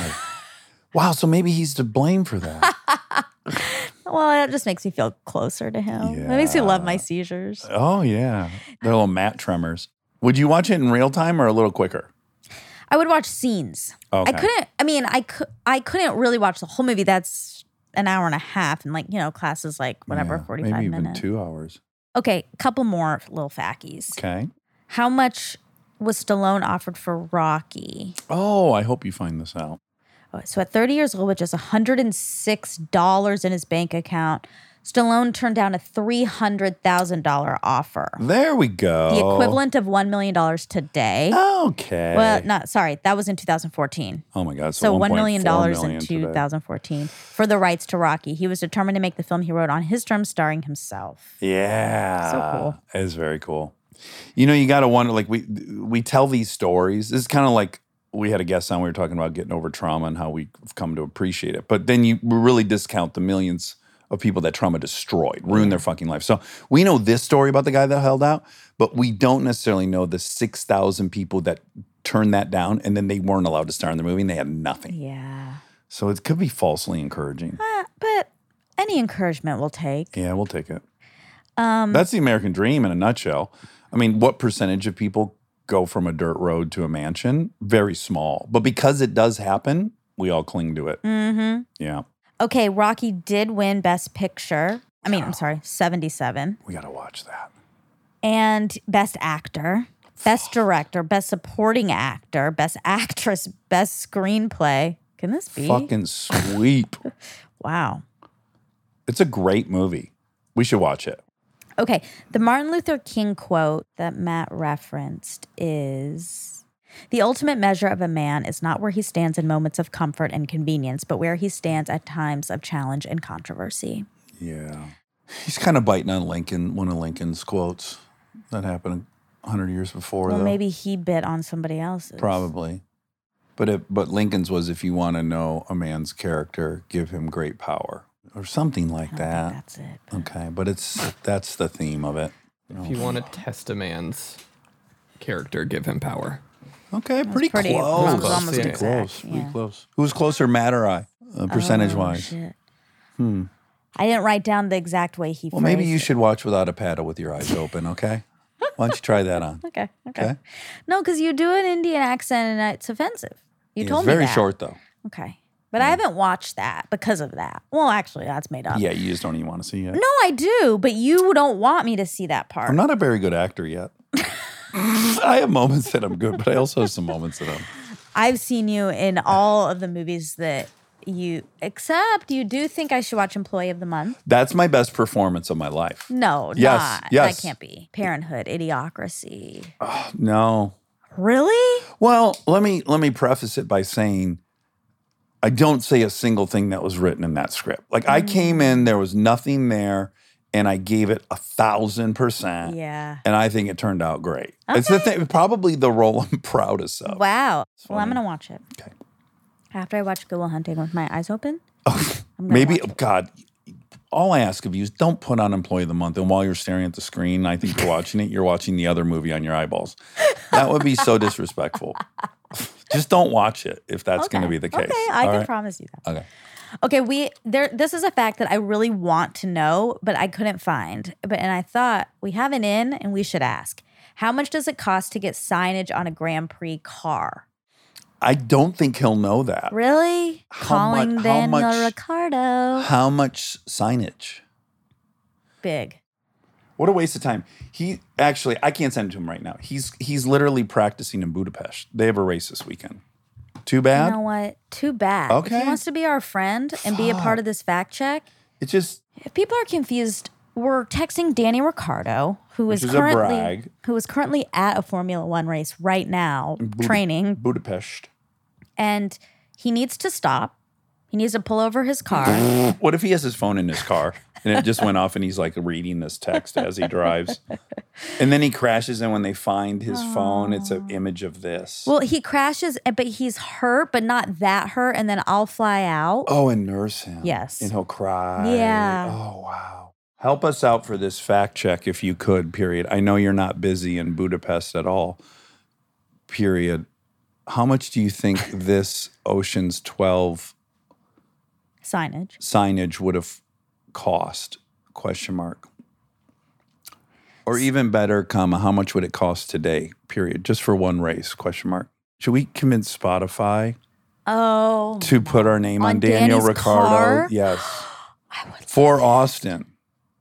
B: wow. So maybe he's to blame for that.
A: Well, that just makes me feel closer to him. That makes me love my seizures.
B: oh, yeah. They're little mat tremors. Would you watch it in real time or a little quicker?
A: I would watch scenes.
B: Okay.
A: I couldn't. I mean, I could. I couldn't really watch the whole movie. That's an hour and a half, and like you know, class is like whatever,
B: Yeah,
A: forty five
B: Maybe even
A: minutes.
B: two hours.
A: Okay, couple more little fackies.
B: Okay.
A: How much was Stallone offered for Rocky?
B: Oh, I hope you find this out.
A: Oh, So at thirty years old, with just one hundred and six dollars in his bank account, Stallone turned down a three hundred thousand dollar offer,
B: There we go.
A: the equivalent of one million dollars today.
B: Okay.
A: Well, not sorry, that was in two thousand fourteen.
B: oh my God.
A: So one million dollars in
B: in
A: two thousand fourteen for the rights to Rocky. He was determined to make the film he wrote on his terms, starring himself.
B: Yeah.
A: So cool.
B: It's very cool. You know, you got to wonder like we we tell these stories. This is kind of like we had a guest on we were talking about getting over trauma and how we've come to appreciate it. But then you really discount the millions of people that trauma destroyed, ruined their
A: Mm.
B: fucking life. So we know this story about the guy that held out, but we don't necessarily know the 6,000 people that turned that down and then they weren't allowed to star in the movie and they had nothing.
A: Yeah,
B: So it could be falsely encouraging.
A: Uh, but any encouragement will take.
B: Yeah, we'll take it.
A: Um,
B: That's the American dream in a nutshell. I mean, what percentage of people go from a dirt road to a mansion? Very small. But because it does happen, we all cling to it.
A: Mm-hmm.
B: Yeah,
A: Okay, Rocky did win Best Picture. I mean, I'm sorry, 77.
B: we got to watch that.
A: And Best Actor, Best Director, Best Supporting Actor, Best Actress, Best Screenplay. Can this be?
B: Fucking sweep.
A: wow.
B: it's a great movie. We should watch it.
A: Okay, the Martin Luther King quote that Matt referenced is The ultimate measure of a man is not where he stands in moments of comfort and convenience, but where he stands at times of challenge and controversy.
B: Yeah. He's kind of biting on Lincoln, one of Lincoln's quotes that happened 100 years before.
A: well,
B: though.
A: maybe he bit on somebody else's.
B: Probably. But it, but Lincoln's was if you want to know a man's character, give him great power or something like that.
A: That's it.
B: Okay, but it's that's the theme of it.
F: If you want to test a man's character, give him power.
B: Okay, pretty,
A: pretty-
B: close.
A: that was almost
B: pretty
A: exact,
B: close. Pretty
A: yeah.
B: close. Who's closer, Matt or I, uh, percentage
A: Oh,
B: wise?
A: shit. I didn't write down the exact way he.
B: Hmm. Well, maybe
A: phrased
B: you
A: it.
B: should watch without a paddle with your eyes open. Okay, why don't you try that on?
A: Okay. Okay.
B: Okay,
A: No, because you do an Indian accent and it's offensive. You
B: Yeah,
A: told
B: it's
A: me
B: very
A: that.
B: short though.
A: Okay, but I haven't watched that because of that. Well, actually, that's made up.
B: Yeah, you just don't even want to see it.
A: No, I do, but you don't want me to see that part.
B: I'm not a very good actor yet. I have moments that I'm good, but I also have some moments that I'm.
A: I've seen you in all of the movies that you except you do think I should watch Employee of the Month.
B: That's my best performance of my life.
A: No,
B: Yes,
A: not.
B: yes.
A: That can't be. Parenthood, Idiocracy.
B: No.
A: Really?
B: Well, let me let me preface it by saying
A: Mm.
B: I don't say a single thing that was written in that script. Like I came in, there was nothing there, and I gave it a thousand percent.
A: Yeah.
B: And I think it turned out great. It's the thing, probably the role I'm proudest of.
A: Wow. Well, I'm gonna watch it
B: Okay. Oh,
A: after I watch Good Will Hunting with my eyes open. gonna
B: Maybe,
A: watch
B: God, all I ask of you is don't put on Employee of the Month. And while you're staring at the screen, I think you're watching it, you're watching the other movie on your eyeballs. That would be so disrespectful. Just don't watch it if that's going to
A: Okay.
B: be the case.
A: Okay, I
B: All
A: can
B: right?
A: promise you that.
B: Okay.
A: Okay, we there. This is a fact that I really want to know, but I couldn't find. But and I thought we have an in, and we should ask. How much does it cost to get signage on a Grand Prix car?
B: I don't think he'll know that.
A: Really?
B: How mu-
A: Calling
B: how
A: Daniel
B: much-
A: Ricardo.
B: How much signage?
A: Big.
B: What a waste of time. He actually, I can't send it to him right now. He's he's literally practicing in Budapest. They have a race this weekend. Too bad.
A: You know what? Too bad. If
B: Okay.
A: he wants to be our friend and be a part of this fact check,
B: It's just
A: if people are confused, we're texting Danny Ricardo, who is,
B: is a
A: currently
B: brag.
A: who is currently at a Formula One race right now, training,
B: Budapest.
A: and he needs to stop. He needs to pull over his car.
B: What if he has his phone in his car and it just went off and he's like reading this text as he drives? And then he crashes and when they find his phone, it's an image of this.
A: well, he crashes, eh, but he's hurt, but not that hurt. And then I'll fly out.
B: oh, and nurse him.
A: Yes.
B: And he'll cry.
A: Yeah.
B: Oh, wow. Help us out for this fact check if you could, period. I know you're not busy in Budapest at all. Period. How much do you think this Ocean's 12
A: Signage.
B: signage would have cost question mark or even better comma how much would it cost today period just for one race question mark should we convince spotify
A: Oh,
B: to put our name on,
A: On
B: daniel
A: Danny's
B: ricardo
A: car?
B: yes for austin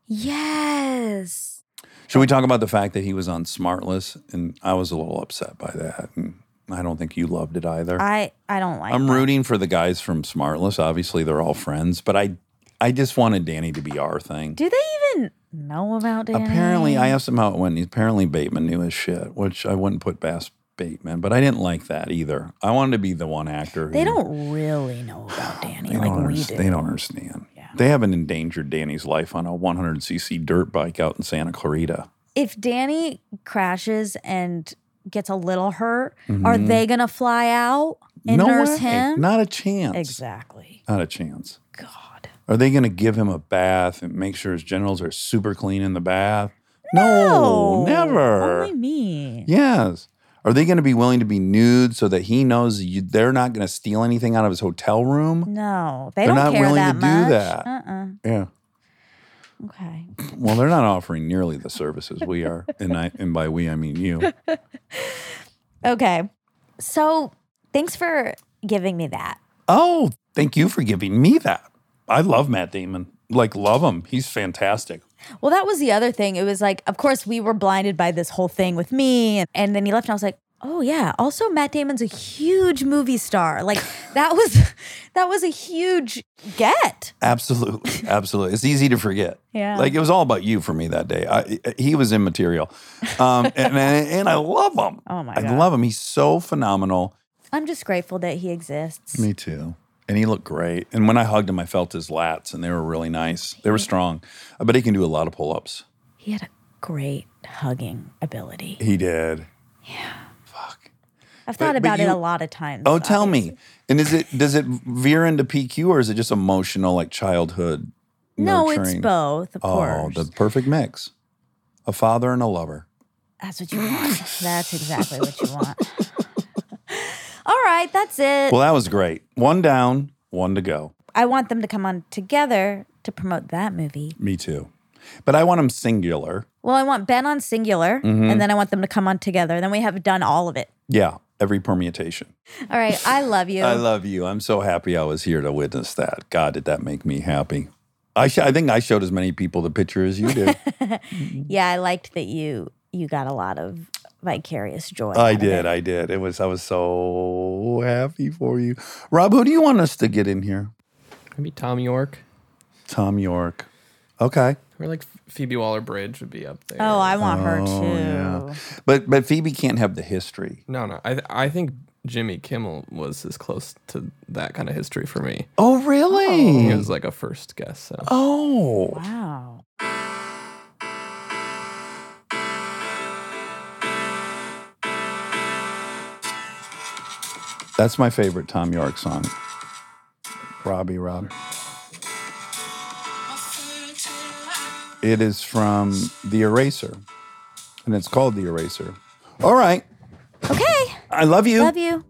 A: yes.
B: should we talk about the fact that he was on smartless and i was a little upset by that and i don't think you loved it either
A: I I don't like.
B: i'm
A: that.
B: rooting for the guys from smartless obviously they're all friends but i i just wanted danny to be our thing
A: Do they even know about Danny?
B: Apparently, I asked him how it went. and Apparently, Bateman knew his shit, which I wouldn't put past Bateman, but I didn't like that either. I wanted to be the one actor. Who,
A: They don't really know about Danny
B: They
A: like
B: don't,
A: we
B: underst-
A: do.
B: they don't understand. They haven't endangered Danny's life on a 100cc dirt bike out in Santa Clarita.
A: If Danny crashes and gets a little hurt, are they gonna fly out and
B: Mm-hmm. no
A: nurse
B: way.
A: him?
B: Not a chance.
A: exactly.
B: Not a chance.
A: God.
B: Are they going to give him a bath and make sure his genitals are super clean in the bath? No,
A: Oh,
B: never.
A: Only me.
B: Yes. Are they going to be willing to be nude so that he knows you, they're not going to steal anything out of his hotel room?
A: No, they
B: They're
A: don't
B: not
A: care
B: willing
A: that
B: to do
A: much.
B: that.
A: Uh-uh.
B: Yeah.
A: Okay.
B: Well, they're not offering nearly the services we are, and I and by we I mean you.
A: Okay. So thanks for giving me that.
B: Oh, thank you for giving me that. I love Matt Damon. Like love him. He's fantastic.
A: Well, that was the other thing. It was like, of course, we were blinded by this whole thing with me. And, and then he left, and I was like, oh, yeah. Also, Matt Damon's a huge movie star. Like, that was, that was a huge get.
B: Absolutely, absolutely. It's easy to forget.
A: Yeah.
B: like it was all about you for me that day. I, he was immaterial, um, and, and and I love him.
A: Oh my
B: I
A: God.
B: love him. He's so phenomenal.
A: I'm just grateful that he exists.
B: Me too. And he looked great. And when I hugged him, I felt his lats, and they were really nice. They were strong. I bet he can do a lot of pull ups.
A: He had a great hugging ability.
B: He did. Yeah. Fuck.
A: I've thought
B: But- but
A: about it
B: you-
A: a lot of times.
B: Oh, tell me. And is it does it veer into PQ or is it just emotional, like childhood?
A: No,
B: nurturing?
A: it's both, of
B: Oh,
A: course.
B: the perfect mix. A father and a lover.
A: That's what you want. That's exactly what you want. All right, that's it.
B: Well, that was great. One down, one to go.
A: I want them to come on together to promote that movie.
B: Me too. But I want him singular.
A: Well, I want Ben on singular,
B: Mm-hmm.
A: and then I want them to come on together. Then we have done all of it.
B: Yeah, every permutation.
A: All right, I love you.
B: I love you. I'm so happy I was here to witness that. God, did that make me happy? I sh- I think I showed as many people the picture as you did.
A: yeah, I liked that you you got a lot of vicarious joy. out
B: I
A: of
B: did.
A: it.
B: I did. It was. I was so happy for you, Rob. Who do you want us to get in here?
F: Maybe Tom York
B: Tom York. Okay,
F: or like Phoebe Waller Bridge would be up there.
A: Oh, I want her
B: Oh,
A: too.
B: yeah. but but Phoebe can't have the history.
F: no, no. I th- I think Jimmy Kimmel was as close to that kind of history for me.
B: Oh
F: He
B: really?
F: was like a first guess. So.
B: Oh.
A: Wow.
B: That's my favorite Tom York song. Robbie Rob. It is from The Eraser, and it's called The Eraser. All right.
A: Okay.
B: I love you.
A: Love you.